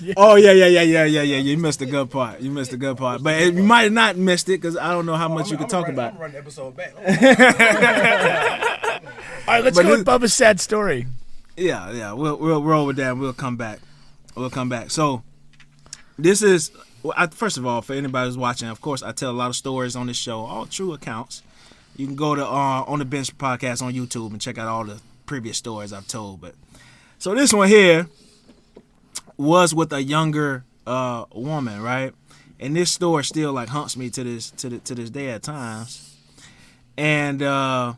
Speaker 3: huh?
Speaker 5: Oh yeah, yeah, yeah, yeah, yeah, yeah. You missed a good part. You missed a good part, but it, you might have not missed it because I don't know how much you could talk about.
Speaker 3: I'm running the episode back.
Speaker 1: All right, let's
Speaker 5: But
Speaker 1: go
Speaker 5: this-
Speaker 1: with Bubba's sad story.
Speaker 5: Yeah, yeah. We'll we'll roll with that. and We'll come back. We'll come back. So, this is well, I, first of all for anybody who's watching. Of course, I tell a lot of stories on this show, all true accounts. You can go to uh, on the bench podcast on YouTube and check out all the previous stories I've told. But so this one here was with a younger uh, woman, right? And this story still like haunts me to this to the, to this day at times. And uh,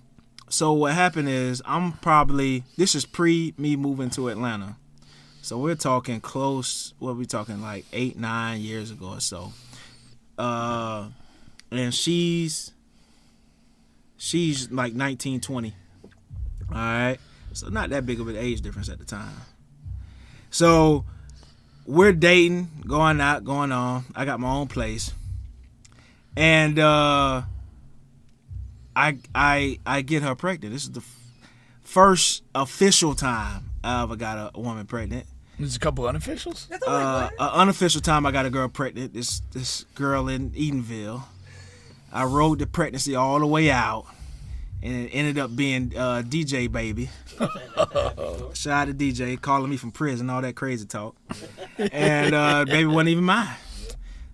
Speaker 5: so what happened is I'm probably this is pre me moving to Atlanta. So we're talking close what we talking like eight, nine years ago or so. Uh and she's she's like 19, 20. All right. So not that big of an age difference at the time. So we're dating, going out, going on. I got my own place. And uh I I I get her pregnant. This is the f- first official time I ever got a woman pregnant.
Speaker 1: There's a couple unofficials.
Speaker 5: Uh, a unofficial time I got a girl pregnant. This this girl in Edenville. I rode the pregnancy all the way out, and it ended up being uh, DJ baby. Shout out to DJ calling me from prison, all that crazy talk, and uh, baby wasn't even mine.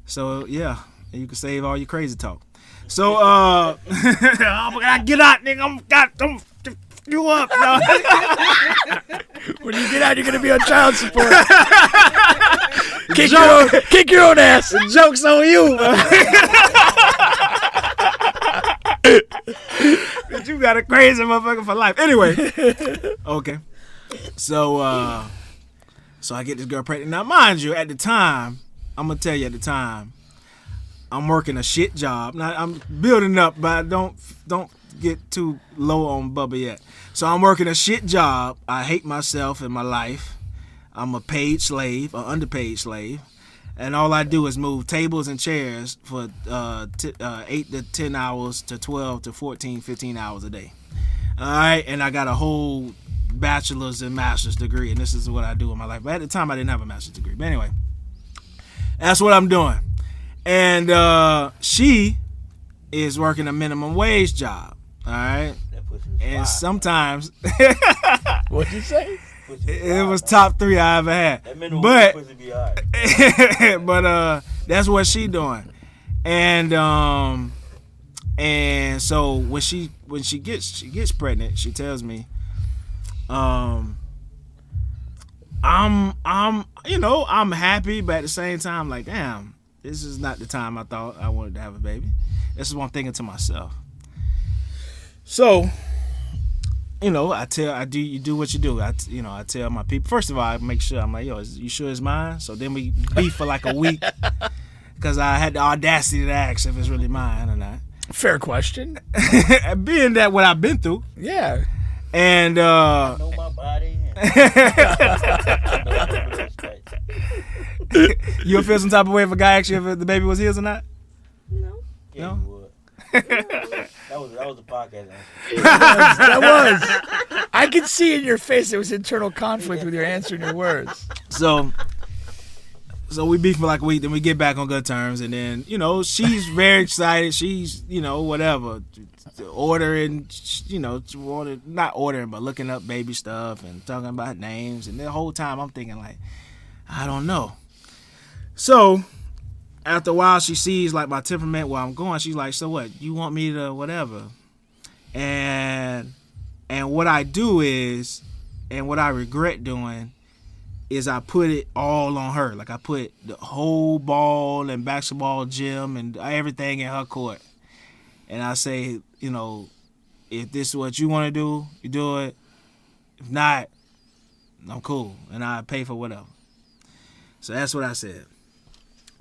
Speaker 5: So yeah, you can save all your crazy talk. So uh, I'm gonna get out, nigga. I'm got I'm f- you up. No.
Speaker 1: when you get out, you're gonna be on child support. kick, your own, kick your own ass.
Speaker 5: joke's on you. But you got a crazy motherfucker for life. Anyway, okay. So, uh, so I get this girl pregnant. Now, mind you, at the time, I'm gonna tell you at the time, I'm working a shit job. Now I'm building up, but I don't don't get too low on Bubba yet. So I'm working a shit job. I hate myself and my life. I'm a paid slave, an underpaid slave, and all I do is move tables and chairs for uh, t- uh, eight to ten hours to twelve to 14, 15 hours a day. All right, and I got a whole bachelor's and master's degree, and this is what I do in my life. But at the time, I didn't have a master's degree. But anyway, that's what I'm doing. And uh, she is working a minimum wage job. All right. And sometimes
Speaker 1: What'd you say?
Speaker 5: it was top three I ever had. But but uh that's what she doing. And um and so when she when she gets she gets pregnant, she tells me, um I'm I'm you know, I'm happy, but at the same time, like, damn, this is not the time I thought I wanted to have a baby. This is what I'm thinking to myself. So you know, I tell, I do, you do what you do. I, t- you know, I tell my people. First of all, I make sure I'm like, yo, is, you sure it's mine? So then we beef for like a week because I had the audacity to ask if it's really mine or not.
Speaker 1: Fair question.
Speaker 5: Being that what I've been through,
Speaker 1: Yeah.
Speaker 5: and uh,
Speaker 13: know my body.
Speaker 5: you'll feel some type of way if a guy asks you if the baby was his or not.
Speaker 13: Yeah,
Speaker 5: No?
Speaker 13: you would. that was that was the podcast. answer.
Speaker 1: that was. I could see in your face there was internal conflict with your answer and your words.
Speaker 5: So, so we beef for like a week, then we get back on good terms, and then you know she's very excited. She's you know whatever, ordering, you know, order not ordering but looking up baby stuff and talking about names, and the whole time I'm thinking like, I don't know. So after a while, she sees like my temperament where I'm going. She's like, "So what? You want me to whatever?" And and what I do is, and what I regret doing is I put it all on her. Like I put the whole ball and basketball gym and everything in her court. And I say, you know, if this is what you want to do, you do it. If not, I'm cool and I pay for whatever. So that's what I said.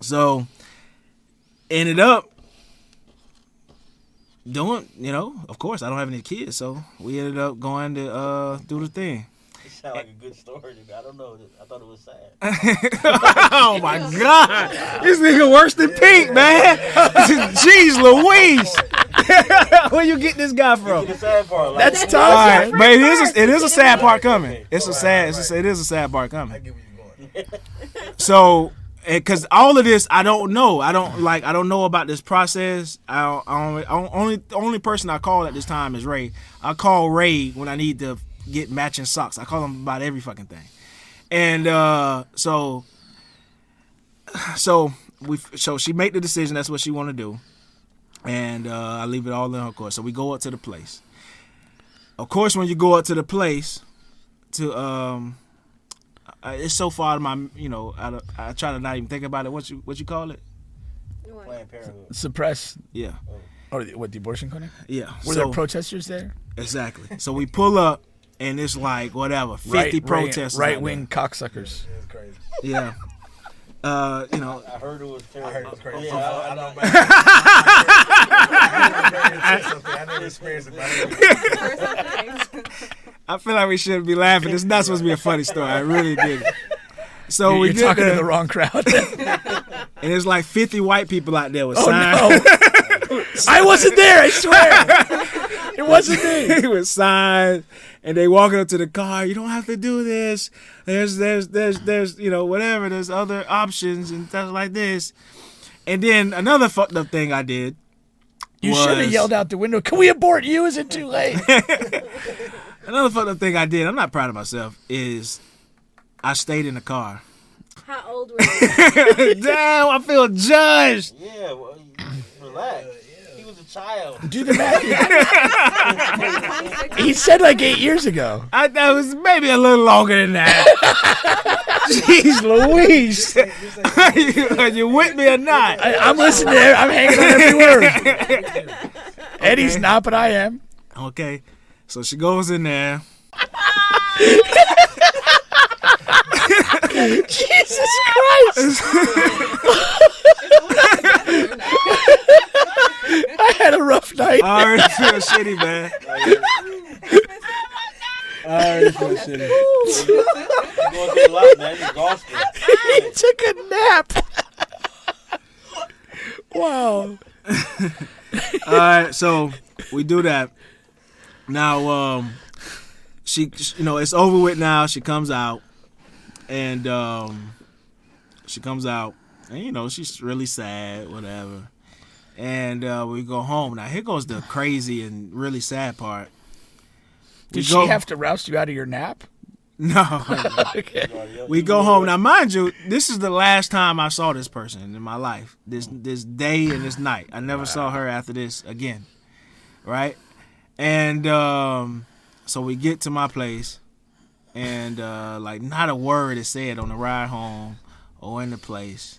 Speaker 5: So ended up doing, you know, of course I don't have any kids, so we ended up going to uh do the thing.
Speaker 13: It sounds like a good story. nigga. I don't know. I thought it was sad.
Speaker 5: oh my god. This nigga worse than pink, man. Jeez Louise. Where you get this guy from?
Speaker 1: That's tough.
Speaker 5: All right, but it is a, it is a sad part coming. It's a sad it's a, it is a sad part coming. So, because all of this, I don't know. I don't like. I don't know about this process. I, don't- I only, I don't- only only person I call at this time is Ray. I call Ray when I need to get matching socks. I call him about every fucking thing. And uh, so, so we so she made the decision. That's what she want to do. And uh, I leave it all in her court. So we go up to the place. Of course, when you go up to the place, to um, uh, it's so far out of my you know out of, I try to not even think about it. What you what you call it?
Speaker 13: Planned Parenthood.
Speaker 1: Suppress.
Speaker 5: Yeah.
Speaker 1: Or Oh, the, what the abortion clinic?
Speaker 5: Yeah.
Speaker 1: Were
Speaker 5: so-
Speaker 1: there protesters there?
Speaker 5: Exactly. So we pull up and it's like whatever, fifty protesters,
Speaker 1: Right
Speaker 5: out
Speaker 1: wing cocksuckers.
Speaker 5: there. Yeah. Uh, you know.
Speaker 13: I heard it was terrible. I heard it was crazy.
Speaker 3: So far, I know about- I never experienced it, but I know.
Speaker 5: I feel like we shouldn't be laughing. It's not supposed to be a funny story. I really did. So
Speaker 1: You're-
Speaker 5: Oh, we
Speaker 1: you're
Speaker 5: get
Speaker 1: talking to
Speaker 5: there,
Speaker 1: the wrong crowd.
Speaker 5: and it's like fifty white people out there with
Speaker 1: Oh,
Speaker 5: signs.
Speaker 1: I wasn't there, I swear. it wasn't me.
Speaker 5: It was signs, and they walking up to the car. You don't have to do this. There's, there's, there's, there's, you know, whatever. There's other options and stuff like this. And then another fucked up thing I did.
Speaker 1: You should have
Speaker 5: was-
Speaker 1: yelled out the window, Can we abort you? Is it too late?
Speaker 5: Another fucked up thing I did. I'm not proud of myself. Is I stayed in the car.
Speaker 2: How old were you?
Speaker 5: Damn, I feel judged.
Speaker 13: Yeah, well, relax. He was a child.
Speaker 1: Do the math. he said like eight years ago.
Speaker 5: I that was maybe a little longer than that. Jeez Louise. are, you, are you with me or not?
Speaker 1: I, am listening. To, I'm hanging on every word. Eddie's not, but I am.
Speaker 5: Okay. So she goes in there.
Speaker 1: Jesus Christ! I had a rough night.
Speaker 5: I already feel shitty, man.
Speaker 13: I already feel shitty. You're going through a lot, man. You're exhausted.
Speaker 1: he took a nap. wow.
Speaker 5: All right, so we do that. Now, um, she, sh- you know, it's over with now. She comes out, and um, she comes out, and you know, she's really sad, whatever. And uh, we go home. Now, here goes the crazy and really sad part. We
Speaker 1: Did
Speaker 5: go-
Speaker 1: she have to roust you out of your nap?
Speaker 5: No. We go home now. Mind you, this is the last time I saw this person in my life. This this day and this night. I never saw her after this again. Right, and um, so we get to my place, and uh, like not a word is said on the ride home or in the place.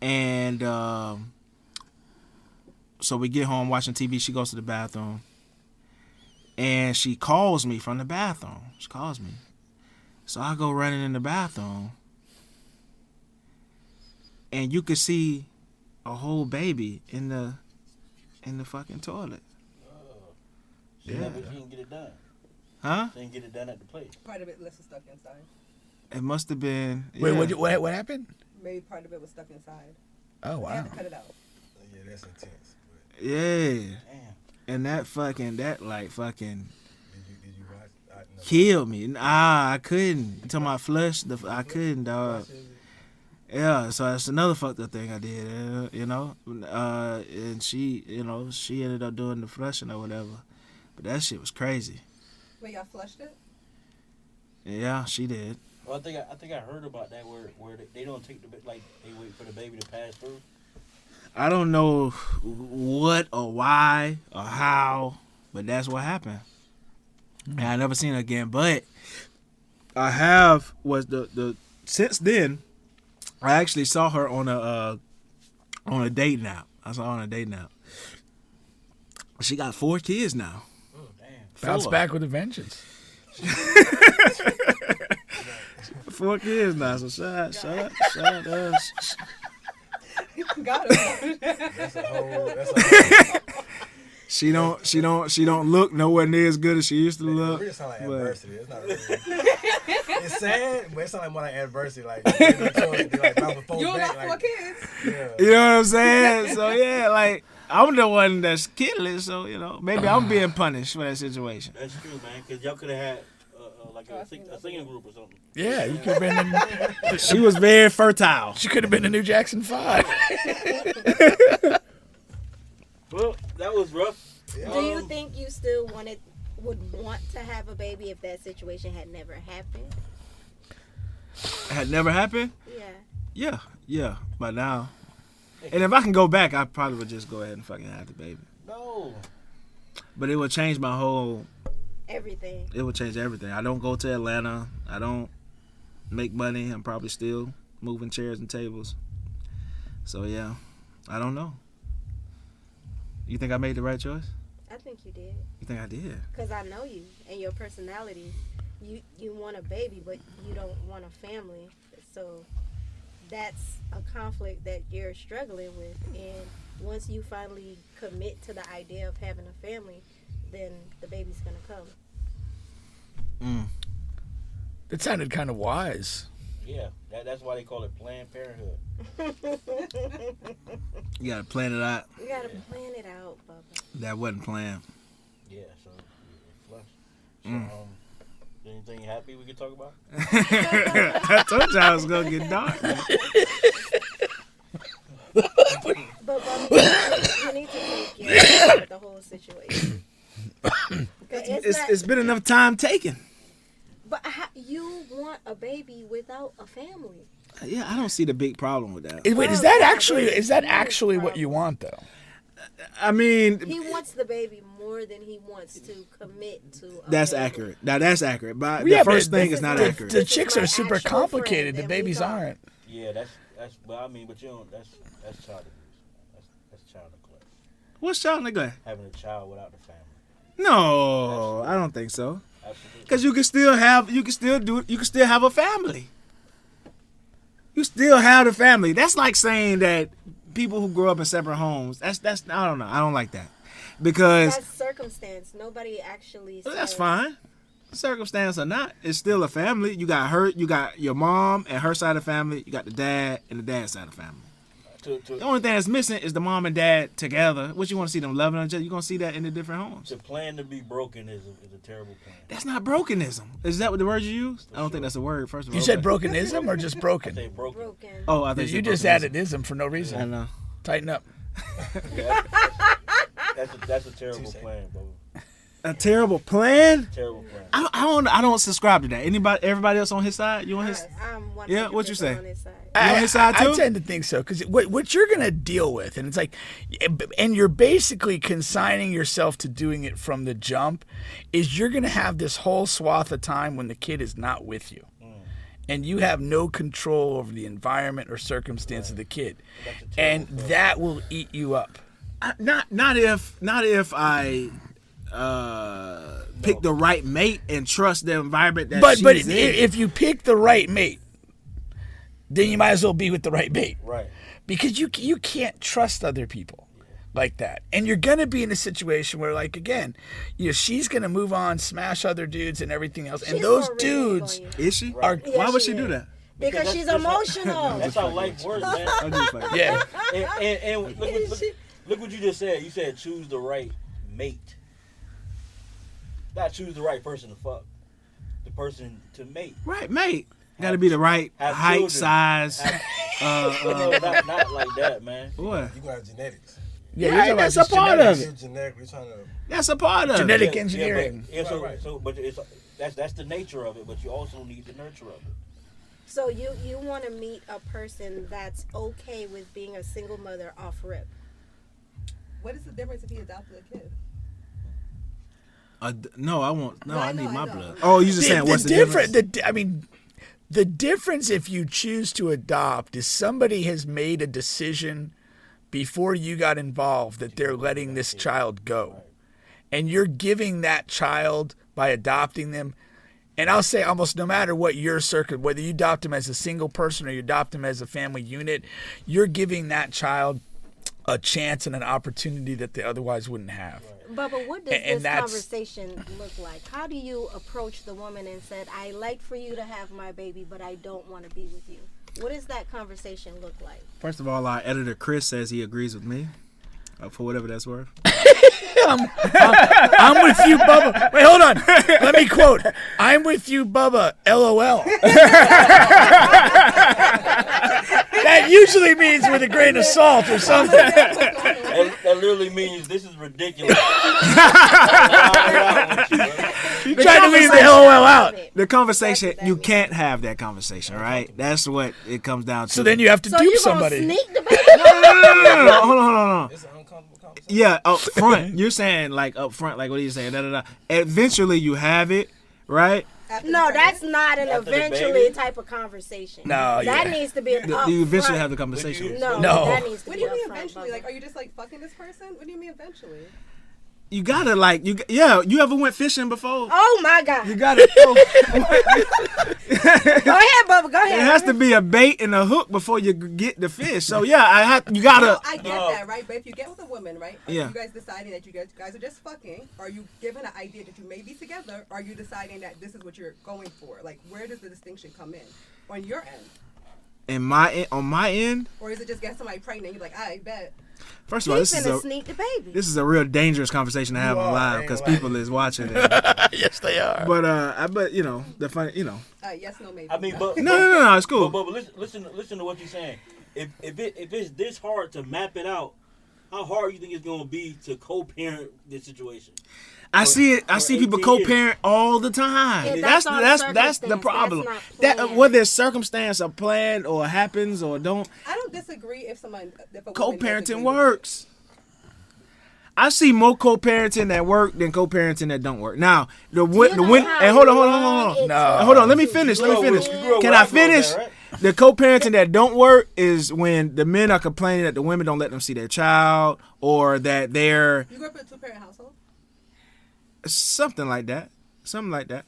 Speaker 5: And um, so we get home watching TV. She goes to the bathroom, and she calls me from the bathroom. She calls me. So I go running in the bathroom, and you could see a whole baby in the in the fucking toilet.
Speaker 13: She
Speaker 5: Yeah.
Speaker 13: never- she didn't get it done.
Speaker 5: Huh?
Speaker 13: She didn't get it done at the plate.
Speaker 6: Part of it was stuck inside.
Speaker 5: It must have been.
Speaker 1: Wait,
Speaker 5: yeah.
Speaker 1: what, what, what happened?
Speaker 6: Maybe part of it was stuck inside.
Speaker 1: Oh,
Speaker 6: They
Speaker 1: wow.
Speaker 6: had to cut it out.
Speaker 3: Yeah, that's intense.
Speaker 5: Yeah. And that fucking that like fucking
Speaker 3: Did you, did you watch? I,
Speaker 5: killed me. Nah, I couldn't. Until my flush, the I couldn't, dog. Yeah, so that's another fucked up thing I did, uh, you know. Uh, and she, you know, she ended up doing the flushing or whatever, but that shit was crazy.
Speaker 6: Wait, y'all flushed it?
Speaker 5: Yeah, she did.
Speaker 13: Well, I think I, I think I heard about that where where they- they don't take the ba- like they wait for the baby to pass through.
Speaker 5: I don't know what or why or how, but that's what happened.
Speaker 3: Hmm.
Speaker 5: And I never seen her again. But I have was the the since then, I actually saw her on a uh, on a date now. I saw her on a date now. She got four kids now.
Speaker 3: Oh,
Speaker 1: Bounce
Speaker 5: Four.
Speaker 1: back with a vengeance.
Speaker 5: Four kids now. So shout shout out shout out to her. Sh-
Speaker 6: Got him. that's a whole. That's
Speaker 5: She don't she don't she don't look nowhere near as good as she used to look.
Speaker 3: We just sound like
Speaker 5: but-
Speaker 3: adversity. It's not really. it's sad, but it sounds like more like adversity. Like, like mama fold
Speaker 6: You don't
Speaker 3: back,
Speaker 6: got
Speaker 3: like,
Speaker 6: four kids.
Speaker 5: You know what I'm saying? So yeah, like I'm the one that's killing. So you know, maybe I'm being punished for that situation.
Speaker 13: That's true, man. Because y'all could have had uh, uh, like a, sing, a singing group or something.
Speaker 1: Yeah, you could have been. In,
Speaker 5: She was very fertile.
Speaker 1: She could have been the new Jackson Five.
Speaker 13: Well, that was rough.
Speaker 2: Do you think you still wanted would want to have a baby if that situation had never happened?
Speaker 5: Had never happened.
Speaker 2: Yeah.
Speaker 5: Yeah, yeah. By now, and if I can go back, I probably would just go ahead and fucking have the baby.
Speaker 13: No.
Speaker 5: But it would change my whole.
Speaker 2: Everything.
Speaker 5: It would change everything. I don't go to Atlanta. I don't make money. I'm probably still moving chairs and tables. So yeah, I don't know. You think I made the right choice?
Speaker 2: I think you did.
Speaker 5: You think I did?
Speaker 2: Cause I know you and your personality. You you want a baby, but you don't want a family. So that's a conflict that you're struggling with. And once you finally commit to the idea of having a family, then the baby's gonna come.
Speaker 1: It sounded kind of wise.
Speaker 13: Yeah, that, that's why they call it Planned Parenthood.
Speaker 5: You gotta plan it out.
Speaker 2: You gotta plan it out, Bubba.
Speaker 5: That wasn't planned.
Speaker 13: Yeah, so yeah, flush. So,
Speaker 5: Mm.
Speaker 13: um, anything happy we can talk about?
Speaker 5: I told you I was gonna get dark. man.
Speaker 2: But Bubba, you need to take your time with the whole situation. 'Cause
Speaker 5: It's,
Speaker 2: not-
Speaker 5: it's been enough time taken.
Speaker 2: But how, you want a baby without a family.
Speaker 5: Yeah, I don't see the big problem with that.
Speaker 1: Is- Wait, is that actually is that actually what you want though?
Speaker 5: I mean,
Speaker 2: He wants the baby more than he wants to commit to. um, A
Speaker 5: that's
Speaker 2: baby.
Speaker 5: accurate. Now that's accurate, but
Speaker 1: Yeah,
Speaker 5: the
Speaker 1: but
Speaker 5: first thing
Speaker 1: this
Speaker 5: is not
Speaker 1: the-
Speaker 5: accurate.
Speaker 1: The chicks are super complicated. The babies aren't.
Speaker 13: Yeah, that's that's. Well, I mean, but you don't. That's that's child abuse. That's that's child neglect.
Speaker 5: What's child neglect?
Speaker 13: Having a child without the family.
Speaker 5: No, I don't think so.
Speaker 13: Absolutely.
Speaker 5: Because you can still have, you can still do, you can still have a family. You still have the family. That's like saying that people who grow up in separate homes. That's that's I don't know. I don't like that because
Speaker 2: That's circumstance. Nobody actually.
Speaker 5: Well, that's
Speaker 2: says-
Speaker 5: fine. Circumstance or not, it's still a family. You got her, you got your mom and her side of the family. You got the dad and the dad's side of the family.
Speaker 13: To, to,
Speaker 5: The only thing that's missing is the mom and dad together. What you want to see them loving each other? You gonna see that in the different homes.
Speaker 13: to plan to be broken is a, is a terrible plan.
Speaker 5: That's not brokenism. Is that what the word you use? I don't think that's a word. First of all,
Speaker 1: You said
Speaker 5: but-
Speaker 1: brokenism or just broken?
Speaker 13: I broken.
Speaker 5: Oh, I think
Speaker 1: you just added ism for no reason.
Speaker 5: I know.
Speaker 1: Tighten up.
Speaker 13: That's a, that's a terrible plan, bro.
Speaker 5: A terrible plan.
Speaker 13: Terrible plan.
Speaker 5: I, I don't. I don't subscribe to that. Anybody? Everybody else on his side? You on his?
Speaker 2: I'm
Speaker 5: yeah. What you say?
Speaker 1: I,
Speaker 5: You on his side
Speaker 1: I- I
Speaker 5: too?
Speaker 1: tend to think so because what, what you're going to deal with, and it's like, and you're basically consigning yourself to doing it from the jump, is you're going to have this whole swath of time when the kid is not with you.
Speaker 5: Mm.
Speaker 1: And you have no control over the environment or circumstance of the kid. And that will eat you up.
Speaker 5: I- not not if not if I uh pick the right mate and trust the environment that
Speaker 1: but but
Speaker 5: she's
Speaker 1: i-
Speaker 5: in.
Speaker 1: if you pick the right mate, then you might as well be with the right mate.
Speaker 13: Right.
Speaker 1: Because you you can't trust other people like that, and you're gonna be in a situation where, like again, you know, she's gonna move on, smash other dudes, and everything else, and
Speaker 2: She's
Speaker 1: those
Speaker 2: gonna really
Speaker 1: dudes
Speaker 5: is she?
Speaker 1: Are,
Speaker 2: Yeah, Why would she she do is.
Speaker 5: that?
Speaker 2: Because she's emotional.
Speaker 13: That's how life works, man.
Speaker 5: I'm just fucking-
Speaker 1: Yeah.
Speaker 13: And, and, and look, what- look, look what you just said. You said choose the right mate. Not choose the right person to fuck. The person to mate.
Speaker 5: right mate, got to be the right
Speaker 13: Have
Speaker 5: height,
Speaker 13: children.
Speaker 5: size.
Speaker 13: Have-
Speaker 5: uh,
Speaker 13: No,
Speaker 5: uh,
Speaker 13: not, not like that, man.
Speaker 5: What?
Speaker 3: You got genetics.
Speaker 5: Yeah, Right, you're talking about that's just a part genetics. of it.
Speaker 3: Genetic, we're trying to.
Speaker 5: That's a part of it.
Speaker 1: Genetic
Speaker 13: Yeah,
Speaker 1: engineering.
Speaker 13: Yeah, but, yeah, so,
Speaker 3: Right, right.
Speaker 13: so, but it's, that's that's the nature of it. But you also need the nurture of it.
Speaker 2: So you you want to meet a person that's okay with being a single mother off rip.
Speaker 6: What is the difference if he adopted a kid?
Speaker 5: Uh, d- no, I won't. No, I need my blood. Oh,
Speaker 1: different- The, di- I mean, the difference if you choose to adopt is somebody has made a decision before you got involved that they're letting this child go, and you're giving that child by adopting them. And I'll say almost no matter what your circuit, whether you adopt them as a single person or you adopt them as a family unit, you're giving that child a chance and an opportunity that they otherwise wouldn't have.
Speaker 2: Bubba, what does
Speaker 1: And- and
Speaker 2: this
Speaker 1: that's-
Speaker 2: conversation look like? How do you approach the woman and said, "I like for you to have my baby, but I don't want to be with you"? What does that conversation look like?
Speaker 5: First of all, our editor Chris says he agrees with me, uh, for whatever that's worth.
Speaker 1: I'm with you, Bubba. Wait, hold on. Let me quote. I'm with you, Bubba. LOL. that usually means with a grain of salt or something.
Speaker 13: That, that literally means this is ridiculous.
Speaker 1: You tried to leave the LOL out.
Speaker 5: The conversation you can't have that conversation, right? That's what it comes down to.
Speaker 1: So then you have to So dupe you gonna somebody. sneak
Speaker 2: the
Speaker 5: no, no, no, no, no, no. Hold on, hold on, hold on. It's an uncomfortable conversation. Yeah, up front. You're saying like up front, like what are you saying? Da, da, da. Eventually you have it, right?
Speaker 2: no, that's not an
Speaker 5: After the
Speaker 2: eventually
Speaker 5: baby?
Speaker 2: type of conversation.
Speaker 5: No,
Speaker 2: that
Speaker 5: yeah.
Speaker 2: needs to be an
Speaker 5: You-
Speaker 2: up
Speaker 5: you eventually
Speaker 2: front.
Speaker 5: have the conversation.
Speaker 2: No,
Speaker 5: No.
Speaker 2: that needs to
Speaker 6: What
Speaker 2: be
Speaker 6: do you mean
Speaker 2: upfront,
Speaker 6: eventually?
Speaker 2: Bubba.
Speaker 6: Like, are you just like fucking this person? What do you mean eventually?
Speaker 5: You gotta like you. Yeah, you ever went fishing before?
Speaker 2: Oh my god!
Speaker 5: You gotta. go
Speaker 2: Go ahead, Bubba. Go
Speaker 5: It
Speaker 2: ahead.
Speaker 5: has to be a bait and a hook before you g- get the fish. So yeah, I have. You gotta.
Speaker 6: No, I get that, right? But if you get with a woman, right? Are
Speaker 5: Yeah.
Speaker 6: you guys deciding that you guys, guys are just fucking? Are you given an idea that you may be together? Are you deciding that this is what you're going for? Like, where does the distinction come in on your end,
Speaker 5: In my en- on my end,
Speaker 6: or is it just get somebody pregnant? You're like, I bet.
Speaker 5: first of all, this is a
Speaker 2: the baby.
Speaker 5: this is a real dangerous conversation to have
Speaker 6: You
Speaker 5: on
Speaker 6: are,
Speaker 5: live
Speaker 6: ain't
Speaker 5: because
Speaker 6: lying.
Speaker 5: people is watching. it.
Speaker 1: yes, they are.
Speaker 5: But uh, I but you know the fun, you know.
Speaker 6: Uh, yes, no, maybe.
Speaker 13: I mean, but
Speaker 5: No, no, no, no, it's cool.
Speaker 13: But, but, listen, listen, listen to what you're saying. If if it if it's this hard to map it out, how hard you think it's gonna be to co-parent this situation?
Speaker 5: I see it. I
Speaker 13: for
Speaker 5: see people
Speaker 13: 18 years.
Speaker 5: co-parent all the time.
Speaker 13: Yeah,
Speaker 5: that's
Speaker 13: that's
Speaker 5: the-
Speaker 13: all
Speaker 5: that's that's, the
Speaker 13: circumstance.
Speaker 5: problem.
Speaker 6: That's
Speaker 5: That uh, whether it's circumstance or planned or happens or don't,
Speaker 6: I don't disagree if someone if a woman does
Speaker 5: co-parenting
Speaker 6: agree.
Speaker 5: works. I see more co-parenting that work than co-parenting that don't work. Now the win, the win, and hold on, hold on, hold on, hold on.
Speaker 1: No.
Speaker 5: hold on. Let me finish. Let me
Speaker 1: You grew up
Speaker 5: finish.
Speaker 1: with- you grew up
Speaker 5: Can
Speaker 1: with
Speaker 5: I
Speaker 1: us doing that,
Speaker 5: finish?
Speaker 1: right?
Speaker 5: The co-parenting that don't work is when the men are complaining that the women don't let them see their child or that they're
Speaker 6: You grew up in a two-parent household.
Speaker 5: something like that, something like that.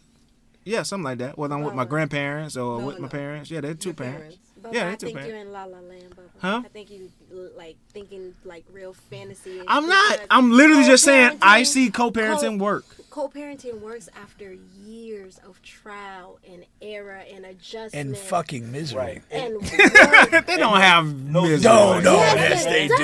Speaker 5: Yeah, something like that. Whether I'm with my grandparents or with my parents. Yeah, they're two parents.
Speaker 2: Bubba,
Speaker 5: Yeah,
Speaker 2: I
Speaker 5: they're two
Speaker 2: think you're
Speaker 5: parents.
Speaker 2: in La La Land, Bubba.
Speaker 5: Huh?
Speaker 2: I think you like thinking like real fantasy.
Speaker 5: I'm not. I'm literally just saying I see co-parenting
Speaker 2: co-
Speaker 5: work.
Speaker 2: Co-parenting works after years of trial and error and adjustment
Speaker 1: And fucking misery.
Speaker 2: and
Speaker 5: they don't have no, misery.
Speaker 1: No, no, yes, they do.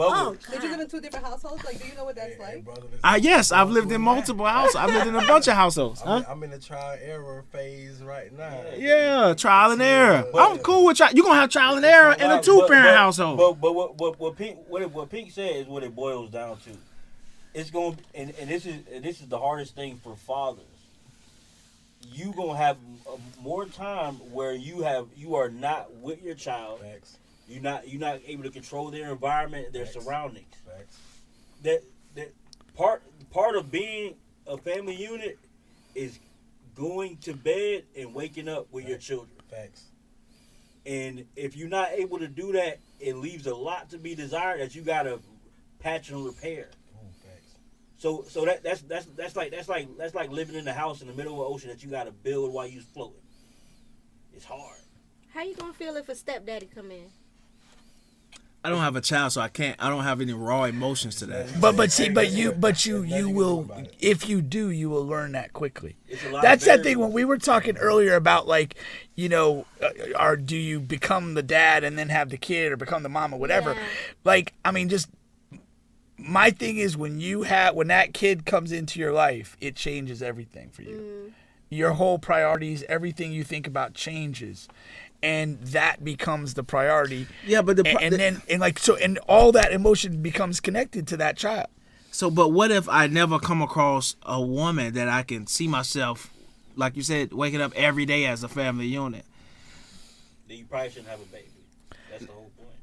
Speaker 6: Oh, did you live in two different households? Like, do you know what that's like?
Speaker 5: Uh, yes, I've lived in multiple houses. I've lived in a bunch of households.
Speaker 3: I'm,
Speaker 5: Huh?
Speaker 3: I'm in the trial error phase right now.
Speaker 5: Yeah, trial and error. I'm cool with trial. You're gonna have trial and error in a
Speaker 13: But-
Speaker 5: two
Speaker 13: but-
Speaker 5: parent household.
Speaker 13: But but what what what Pink what it- what Pink said is what it boils down to. It's going to and, and this is and this is the hardest thing for fathers. You gonna have uh, more time where you have you are not with your child. You're not you're not able to control their environment, their surroundings. That that part part of being a family unit is going to bed and waking up with your children.
Speaker 3: Facts.
Speaker 13: And if you're not able to do that, it leaves a lot to be desired that you gotta patch and repair.
Speaker 5: Oh,
Speaker 13: So so that that's that's that's like that's like that's like living in a house in the middle of the ocean that you gotta build while you're floating. It's hard.
Speaker 2: How you gonna feel if a stepdaddy come in?
Speaker 5: I don't have a child, so I can't. I don't have any raw emotions to that.
Speaker 1: But but see, but you but you you will if you do, you will learn that quickly.
Speaker 13: It's a lot of
Speaker 1: That's that
Speaker 13: variables.
Speaker 1: thing when we were talking earlier about like, you know, uh, or do you become the dad and then have the kid or become the mom or whatever? Like, I mean, just my thing is when you have when that kid comes into your life, it changes everything for you. Your whole priorities, everything you think about changes. And that becomes the priority.
Speaker 5: Yeah, but the
Speaker 1: and,
Speaker 5: pro-
Speaker 1: and then and like so and all that emotion becomes connected to that child.
Speaker 5: So, but what if I never come across a woman that I can see myself, like you said, waking up every day as a family unit?
Speaker 13: then you probably shouldn't have a baby. That's the whole point.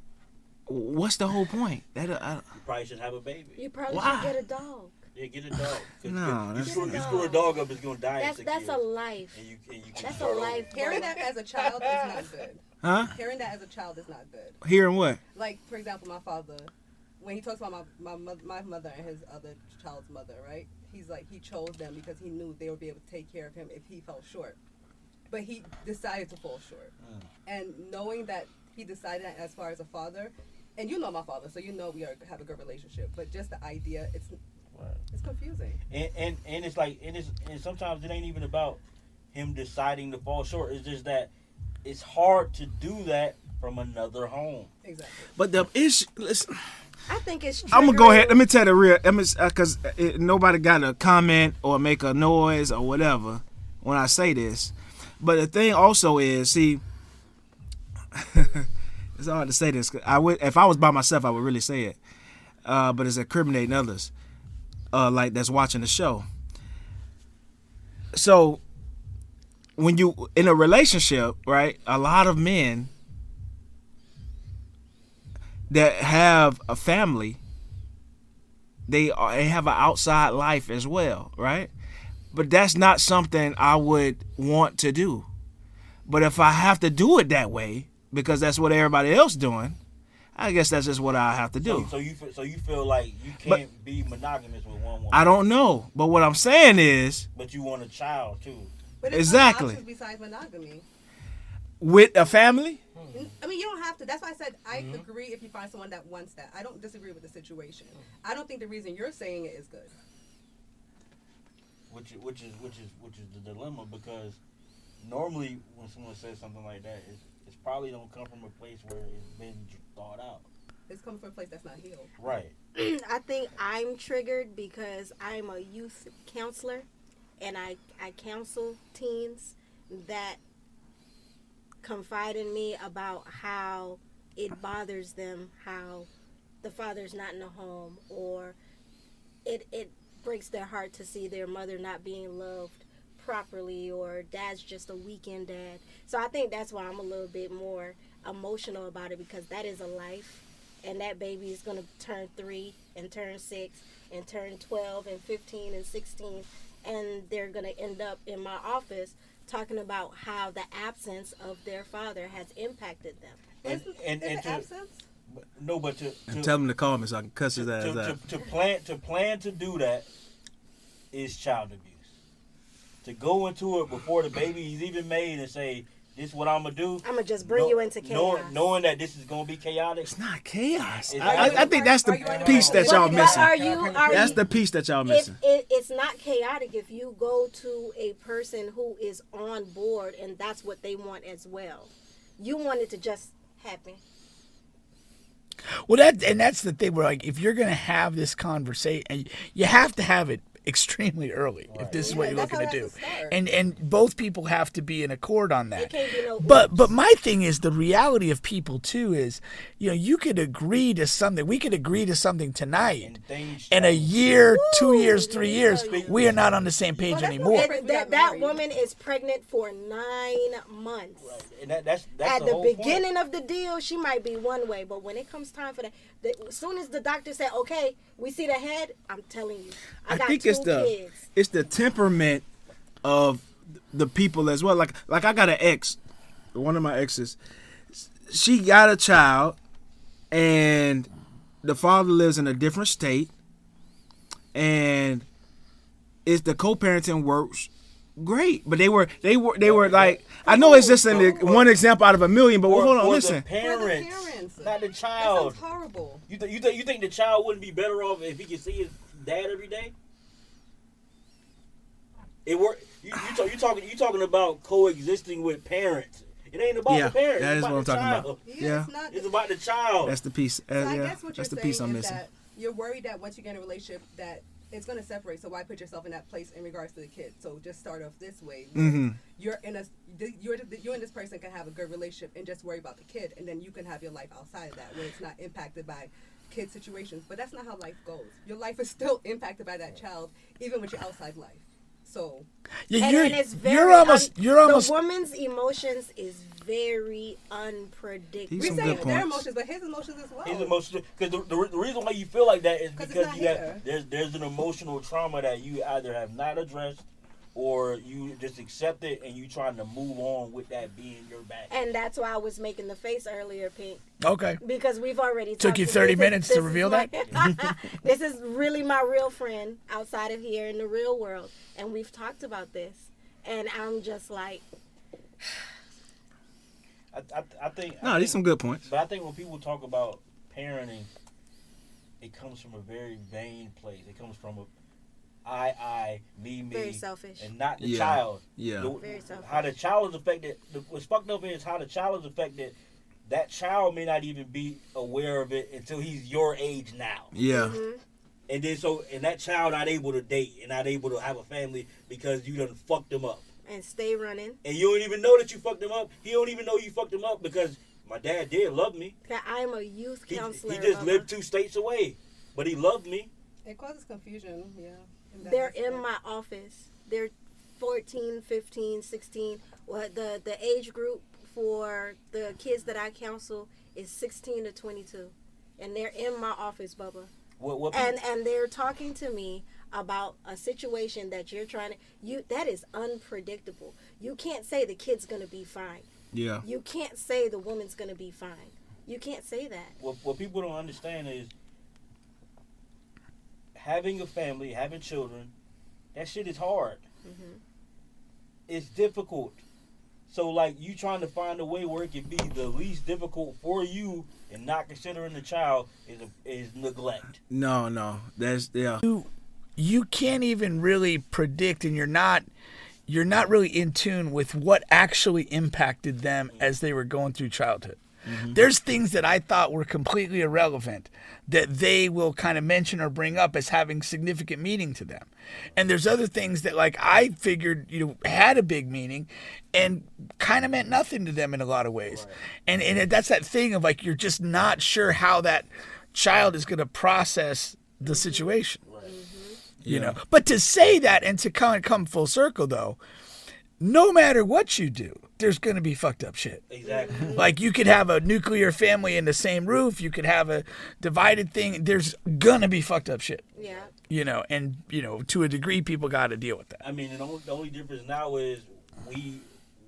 Speaker 5: What's the whole point? That uh, I,
Speaker 13: You probably shouldn't have a baby.
Speaker 2: You probably
Speaker 5: Why?
Speaker 2: should get a dog.
Speaker 13: Yeah, get a dog. 'Cause
Speaker 5: No,
Speaker 13: you- you,
Speaker 5: that's
Speaker 13: screw,
Speaker 5: not-
Speaker 13: you screw a dog up, it's gonna die. in
Speaker 2: That's
Speaker 13: six
Speaker 2: that's
Speaker 13: years.
Speaker 2: a life.
Speaker 13: And you, and you can
Speaker 2: That's a
Speaker 13: start over.
Speaker 2: life.
Speaker 6: Hearing that as a child is not good.
Speaker 5: Huh?
Speaker 6: Hearing that as a child is not good.
Speaker 5: Hearing what?
Speaker 6: Like, for example, my father, when he talks about my my, moth- my mother and his other child's mother, right? He's like he chose them because he knew they would be able to take care of him if he fell short. But he decided to fall short, and knowing that he decided that as far as a father, and you know my father, so you know we are, have a good relationship. But just the idea, it's it's confusing.
Speaker 13: And, and and it's like and it's and sometimes it ain't even about him deciding to fall short. It's just that it's hard to do that from another home.
Speaker 6: Exactly.
Speaker 5: But the issue. Listen,
Speaker 2: I think it's.
Speaker 5: I'm gonna go ahead. Let me tell the real. Let me uh, because nobody got to comment or make a noise or whatever when I say this. But the thing also is, see, it's hard to say this. 'cause I would if I was by myself, I would really say it. Uh, but it's incriminating others, uh, like that's watching the show. So when you in a relationship, right? A lot of men that have a family, they are, they have an outside life as well, right? But that's not something I would want to do. But if I have to do it that way because that's what everybody else doing, I guess that's just what I have to do.
Speaker 13: So, so you fe- so you feel like you can't be monogamous with one woman.
Speaker 5: I don't know, but what I'm saying is
Speaker 13: But you want a child too.
Speaker 6: But it's
Speaker 5: Exactly.
Speaker 6: Other options besides monogamy.
Speaker 5: with a family,
Speaker 6: N- I mean, you don't have to. That's why I said I
Speaker 13: Mm-hmm.
Speaker 6: agree if you find someone that wants that. I don't disagree with the situation. I don't think the reason you're saying it is good.
Speaker 13: which which is which is which is the dilemma because normally when someone says something like that, it's, it's probably don't come from a place where it's been thought out.
Speaker 6: It's coming from a place that's not healed.
Speaker 13: Right.
Speaker 2: I think I'm triggered because I'm a youth counselor and I, I counsel teens that confide in me about how it bothers them how the father's not in the home or it it breaks their heart to see their mother not being loved properly or dad's just a weekend dad. So I think that's why I'm a little bit more emotional about it because that is a life and that baby is going to turn 3 and turn 6 and turn 12 and 15 and 16 and they're going to end up in my office talking about how the absence of their father has impacted them.
Speaker 13: And and, and to, but- no, but to, to
Speaker 5: tell them to call me so I can cuss his
Speaker 13: to,
Speaker 5: ass
Speaker 13: to,
Speaker 5: out.
Speaker 13: to plan to plan to do that is child abuse. To go into it before the baby is even made and say, "This is what I'm gonna do."
Speaker 2: I'm gonna just bring you into chaos.
Speaker 13: Knowing, knowing that this is gonna be chaotic. It's
Speaker 5: not chaos.
Speaker 13: It's
Speaker 5: I, I- I think that's the piece that
Speaker 2: But-
Speaker 5: y'all
Speaker 2: but
Speaker 5: missing.
Speaker 2: Are you, are
Speaker 5: That's
Speaker 2: you-
Speaker 5: the piece that y'all
Speaker 2: it-
Speaker 5: missing.
Speaker 2: It, it's not chaotic if you go to a person who is on board and that's what they want as well. You want it to just happen.
Speaker 1: Well, that and that's the thing. Where like, if you're gonna have this conversation, and you have to have it extremely early if this is what
Speaker 2: Yeah,
Speaker 1: you're
Speaker 2: that's
Speaker 1: looking
Speaker 2: how
Speaker 1: to
Speaker 2: it
Speaker 1: do,
Speaker 2: has to start.
Speaker 1: and and both people have to be in accord on that.
Speaker 2: It can't be no.
Speaker 1: But but my thing is the reality of people too is, you know, you could agree to something. We could agree to something tonight, and a year, two years, three years, we are not on the same page anymore.
Speaker 2: And that, that woman is pregnant for nine months.
Speaker 13: And that, that's that's
Speaker 2: At the,
Speaker 13: whole point.
Speaker 2: beginning of the deal, she might be one way, but when it comes time for that, the, as soon as the doctor said, "Okay, we see the head," I'm telling you, I,
Speaker 5: I
Speaker 2: got
Speaker 5: think
Speaker 2: two
Speaker 5: it's the
Speaker 2: kids.
Speaker 5: it's the temperament of the people as well. Like like I got an ex, one of my exes. She got a child, and the father lives in a different state, and it's the co-parenting works great. But they were they were they were like I know it's just an, one example out of a million, but hold on,
Speaker 13: For
Speaker 5: listen.
Speaker 13: The parents, not the child.
Speaker 6: horrible.
Speaker 13: You think you think you think the child wouldn't be better off if he could see his dad every day? It work. You, you, talk, you talking you talking about coexisting with parents. It ain't about
Speaker 5: Yeah,
Speaker 13: the parents.
Speaker 5: that
Speaker 13: it's
Speaker 5: is
Speaker 13: about
Speaker 5: what I'm
Speaker 13: the
Speaker 5: talking
Speaker 13: child.
Speaker 5: about. Yeah. It's
Speaker 6: not
Speaker 13: it's about the child.
Speaker 5: That's the piece. Uh,
Speaker 6: Oh. So I
Speaker 5: yeah,
Speaker 6: guess what
Speaker 5: that's the
Speaker 6: you're
Speaker 5: piece
Speaker 6: saying
Speaker 5: I'm
Speaker 6: is
Speaker 5: missing.
Speaker 6: that you're worried that once you get in a relationship that it's going to separate. So why put yourself in that place in regards to the kid? So just start off this way. where
Speaker 5: Mhm.
Speaker 6: You're in a th- you're th- you and this person can have a good relationship and just worry about the kid, and then you can have your life outside of that where it's not impacted by kid situations. But that's not how life goes. Your life is still impacted by that child, even with your outside life. So
Speaker 1: Yeah,
Speaker 2: and,
Speaker 1: you're-
Speaker 2: and it's very
Speaker 1: you're almost-
Speaker 2: un-
Speaker 1: you're almost-
Speaker 2: The woman's emotions is very unpredictable.
Speaker 13: These some good
Speaker 6: their
Speaker 13: points.
Speaker 6: emotions, but his emotions as well.
Speaker 13: He's emotional because the, the, re- the reason why you feel like that is because
Speaker 6: not
Speaker 13: you
Speaker 6: here.
Speaker 13: have there's there's an emotional trauma that you either have not addressed or you just accept it and you trying to move on with that being your back.
Speaker 2: And that's why I was making the face earlier, Pink.
Speaker 1: Okay.
Speaker 2: Because we've already
Speaker 1: Took
Speaker 2: talked
Speaker 1: you
Speaker 2: to-
Speaker 1: 30
Speaker 2: this is-
Speaker 1: minutes to
Speaker 2: this is
Speaker 1: reveal
Speaker 2: my-
Speaker 1: that?
Speaker 2: this is really my real friend outside of here in the real world, and we've talked about this. And I'm just like,
Speaker 13: I, I, I think
Speaker 5: No,
Speaker 13: I
Speaker 5: these
Speaker 13: think-
Speaker 5: some good points.
Speaker 13: But I think when people talk about parenting, it comes from a very vain place. It comes from a I I me me
Speaker 2: Very selfish.
Speaker 13: and not the
Speaker 5: Yeah.
Speaker 13: child.
Speaker 5: Yeah.
Speaker 13: The-
Speaker 2: Very selfish.
Speaker 13: How the child is affected. The, what's fucked up is how the child is affected. That child may not even be aware of it until he's your age now.
Speaker 5: Yeah.
Speaker 6: Mm-hmm.
Speaker 13: And then so and that child not able to date and not able to have a family because you done fucked them up
Speaker 2: and stay running.
Speaker 13: and you don't even know that you fucked him up. He don't even know you fucked him up because my dad did love me.
Speaker 2: That I'm a youth
Speaker 13: He,
Speaker 2: counselor.
Speaker 13: he just
Speaker 2: Bubba.
Speaker 13: lived two states away, but he loved me.
Speaker 6: It causes confusion, yeah. in that
Speaker 2: They're
Speaker 6: aspect.
Speaker 2: in my office. They're 14, 15, 16. Well, the the age group for the kids that I counsel is 16 to 22, and they're in my office, Bubba.
Speaker 13: What? What?
Speaker 2: And and they're talking to me about a situation that you're trying to you that is unpredictable. You can't say the kid's gonna be fine.
Speaker 5: Yeah.
Speaker 2: You can't say the woman's gonna be fine. You can't say that.
Speaker 13: what, what people don't understand is having a family, having children, that shit is hard. It's difficult. So like you trying to find a way where it can be the least difficult for you and not considering the child is a, is neglect.
Speaker 5: No, no, that's yeah.
Speaker 1: You you can't even really predict, and you're not you're not really in tune with what actually impacted them as they were going through childhood. There's things that I thought were completely irrelevant that they will kind of mention or bring up as having significant meaning to them. And there's other things that like I figured, you know, had a big meaning and kind of meant nothing to them in a lot of ways. And and that's that thing of like you're just not sure how that child is going to process the situation. You know. But to say that and to kind of come full circle though, no matter what you do, there's going to be fucked up shit.
Speaker 13: Exactly.
Speaker 1: Like you could have a nuclear family in the same roof, you could have a divided thing. There's gonna be fucked up shit,
Speaker 2: Yeah.
Speaker 1: you know. And you know, to a degree, people got to deal with that.
Speaker 13: I mean, the only, the only difference now is we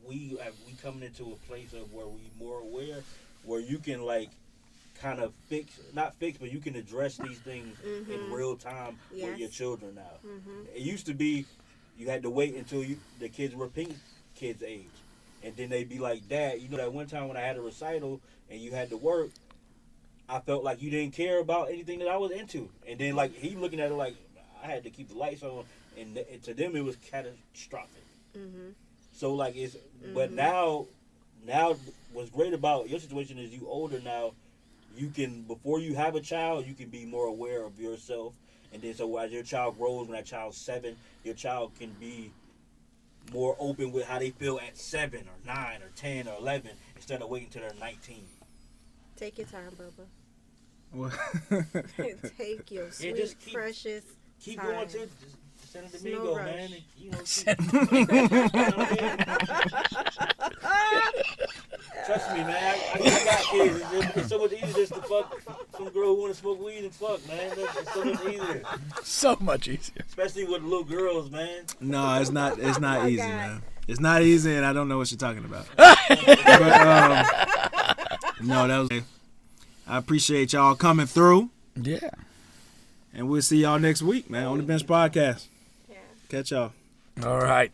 Speaker 13: we have, we coming into a place of where we more aware, where you can like kind of fix not fix, but you can address these things in
Speaker 9: Mhm.
Speaker 13: real time with your
Speaker 9: Yes.
Speaker 13: children now.
Speaker 9: Mhm.
Speaker 13: It used to be you had to wait until you the kids were pink kids age, and then they'd be like, "Dad, you know that one time when I had a recital and you had to work." I felt like you didn't care about anything that I was into, and then like he looking at it like I had to keep the lights on, and, th- and to them it was catastrophic.
Speaker 2: Mhm.
Speaker 13: So like it's, but
Speaker 2: Mhm.
Speaker 13: now, now what's great about your situation is you older now, you can before you have a child you can be more aware of yourself, and then so as your child grows, when that child's seven, your child can be more open with how they feel at seven or nine or ten or eleven instead of waiting till they're nineteen.
Speaker 2: Take your time, Bubba.
Speaker 5: Well,
Speaker 2: Take your sweet,
Speaker 13: Yeah, just keep-
Speaker 2: precious
Speaker 13: keep
Speaker 2: time.
Speaker 13: going to San
Speaker 2: There's
Speaker 13: Domingo,
Speaker 2: no
Speaker 13: man.
Speaker 2: rush.
Speaker 13: and, you know, keep- Trust me, man. I, I, I got kids. It's, just- it's so much easier just to fuck some girl who want to smoke weed and fuck, man. That's, it's so much easier,
Speaker 1: So much easier.
Speaker 13: especially with little girls, man.
Speaker 5: No, it's not. It's
Speaker 6: Oh,
Speaker 5: not easy, man. It's not easy, and I don't know what you're talking about. but, um, no, that was. I appreciate y'all coming through.
Speaker 1: Yeah.
Speaker 5: And we'll see y'all next week, man, on the Bench Podcast. Catch y'all.
Speaker 1: All right.